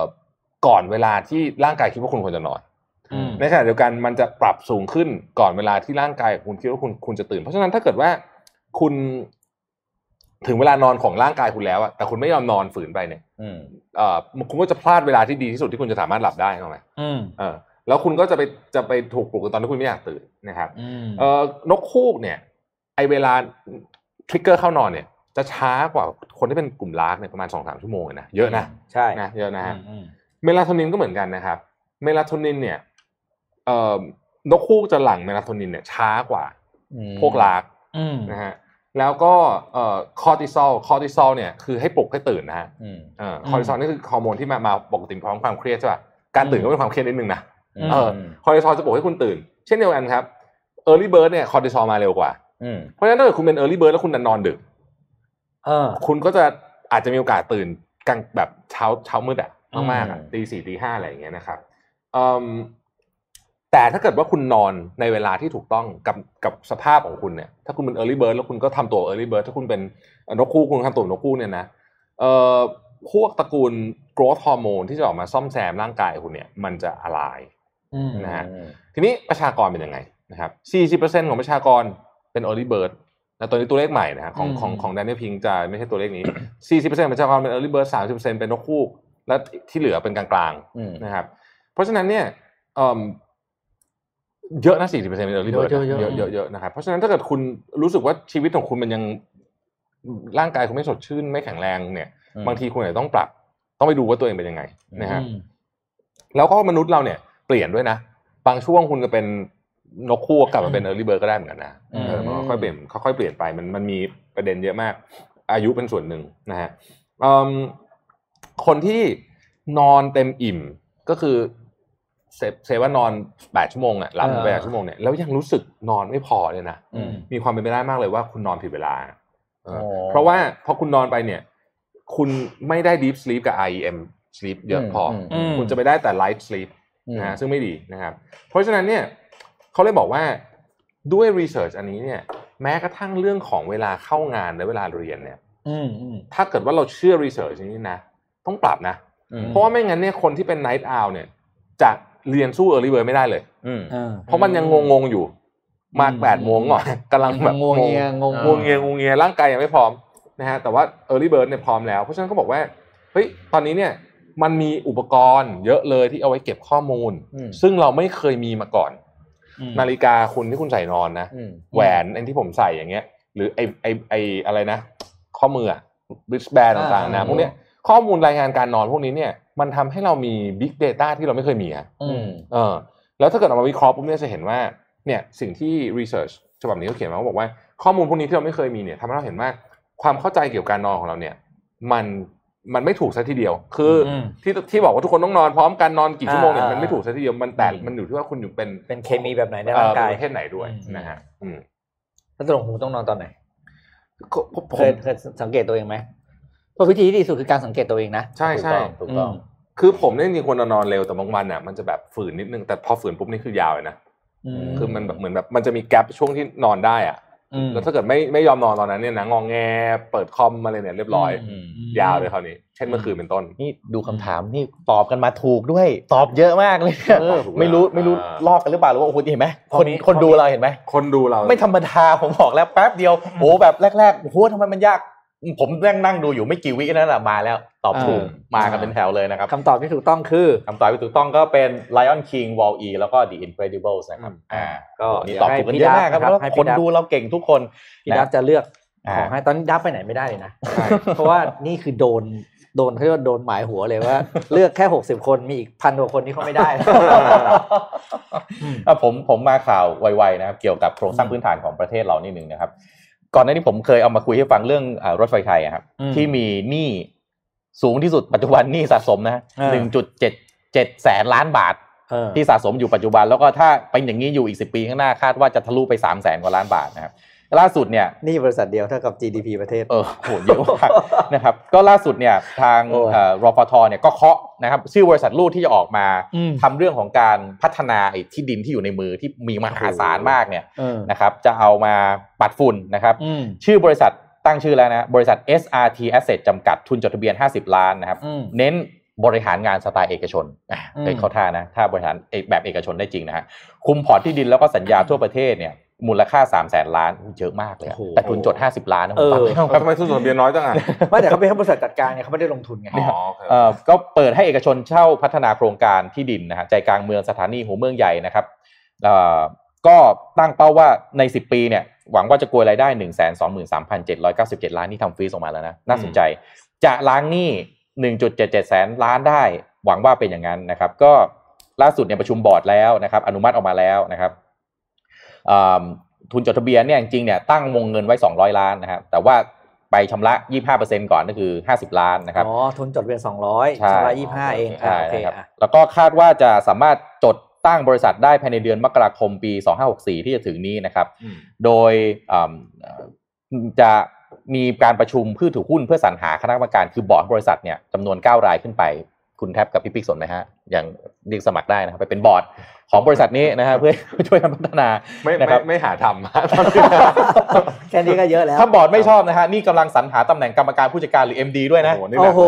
S4: ก่อนเวลาที่ร่างกายคิดว่าคุณควรจะนอน
S3: อืม
S4: ในขณะเดียวกันมันจะปรับสูงขึ้นก่อนเวลาที่ร่างกายของคุณคิดว่าคุณคุณจะตื่น เพราะฉะนั้นถ้าเกิดว่าคุณถึงเวลานอนของร่างกายคุณแล้วอะแต่คุณไม่ยอมนอนฝืนไปเนี่ย
S5: อืม
S4: เอ่อคุณก็จะพลาดเวลาที่ดีที่สุดที่คุณจะสามารถหลับได้เข้าไหม
S3: อืม
S4: เออแล้วคุณก็จะไปจะไปถูกปลุกตอนที่คุณไม่อยากตื่นนะครับ
S3: อืม
S4: เออนกคูกเนี่ย ไอเวลาทริกเกอร์เข้านอนเนี่ย จะช้ากว่าคนที่เป็นกลุ่มลากเนี่ยประมาณสองสามชั่วโมงเลยนะเยอะนะ
S3: ใช่
S4: นะเยอะนะฮะ
S3: อืม
S4: เมลาโทนินก็เหมือนกันนะครับ เมลาโทนินเนี่ยเอ่อนกคูกจะหลั่งเมลาโทนินเนี่ยช้ากว่าพวกลาก
S3: อืม
S4: นะฮะแล้วก็เอ่อคอร์ติซอลคอร์ติซอลเนี่ยคือให้ปลุกให้ตื่นนะฮะ
S5: อืม
S4: เออคอร์ติซอลนี่คือฮอร์โมนที่มามาปกติพร้อมความเครียดใช่ป่ะการตื่นก็เป็นความเครียดนิดนึงนะ
S5: เอ
S4: เอ
S5: อ
S4: อคอร์ติซอลจะปลุกให้คุณตื่น เช่นเดียวกันครับ Early Bird เนี่ยคอร์ติซอลมาเร็วกว่า
S5: อืม
S4: เพราะฉะนั้นถ้าเกิดคุณเป็น Early Bird แล้วคุณนอนดึก
S3: เออ
S4: คุณก็จะอาจจะมีโอกาสตื่นกลางแบบเช้าเช้ามืดอะมากๆอะ
S5: อืม
S4: ตีสี่ตีห้าอะไรอย่างเงี้ยนะครับอืมแต่ถ้าเกิดว่าคุณนอนในเวลาที่ถูกต้องกับกับสภาพของคุณเนี่ย ถ้าคุณเป็น Early Bird แล้วคุณก็ทำตัว Early Bird ถ้าคุณเป็นนกคู่คุณทำตัวนกคู่เนี่ยนะเอ่อพวกตระกูล growth hormone ที่จะออกมาซ่อมแซมร่างกายคุณเนี่ย มันจะอะไร
S3: อืม
S4: นะฮะ ทีนี้ประชากรเป็นยังไงนะครับ 40%ของประชากรเป็น early bird นะตอนนี้ตัวเลขใหม่นะครับของ
S3: อืม
S4: ของของแดนนี่พิงจะไม่ใช่ตัวเลขนี้ 40%ของประชากรเป็น early bird 30%เป็นนกคู่และที่เหลือเป็นกลาง
S5: อืม
S4: ๆนะครับ เพราะฉะนั้นเนี่ยเอิ่มเยอะนะ40%เป็น early bird นะ
S3: เยอะๆเยอะๆ
S4: เยอะๆเยอะๆนะครับเพราะฉะนั้นถ้าเกิดคุณรู้สึกว่าชีวิตของคุณมันยังร่างกายคุณไม่สดชื่นไม่แข็งแรงเนี่ย บางทีคุณอาจจะต้องปรับ ต้องไปดูว่าตัวเองเป็นยังไงนะฮะ
S3: อืม
S4: แล้วก็มนุษย์เราเนี่ยเปลี่ยนด้วยนะ บางช่วงคุณจะเป็นนกคู่กลับมาเป็น early bird ก็ได้เหมือนกันนะ
S5: อืม
S4: เออมันก็ค่อยเปลี่ยนค่อยๆเปลี่ยนไปมันมันมีประเด็นเยอะมาก อายุเป็นส่วนหนึ่งนะฮะเอิ่มคนที่นอนเต็มอิ่มก็คือเซเซว่านอนแปดชั่วโมงอ่ะหลับ
S3: เออ
S4: แปดชั่วโมงเนี่ยแล้วยังรู้สึกนอนไม่พอเลยนะ
S3: อืม
S4: มีความเป็นไปได้มากเลยว่าคุณนอนผิดเวลาเออ
S5: โอ้
S4: เพราะว่าพอคุณนอนไปเนี่ย คุณไม่ได้ deep sleep กับ REM sleep เยอะพออ
S5: ม
S3: อืม
S4: คุณจะไปได้แต่ light sleep นะฮะซึ่งไม่ดีนะครับ เพราะฉะนั้นเนี่ยเขาเลยบอกว่าด้วย research อันนี้เนี่ย แม้กระทั่งเรื่องของเวลาเข้างานและเวลาเรียนเนี่ย
S3: อืมอืม
S4: ถ้าเกิดว่าเราเชื่อ research นี้นะ ต้องปรับนะ เพราะว่าไม่งั้นเนี่ยคนที่เป็น night owl เนี่ยจะเรียนสู้ early bird ไม่ได้เลย
S5: อืม
S4: เพราะมันยังงงๆอยู่ มา
S3: อืม
S4: แปดโมงหน่อยกำลังแบบ
S3: งงเงียงง
S4: งงเงียงงเงียร่างกายยังไม่พร้อมนะฮะแต่ว่า early bird เนี่ยพร้อมแล้ว เพราะฉะนั้นเขาบอกว่าเฮ้ยตอนนี้เนี่ยมันมีอุปกรณ์เยอะเลยที่เอาไว้เก็บข้อมูล
S5: อืม
S4: ซึ่งเราไม่เคยมีมาก่อน
S3: อืม
S4: นาฬิกาคุณที่คุณใส่นอนนะ
S5: อืม
S4: แหวนอันที่ผมใส่อย่างเงี้ย หรือไอไอไออะไรนะ ข้อมืออะ wristband
S3: อ่า
S4: ต่างๆนะ
S5: อ่า
S4: พวกเนี้ยข้อมูลรายงานการนอนพวกนี้เนี่ยมันทำให้เรามี big data ที่เราไม่เคยมีอะ
S3: อืม
S4: เออแล้วถ้าเกิดเอามาวิเคราะห์ปุ๊บเนี่ยจะเห็นว่าเนี่ยสิ่งที่ research ฉบับนี้เขาเขียนมาเขาบอกว่าข้อมูลพวกนี้ที่เราไม่เคยมีเนี่ยทำให้เราเห็นว่าความเข้าใจเกี่ยวกับการนอนของเราเนี่ย มัน มันไม่ถูกซะทีเดียว คืออ
S3: ม
S4: ที่ที่บอกว่าทุกคนต้องนอนพร้อมกันนอนกี่ชั่วโมงเนี่ย
S3: อ่ามั
S4: มันไม่ถูกซะทีเดียวมันแต่
S3: อืม
S4: มันอยู่ที่ว่าคุณอยู่เป็น
S3: เป็นเคมีแบบไหนใน
S4: เอ่
S3: ร่า
S4: อง
S3: กาย
S4: ประเภทไหนด้วย
S3: อืม
S4: นะฮะอืม
S3: แล้วตกลงคุณต้องนอนตอนไหน
S4: ผม
S3: เคยเคยสังเกตตัวเองไหมเพราะวิธีที่ดีที่สุดคือการสังเกตตัวเองนะ
S4: ใช่ใช่
S5: ถูกต้อง
S4: คือผมเนี่ยจริงๆควรจะนอนเร็วแต่บางวันอ่ะมันจะแบบฝืนนิดนึงแต่พอฝืนปุ๊บนี่คือยาวเลยนะ
S3: อืม
S4: คือมันแบบเหมือนแบบมันจะมีแกลบช่วงที่นอนได้อ่ะ
S3: อืม
S4: แล้วถ้าเกิดไม่ไม่ยอมนอนตอนนั้นเนี่ยนะงองแงเปิดคอมมาเลยเนี่ยเรียบร้อย
S5: อืม
S4: ยาวเลยคราวนี้ เช่นเมื่อคืนเป็นต้น
S5: นี่ดูคำถามนี่ตอบกันมาถูกด้วย ตอบเยอะมากเลยเนี่ย
S4: เออถูกแล้ว
S5: ไม่รู้ไม่รู้
S4: อ่า
S5: ลอกกันหรือเปล่าหรือว่าโอ้โหเห็นไหมคน
S3: คนนี้
S5: คนดูเราเห็นไหม
S4: คนดูเรา
S5: ไม่ธรรมดาผมบอกแล้วแป๊บเดียวโอ้แบบแรกๆโอ้โหทำไมมันยาก ผมนั่งนั่งดูอยู่ไม่กี่วินั่นแหละมาแล้ว ตอบถูก
S3: อ่าม
S5: มากันเป็นแถวเลยนะครับ
S3: คำตอบที่ถูกต้องคือ
S5: คำตอบที่ถูกต้องก็เป็น Lion King Wall E แล้วก็ The Incredibles นะครับอ่า
S3: ก็
S5: นี่
S3: เดี๋ย
S5: ตอบ
S3: วให้
S5: ถูกกัน
S3: พี่
S5: เยอะ
S3: ดับ
S5: มากครับ
S3: นะค
S5: เพ
S3: รับ
S5: ราะ
S3: ให้
S5: คน
S3: พี่ดับ
S5: ดูเราเก่งทุกคน
S3: พี่ดับจะเลือก
S5: อ่า
S3: ของให้ตอนนี้ดับไปไหนไม่ได้เลยนะ
S4: ใช่
S3: เพราะว่านี่คือโดนโดนเขาเรียกว่าโดนหมายหัวเลยว่า เลือกแค่หกสิบคนมีอีกพันกว่าคนที่เขาไม่ได้
S5: อ่ะผมผมมาข่าวไวๆนะครับ เกี่ยวกับโครงสร้างพื้นฐานของประเทศเรานิดนึงนะครับ ก่อนหน้านี้ผมเคยเอามาคุยให้ฟังเรื่องอ่ารถไฟไทยอะครับ
S3: อืม
S5: ที่มีหนี้สูงที่สุดปัจจุบันหนี้สะสมนะ
S3: เออ
S5: หนึ่งจุดเจ็ดเจ็ดแสนล้านบาท
S3: เออ
S5: ที่สะสมอยู่ปัจจุบัน แล้วก็ถ้าเป็นอย่างนี้อยู่อีกสิปีข้างหน้าคาดว่าจะทะลุไปสามแสนกว่าล้านบาทนะครับ ล่าสุดเนี่ย
S3: นี่บริษัทเดียวเท่ากับ GDP ประเทศ
S5: เออโหเยอะมาก นะครับ ก็ล่าสุดเนี่ยทาง
S3: โอ้ย
S5: เอ่อรอพทเนี่ยก็เคาะนะครับชื่อบริษัทลูกที่จะออกมา
S3: อืม
S5: ทำเรื่องของการพัฒนาไอ้ที่ดินที่อยู่ในมือที่มีมหาศาลมากเนี่ย
S3: เออ
S5: นะครับ จะเอามาปัดฝุ่นนะครับ
S3: อืม
S5: ชื่อบริษัทตั้งชื่อแล้วนะบริษัท SRT Asset จำกัดทุนจดทะเบียน 50 ล้านนะครับ
S3: อืม
S5: เน้นบริหารงานสไตล์เอกชนอ่ะ
S3: อืม
S5: เอ้ยเข้าท่านะ ถ้าบริหารเอกแบบเอกชนได้จริงนะฮะคุมพอร์ตที่ดินแล้วก็สัญญาทั่วประเทศเนี่ยมูลค่า 3 0 0แสนล้านเยอะมากเลยอะแต่ทุนจด 50 ล้านนะผมฟังแล้ว
S4: แล้วทำไมทุนจดทะเบียนน้อยจังอ่ะ
S3: ไม่แต่เขาเป็นแค่บริษัทจัดการเนี่ยเขาไม่ได้ลงทุนไง
S4: อ๋อโอเค
S5: เอ่อก็เปิดให้เอกชนเช่าพัฒนาโครงการที่ดินนะฮะใจกลางเมืองสถานีหัวเมืองใหญ่นะครับเอ่อก็ตั้งเป้าว่าใน 10 ปีเนี่ยหวังว่าจะกวยรายได้ 1 2 3 7 9 7 ล้านนี่ทำฟรีส่งมาแล้วนะ น่าสนใจ จะล้างหนี้ 1.77 แสนล้านได้ หวังว่าเป็นอย่างนั้นนะครับ ก็ล่าสุดเนี่ยประชุมบอร์ดแล้วนะครับ อนุมัติออกมาแล้วนะครับเอิ่มทุนจดทะเบียนเนี่ยจริงๆเนี่ยตั้งวงเงินไว้ 200 ล้านนะครับแต่ว่าไปชำระ 25%ก่อนก็คือ 50 ล้านนะครับ
S3: อ๋อ ทุนจดทะเบียนสองร้อย
S5: ใช่
S3: ชำระยี่ห้าเอง
S5: ใช่
S3: อ่าโอเค
S5: นะครับ
S3: อ่ะ
S5: แล้วก็คาดว่าจะสามารถจดตั้งบริษัทได้ภายในเดือนมกราคมปี 2564 ที่จะถึงนี้นะครับ
S4: อืม
S5: โดยอ่าจะมีการประชุมผู้ถือหุ้นเพื่อสรรหาคณะกรรมการคือบอร์ดบริษัทเนี่ยจำนวน 9 รายขึ้นไป คุณแทบกับพี่ปิ๊กสนไหมฮะอย่างเรียกสมัครได้นะครับไปเป็นบอร์ดของบริษัทนี้นะฮะเพื่อ ช่วยกันพัฒนา
S4: ไม่
S5: นะครั
S4: ไม่
S5: บ
S4: ไม่หาทำ
S3: แค่นี้ก็เยอะแล้ว
S5: ถ้าบอร์ดไม่ชอบนะฮะนี่กำลังสรรหาตำแหน่งกรรมการผู้จัดการหรือ MD ด้วยนะ
S4: โอ้โหนี่
S3: โอ้โห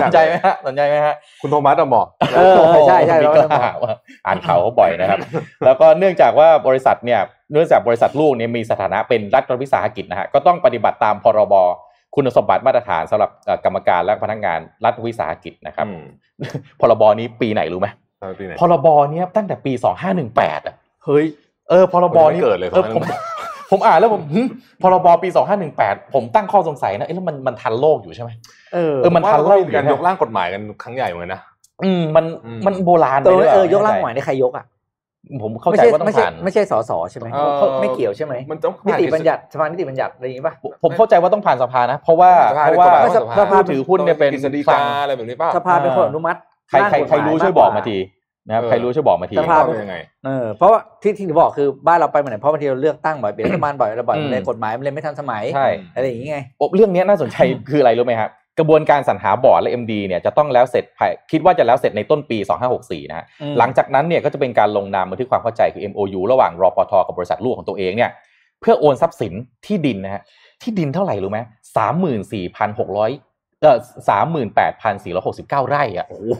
S5: สนใจไหมฮะสนใจไหมฮะ
S4: คุณโทมัสอะเหมาะ
S3: เออเออใช่ใช่
S5: ผม
S3: เราก็
S5: มีก
S3: ต้องบอก
S5: ล่าวว่าอ่านข่าวเขาบ่อยนะครับ แล้วก็เนื่องจากว่าบริษัทเนี่ยเนื่องจากบริษัทลูกเนี่ยมีสถานะเป็นรัฐวิสาหกิจนะฮะก็ต้องปฏิบัติตามพรบคุณสมบัติมาตรฐานสำหรับเอ่อกรรมการและพนักงานรัฐวิสาหกิจนะครับ
S4: อืม
S5: พรบนี้ปีไหนรู้ไหม
S4: ตอนปีไหน
S5: พรบเนี้ยตั้งแต่ปี 2518อ่ะ
S3: เฮ้ย
S5: เออพรบนี้
S4: ผมยังไม่เกิดเลย
S5: ออผมผม อ่านแล้วผมหึพรบปี 2518 ผมตั้งข้อสงสัยนะเอ๊ะแล้วมันมันทันโลกอยู่ใช่ไหม
S3: เออ
S5: เออ มันทัน
S4: ว่า
S5: เล่า
S4: เรา
S5: อยู่
S4: มีการ
S5: นะ
S4: ยกร่างกฎหมายกันครั้งใหญ่เหมือนกันนะ
S5: อืมมัน
S4: อืม
S5: มันโบราณไป
S3: เออ
S5: หรือเปล่า
S3: เออยกร่างหมายได้ใครยกอ่ะ
S5: ผมเข้าใจว่าต้อ
S3: ไม่
S5: ง
S3: ใช่
S5: ผ่าน
S3: ไม่ใช่สอสอใช่ไหม
S4: เออ
S3: เขาไม่เกี่ยวใช่ไหม
S4: มันต้องผ่า
S3: นิ
S4: น
S3: ติบัญญัติสภานิติบัญญัติอะไรอย่างงี้ป่ะ
S5: ผมเข้าใจว่าต้องผ่านสภานะ เพราะว่า
S4: สภา
S5: เพราะว่า
S4: เป็นกฎหมายของสภา
S5: ผู้ถือหุ้นเนี่ยเป็น
S4: กฤษฎี
S5: คลั
S4: กาง อะไรแบบนี้ป่ะ
S3: สภาเป็นคน
S5: อ่า
S3: อนุมัติ
S5: ใครใคร
S3: างกฎหมาย
S5: ใครรู้ช่วยบอกมาทีนะครับ
S4: เออ
S5: ใครรู้ช่วยบอกมาที
S4: สภาเป็นยังไง
S3: เออเพราะว่าที่ที่บอกคือบ้านเราไปมาไหนเพราะบางทีเราเลือกตั้งบ่อยเปลี่ยนรัฐบาลบ่อยอะไรบ่อย
S5: อืม
S3: มันเลยกฎหมายมันเลยไม่ทันสมัย
S5: ใช่
S3: อะไรอย่างงี้ไง
S5: โอ้เรื่องเนี้ยน่าสนใจ คืออะไรรู้ไหมครับกระบวนการสรรหาบอร์ดและ MD เนี่ยจะต้องแล้วเสร็จภายคิดว่าจะแล้วเสร็จในต้นปี 2564 นะฮะ
S3: อืม
S5: หลังจากนั้นเนี่ยก็จะเป็นการลงนามบันทึกความเข้าใจคือ MOU ระหว่างรอปทกับบริษัทลูกของตัวเองเนี่ยเพื่อโอนทรัพย์สินที่ดินนะฮะที่ดินเท่าไหร่รู้ไหมสามหมื่นสี่พันหกร้อยเออสามหมื่นแปดพันสี่ร้อยหกสิบเก้าไร่อะ
S4: โอ้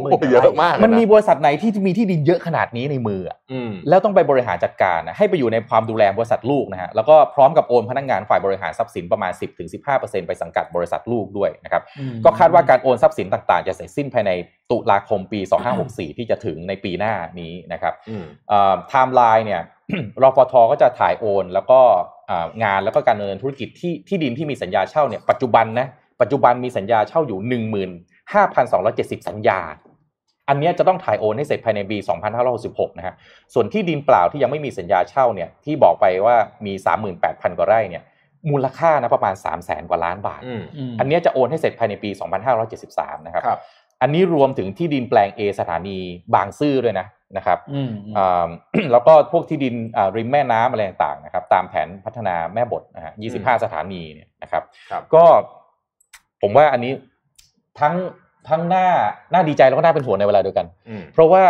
S4: โหเยอะมากเลยะ
S5: มันมีบริษัทไหนที่มีที่ดินเยอะขนาดนี้ในมืออะ
S4: อืม
S5: แล้วต้องไปบริหารจัดการนะให้ไปอยู่ในความดูแลบริษัทลูกนะฮะแล้วก็พร้อมกับโอนพนักงานฝ่ายบริหารทรัพย์สินประมาณ 10-15%ไปสังกัดบริษัทลูกด้วยนะครับก็คาดว่าการโอนทรัพย์สินต่างๆ จะเสร็จสิ้นภายในตุลาคมปี 2564 ที่จะถึงในปีหน้านี้นะครับ
S4: อืม
S5: ไทม์ไลน์เนี่ย รฟทก็จะถ่ายโอน แล้วก็เอ่องานแล้วก็การดำเนินธุรกิจที่ที่ดินที่มีสัญญาเช่าเนี่ยปัจจุบันนะปัจจุบันมีสัญญาเช่าอยู่ 15,270 สัญญา อันเนี้ยจะต้องถ่ายโอนให้เสร็จภายในปี 2566 นะฮะ ส่วนที่ดินเปล่าที่ยังไม่มีสัญญาเช่าเนี่ยที่บอกไปว่ามี 38,000 กว่าไร่เนี่ย มูลค่านะประมาณ 3 0 0แสนกว่าล้านบาท
S4: อืม
S3: ม
S5: อันเนี้ยจะโอนให้เสร็จภายในปี 2573 นะครับ
S4: ครับ
S5: อันนี้รวมถึงที่ดินแปลง A สถานีบางซื่อด้วยนะนะครับ
S3: อืม
S5: อ่า แล้วก็พวกที่ดินอ่าริมแม่น้ำอะไรต่างๆนะครับ ตามแผนพัฒนาแม่บทนะฮะ25 สถานีเนี่ยนะครับ
S4: ครับ
S5: ก็ผมว่าอันนี้ทั้งทั้งหน้าหน้าดีใจแล้วก็หน้าเป็นห่วงในเวลาเดียวกัน
S4: อืม
S5: เพราะว่า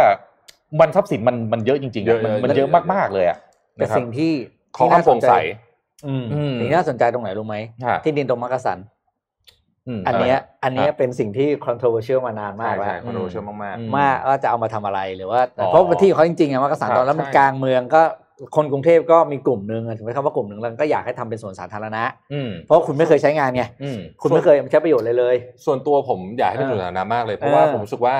S5: มันทรัพย์สินมันมันเยอะจริงๆ
S4: เย
S5: อะ
S4: อะเยอะ
S5: มันมันเยอะ
S4: เยอะ
S5: มากๆเลยอะ
S3: แต่
S5: นะครับ
S3: สิ่งที่
S4: ขอความโปร่งใส
S3: อืม
S5: อืม
S3: สิ่งที่น่าสนใจตรงไหนรู้ไหม
S5: ฮะ
S3: ที่ดินตรงมักกะสัน
S5: ม
S3: อันเนี้ยอันเนี้ย
S5: ครับ
S3: เป็นสิ่งที่ controversial มานานมากแล้ว
S4: ใช่ๆคอนโดเชื่อมาก
S5: อื
S3: ว่าว่าจะเอามาทำอะไรหรือว่า
S5: อ๋อ
S3: เพราะว่าที่เขาจริงๆอะมักกะสัน
S4: ครับ
S3: ตอนนั้นมัน
S4: ใช่
S3: กลางเมืองก็คนกรุงเทพก็มีกลุ่มหนึ่งอะถึงแม้คำว่ากลุ่มหนึ่งแล้วก็อยากให้ทำเป็นสวนสาธารณะ
S5: อืม
S3: เพราะคุณไม่เคยใช้งานไง
S5: อืม
S3: คุณไม่เคยใช้ประโยชน์เลยเลย
S4: ๆ ส่วนตัวผมอยากให้เป็น
S3: เออ
S4: ส่วนสาธารณะมากเลย เพราะว่า
S3: เออ
S4: ผมรู้สึกว่า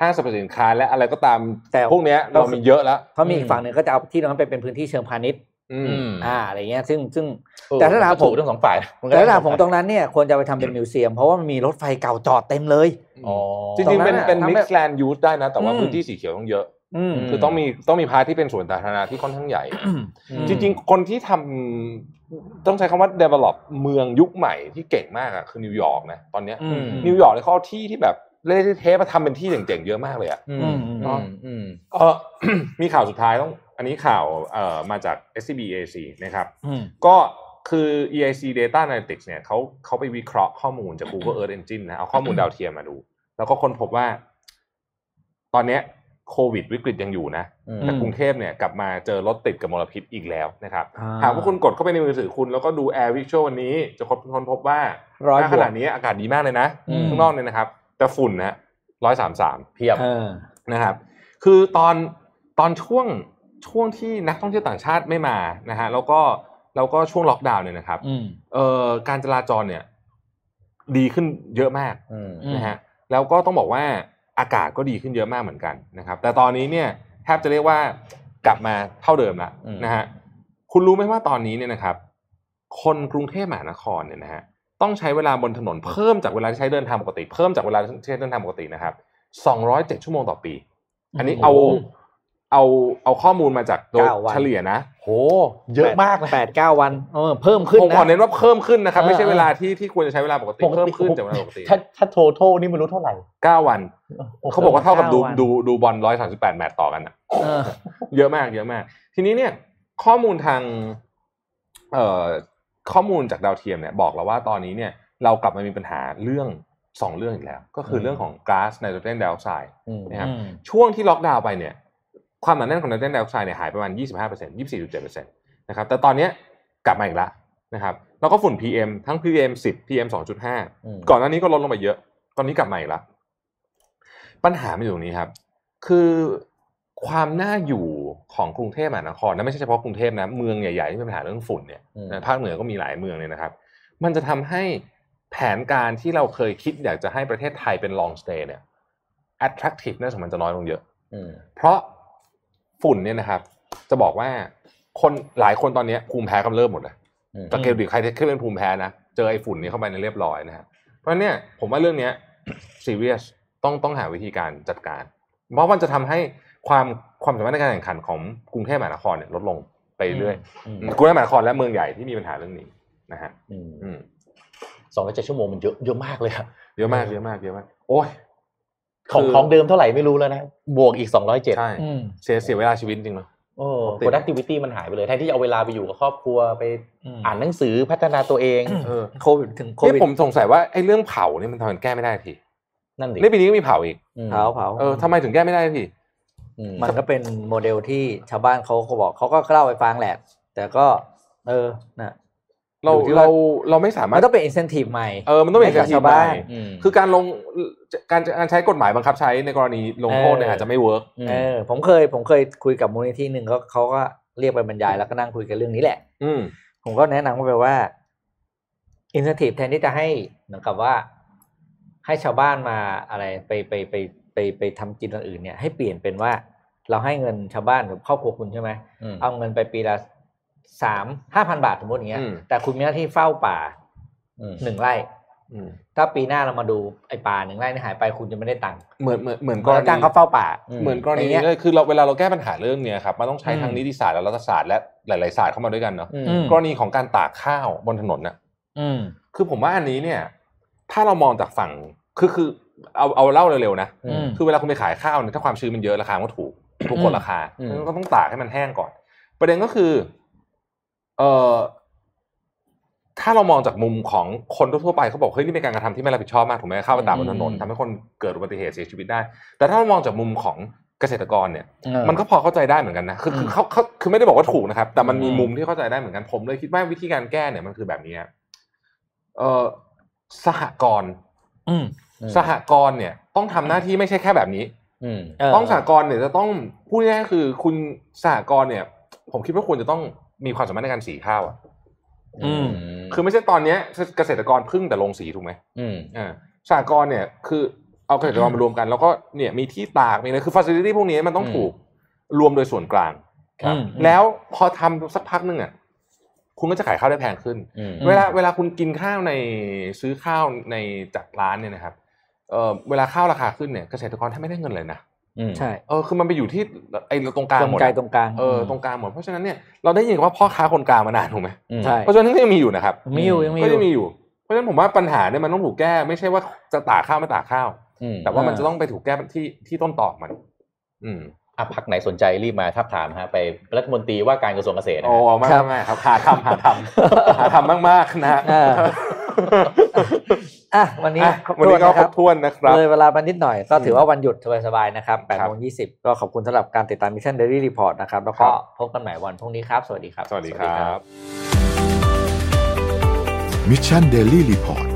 S4: ห้างสรรพสินค้าและอะไรก็ตาม
S3: แต่
S4: พวกเนี้ย
S3: ก็
S4: เรามีเยอะแล้ว
S3: เพราะมี
S5: อืม
S3: อีกฝั่งหนึ่งก็จะเอาที่ตรงนั้นไปเป็นพื้นที่เชิงพาณิชย์
S4: อืม
S5: อืม
S3: อ่าอะไรเงี้ยซึ่งซึ่ง
S5: เออ
S3: แต่ถ้าถามผม
S5: ถูกทั้งสองฝ่ายนก็
S3: แต่ถ้าถามผมตรงนั้นเนี่ยควรจะเอาไปทำเป็นมิวเซียม เพราะว่ามันมีรถไฟเก่าจอดเต็มเลย
S5: อ๋อ
S4: จริงๆ เป็น
S3: ตรงนั้นน่ะ
S4: เป็น
S3: ทำให้
S4: mix land use ได้นะ แต่ว่า
S3: อืม
S4: พื้นที่สีเขียวต้องเยอะ
S3: อืม
S4: คือต้องมีต้องมีพาร์ทที่เป็นส่วนสาธารณะที่ค่อนข้างใหญ่ จริงๆ คนที่ทำต้องใช้คำว่า develop เมืองยุคใหม่ที่เก่งมากอะคือนิวยอร์กนะ ตอนเนี้ย
S3: อืม
S4: นิวยอร์กเนี่ยเขาเอาที่ที่แบบเล่นเทปมาทำเป็นที่เจ๋งๆ เยอะมากเลยอะ
S5: อืม
S3: อืม
S5: อืมอืม
S4: เออ มีข่าวสุดท้ายต้อง อันนี้ข่าวเอ่อมาจาก SCB EAC นะครับ
S3: อืม
S4: ก็คือ EIC Data Analytics เนี่ยเขาเขาไปวิเคราะห์ข้อมูลจาก Google Earth Engine นะ เอาข้อมูลดาวเทียมมาดู แล้วก็ค้นพบว่า ตอนเนี้ยโควิดวิกฤตยังอยู่นะ
S5: อืม
S4: แต่กรุงเทพเนี่ยกลับมาเจอรถติดกับมลพิษอีกแล้วนะครับ
S3: อ่า
S4: หากว่าคุณกดเข้าไปในมือถือคุณแล้วก็ดู Air Visual วันนี้ จะค้นพบว่า
S3: ร้อย
S4: ณ
S3: บ
S4: ข
S3: ว
S4: ณะ
S3: ก
S4: นี้อากาศดีมากเลยนะ
S3: อืม
S4: ข้างนอกเนี่ยนะครับ แต่ฝุ่นนะร้อยสามสาม
S5: เพียบ
S3: เออ
S4: นะครับคือตอนตอนช่วงช่วงที่นักท่องเที่ยวต่างชาติไม่มานะฮะแล้วก็แล้วก็ช่วงล็อกดาวน์เนี่ยนะครับ
S3: อืม
S4: เอ่อการจราจรเนี่ยดีขึ้นเยอะมาก
S5: อืม
S4: นะฮะแล้วก็ต้องบอกว่าอากาศก็ดีขึ้นเยอะมากเหมือนกันนะครับแต่ตอนนี้เนี่ยแทบจะเรียกว่ากลับมาเท่าเดิมละ
S5: อืม
S4: นะฮะคุณรู้ไหมว่าตอนนี้เนี่ยนะครับ คนกรุงเทพมหานครเนี่ยนะฮะต้องใช้เวลาบนถนนเพิ่มจากเวลาที่ใช้เดินทางปกติ เพิ่มจากเวลาที่ใช้เดินทางปกตินะครับ 207 ชั่วโมงต่อปี อันนี้เอา
S5: โอ้โห
S4: เอาเอาข้อมูลมาจากโดย
S3: เก้าวัน
S4: เฉลี่ยนะ
S5: โห เยอะมากเลย
S3: แปดเก้าวันเออเพิ่มขึ้น
S4: ผม
S3: นะ
S4: ขอเน้นว่าเพิ่มขึ้นนะครับ
S3: เออ
S4: ไม่ใช่เวลาที่ที่ควรจะใช้เวลาปกติเพิ่มขึ้นจากเวลาปกติ
S5: ถ้าถ้าโททลนี่ไม่รู้เท่าไหร่
S4: เก้าวัน เขาบอกว่าเท่ากับดู
S3: เก้าวัน
S4: ดูดูบอล138 แมตช์ต่อกันอะ
S3: เออ
S4: เยอะมากเยอะมาก ทีนี้เนี่ยข้อมูลทางเอ่อข้อมูลจากดาวเทียมเนี่ยบอกเราว่าตอนนี้เนี่ยเรากลับมามีปัญหาเรื่องสองเรื่องอีกแล้ว ก็คือเรื่องของก๊าซไนโตรเจนไดออกไซด์
S5: อืม
S4: นะครับช่วงที่ล็อกดาวน์ไปเนี่ยความหนาแน่นของไนโตรเจนไดออกไซด์เนี่ยหายประมาณ 25% 24.7%นะครับแต่ตอนเนี้ยกลับมาอีกแล้วนะครับแล้วก็ฝุ่น PM ทั้ง PM 10 PM 2.5
S5: อืม
S4: ก่อนหน้านี้ก็ลดลงไปเยอะ ตอนนี้กลับมาอีกแล้ว ปัญหามันอยู่ตรงนี้ครับ คือความน่าอยู่ของกรุงเทพมหานครนะไม่ใช่เฉพาะกรุงเทพนะ เมืองใหญ่ๆที่มีปัญหาเรื่องฝุ่นเนี่ย
S5: อืม
S4: นะภาคเหนือก็มีหลายเมืองเลยนะครับ มันจะทำให้แผนการที่เราเคยคิดอยากจะให้ประเทศไทยเป็น long stay เนี่ย attractiveness ของมันจะน้อยลงเยอะ
S5: อืม
S4: เพราะฝุ่นเนี่ยนะครับ จะบอกว่าคนหลายคนตอนเนี้ยภูมิแพ้กำเริบหมดเลย
S5: อืม
S4: กับเกลดิกใครที่เป็นภูมิแพ้นะ เจอไอ้ฝุ่นนี้เข้าไปในยเรียบร้อยนะฮะเพราะฉะนั้นเนี่ยผมว่าเรื่องเนี้ย ซีเรียสต้องต้องหาวิธีการจัดการ เพราะมันจะทำให้ความความสามารถในการแข่งขันของกรุงเทพมหานครเนี่ยลดลงไปเรื่อย
S5: อืม
S4: กรุงเทพมหานครและเมืองใหญ่ที่มีปัญหาเรื่องนี้นะฮะ
S5: อืม
S4: อืม
S5: สองร้อยเจ็ดชั่วโมงมันเยอะเยอะมากเลยอะ
S4: เยอะมากเยอะมากเยอะมากโอ้ย
S5: ของ
S4: คือ
S5: ของเดิมเท่าไหร่ไม่รู้แล้วนะ บวกอีกสองร้อยเจ็ด
S4: ใช่
S3: อืม
S4: เสียเสียเวลาชีวิตจริงเนาะ
S5: โอ้
S4: ปกติ
S5: productivity มันหายไปเลยแทนที่จะเอาเวลาไปอยู่กับครอบครัวไป
S3: อืม
S5: อ่านหนังสือพัฒนาตัวเอง
S4: เออ
S3: โควิดถึงโค
S4: นี่
S3: วิด
S4: ผมสงสัยว่าไอ้เรื่องเผาเนี่ยมันทำไมแก้ไม่ได้ที
S5: นั่นดิ
S4: นี่ปีนี้ก็มีเผาอีก
S5: อืม
S3: เผาเผา
S4: เออทำไมถึงแก้ไม่ได้ที
S5: อืม
S3: มันก็เป็นโมเดลที่ชาวบ้านเขาเขาบอกเขาก็เล่าไปฟังแหละ แต่ก็ เออนะ
S4: เราเราเราไม่สามาร
S3: มั
S4: ถ
S3: นต้องเป็น incentive ใหม่
S4: เออมันต้องเป็น
S3: ให้กับ
S4: ทีม
S3: ชาวบ้าน
S4: ใหม่
S5: อืม
S4: คือการลงการการใช้กฎหมายบังคับใช้ในกรณีลงโทษเนี่ย
S5: เอออ
S4: อาจจะไม่เวิร์ก
S5: อืม
S3: เออผมเคยผมเคยคุยกับมูลนิธิหนึ่งก็เขาก็เรียกไปบรรยายแล้วก็นั่งคุยกันเรื่องนี้แหละ
S4: อืม
S3: ผมก็แนะนำว่าไปว่าอินเซนティブแทนที่จะให้เหมือนกับว่า ให้ชาวบ้านมาอะไรไปไปไปไปไปทำกินอย่างอื่นเนี่ย ให้เปลี่ยนเป็นว่า เราให้เงินชาวบ้านหรือครอบครัวคุณใช่ไหม
S5: อืม
S3: เอาเงินไปปีละสามห้าพันบาทสมมติอย่างเงี้ย
S4: อืม
S3: แต่คุณมีหน้าที่เฝ้าป่า
S5: อืม
S3: หนึ่งไร่
S4: อืม
S3: ถ้าปีหน้าเรามาดูไอ้ป่าหนึ่งไร่นี่หายไปคุณจะไม่ได้ตังค์
S4: เหมือนเหมือนเหมือนก
S3: ก็
S4: ร
S3: จ้าง
S4: ณี
S3: เขาเฝ้าป่า
S4: เหมือนกรณี
S3: ย่างเงี้ย
S4: เลยคือเราเวลาเราแก้ปัญหาเรื่องเนี้ยครับมันต้องใช้
S3: อืม
S4: ทั้งนิติศาสตร์และรัฐศาสตร์และหลาย ๆ ศาสตร์เข้ามาด้วยกันเนาะ
S5: อืม
S3: อืม
S4: กรณีของการตากข้าวบนถนนน่ะ
S3: อืม
S4: คือผมว่าอันนี้เนี่ย ถ้าเรามองจากฝั่งคือคือเอาเอาเล่าเร็วๆนะ
S3: อืม
S4: คือเวลาคุณไปขายข้าวเนี่ยถ้าความชื้นมันเยอะราคามันก็ถูกถูกก
S3: อื
S4: ด
S3: ม
S4: ราคา
S5: อืม
S4: ก็ต้องตากให้มันแห้งก่อน ประเด็นก็คือ เอ่อถ้าเรามองจากมุมของคนทั่วๆไปเขาบอกเฮ้ยนี่เป็นการกระทำที่ไม่รับผิดชอบมากถูกไหมข้าวไปตากบนถนนทำให้คนเกิดอุบัติเหตุเสียชีวิตได้ แต่ถ้าเรามองจากมุมของเกษตรกรเนี่ย
S3: เออ
S4: มันก็พอเข้าใจได้เหมือนกันนะคือคือ
S3: อืม
S4: เขาเขาคือไม่ได้บอกว่าถูกนะครับ แต่มันมี
S3: อืม
S4: มุมที่เข้าใจได้เหมือนกันผมเลยคิดว่าวิธีการแก้เนี่ยมันคือแบบนี้ครับเออสหกรณ์
S3: อืม
S4: สหกรณ์เนี่ย ต้องทำหน้าที่ไม่ใช่แค่แบบนี้
S5: อืม
S3: เออ
S4: ต้องสหกรณ์เนี่ยจะต้องพูดง่ายๆคือ คุณสหกรณ์เนี่ย ผมคิดว่าควรจะต้องมีความสามารถในการสีข้าวอ่ะ
S3: อืม
S4: คือไม่ใช่ตอนเนี้ยเกษตรกรพึ่งแต่ลงสีถูกไหม
S5: อืม
S4: อ่าสหกรณ์เนี่ยคือเอาเกษตรกรมารวมกัน แล้วก็เนี่ยมีที่ตากมีอะไรคือฟัสซิลิตี้พวกนี้มันต้อง
S5: อืม
S4: ถูกรวมโดยส่วนกลาง
S3: ครับอืม
S4: แล้วพอทำสักพักหนึ่งอ่ะคุณก็จะขายข้าวได้แพงขึ้น
S5: อืม
S4: เวลาเวลาคุณกินข้าวในซื้อข้าวในจากร้านเนี่ยนะครับเออเวลาข้าวราคาขึ้นเนี่ยเกษตรกรแทบไม่ได้เงินเลยนะ
S3: ใช่
S4: เออคือมันไปอยู่ที่ไอ้ตรงกลาง
S3: ตรง
S4: หมด
S3: กลา
S4: อะ
S3: งตรงกลาง
S4: เออตรงกลางหมดเพราะฉะนั้นเนี่ยเราได้ยินว่าพ่อค้าคนกลางมานานถูกไหม
S3: ใช่
S4: เพราะฉะนั้นก็ยังมีอยู่นะครับ
S3: มีอยู่ยังมี
S4: ก็
S3: อ
S4: ยั
S3: ยู่
S4: งมีอยู่ เพราะฉะนั้นผมว่าปัญหาเนี่ยมันต้องถูกแก้ไม่ใช่ว่าจะตากข้าวไม่ตากข้าว
S5: อืม
S4: แต่ว่ามัน
S3: อ่า
S4: จะต้องไปถูกแก้ที่ที่ต้นตอมัน อืม
S5: อ่ะพักไหนสนใจรีบมาทับถามฮะไปรัฐมนตรีว่าการกระทรวงเกษตรนะ
S4: โอ้
S5: ฮะ
S4: ไม่
S3: ครับ
S4: ไม่ไม่ครับหาทำหาทำ หาทำมากมากๆนะฮะ
S3: อ่า อ่ะวันนี้
S4: อ่ะ
S3: ครบ
S4: วัน
S3: ถ้ว
S4: นี้
S3: น
S4: ก็
S3: นะ
S4: ค
S3: ค
S4: ร
S3: รั
S4: บบ ถ้วนนะครับ
S3: เลยเวลามานิดหน่อยก็ถือ
S4: ม
S3: ว่าวันหยุดสบายๆนะครับ
S4: ครับ
S3: 8โมง20 ก็ขอบคุณสำหรับการติดตามมิชชั่น Daily Report นะครับ แล้ว
S4: ค
S3: ก็
S4: รับ
S3: พบกันใหม่วันพรุ่งนี้ครับ สวัสดีครับ
S4: สวัสดีครับ
S1: มิชชันเดลี่รีพอร์ต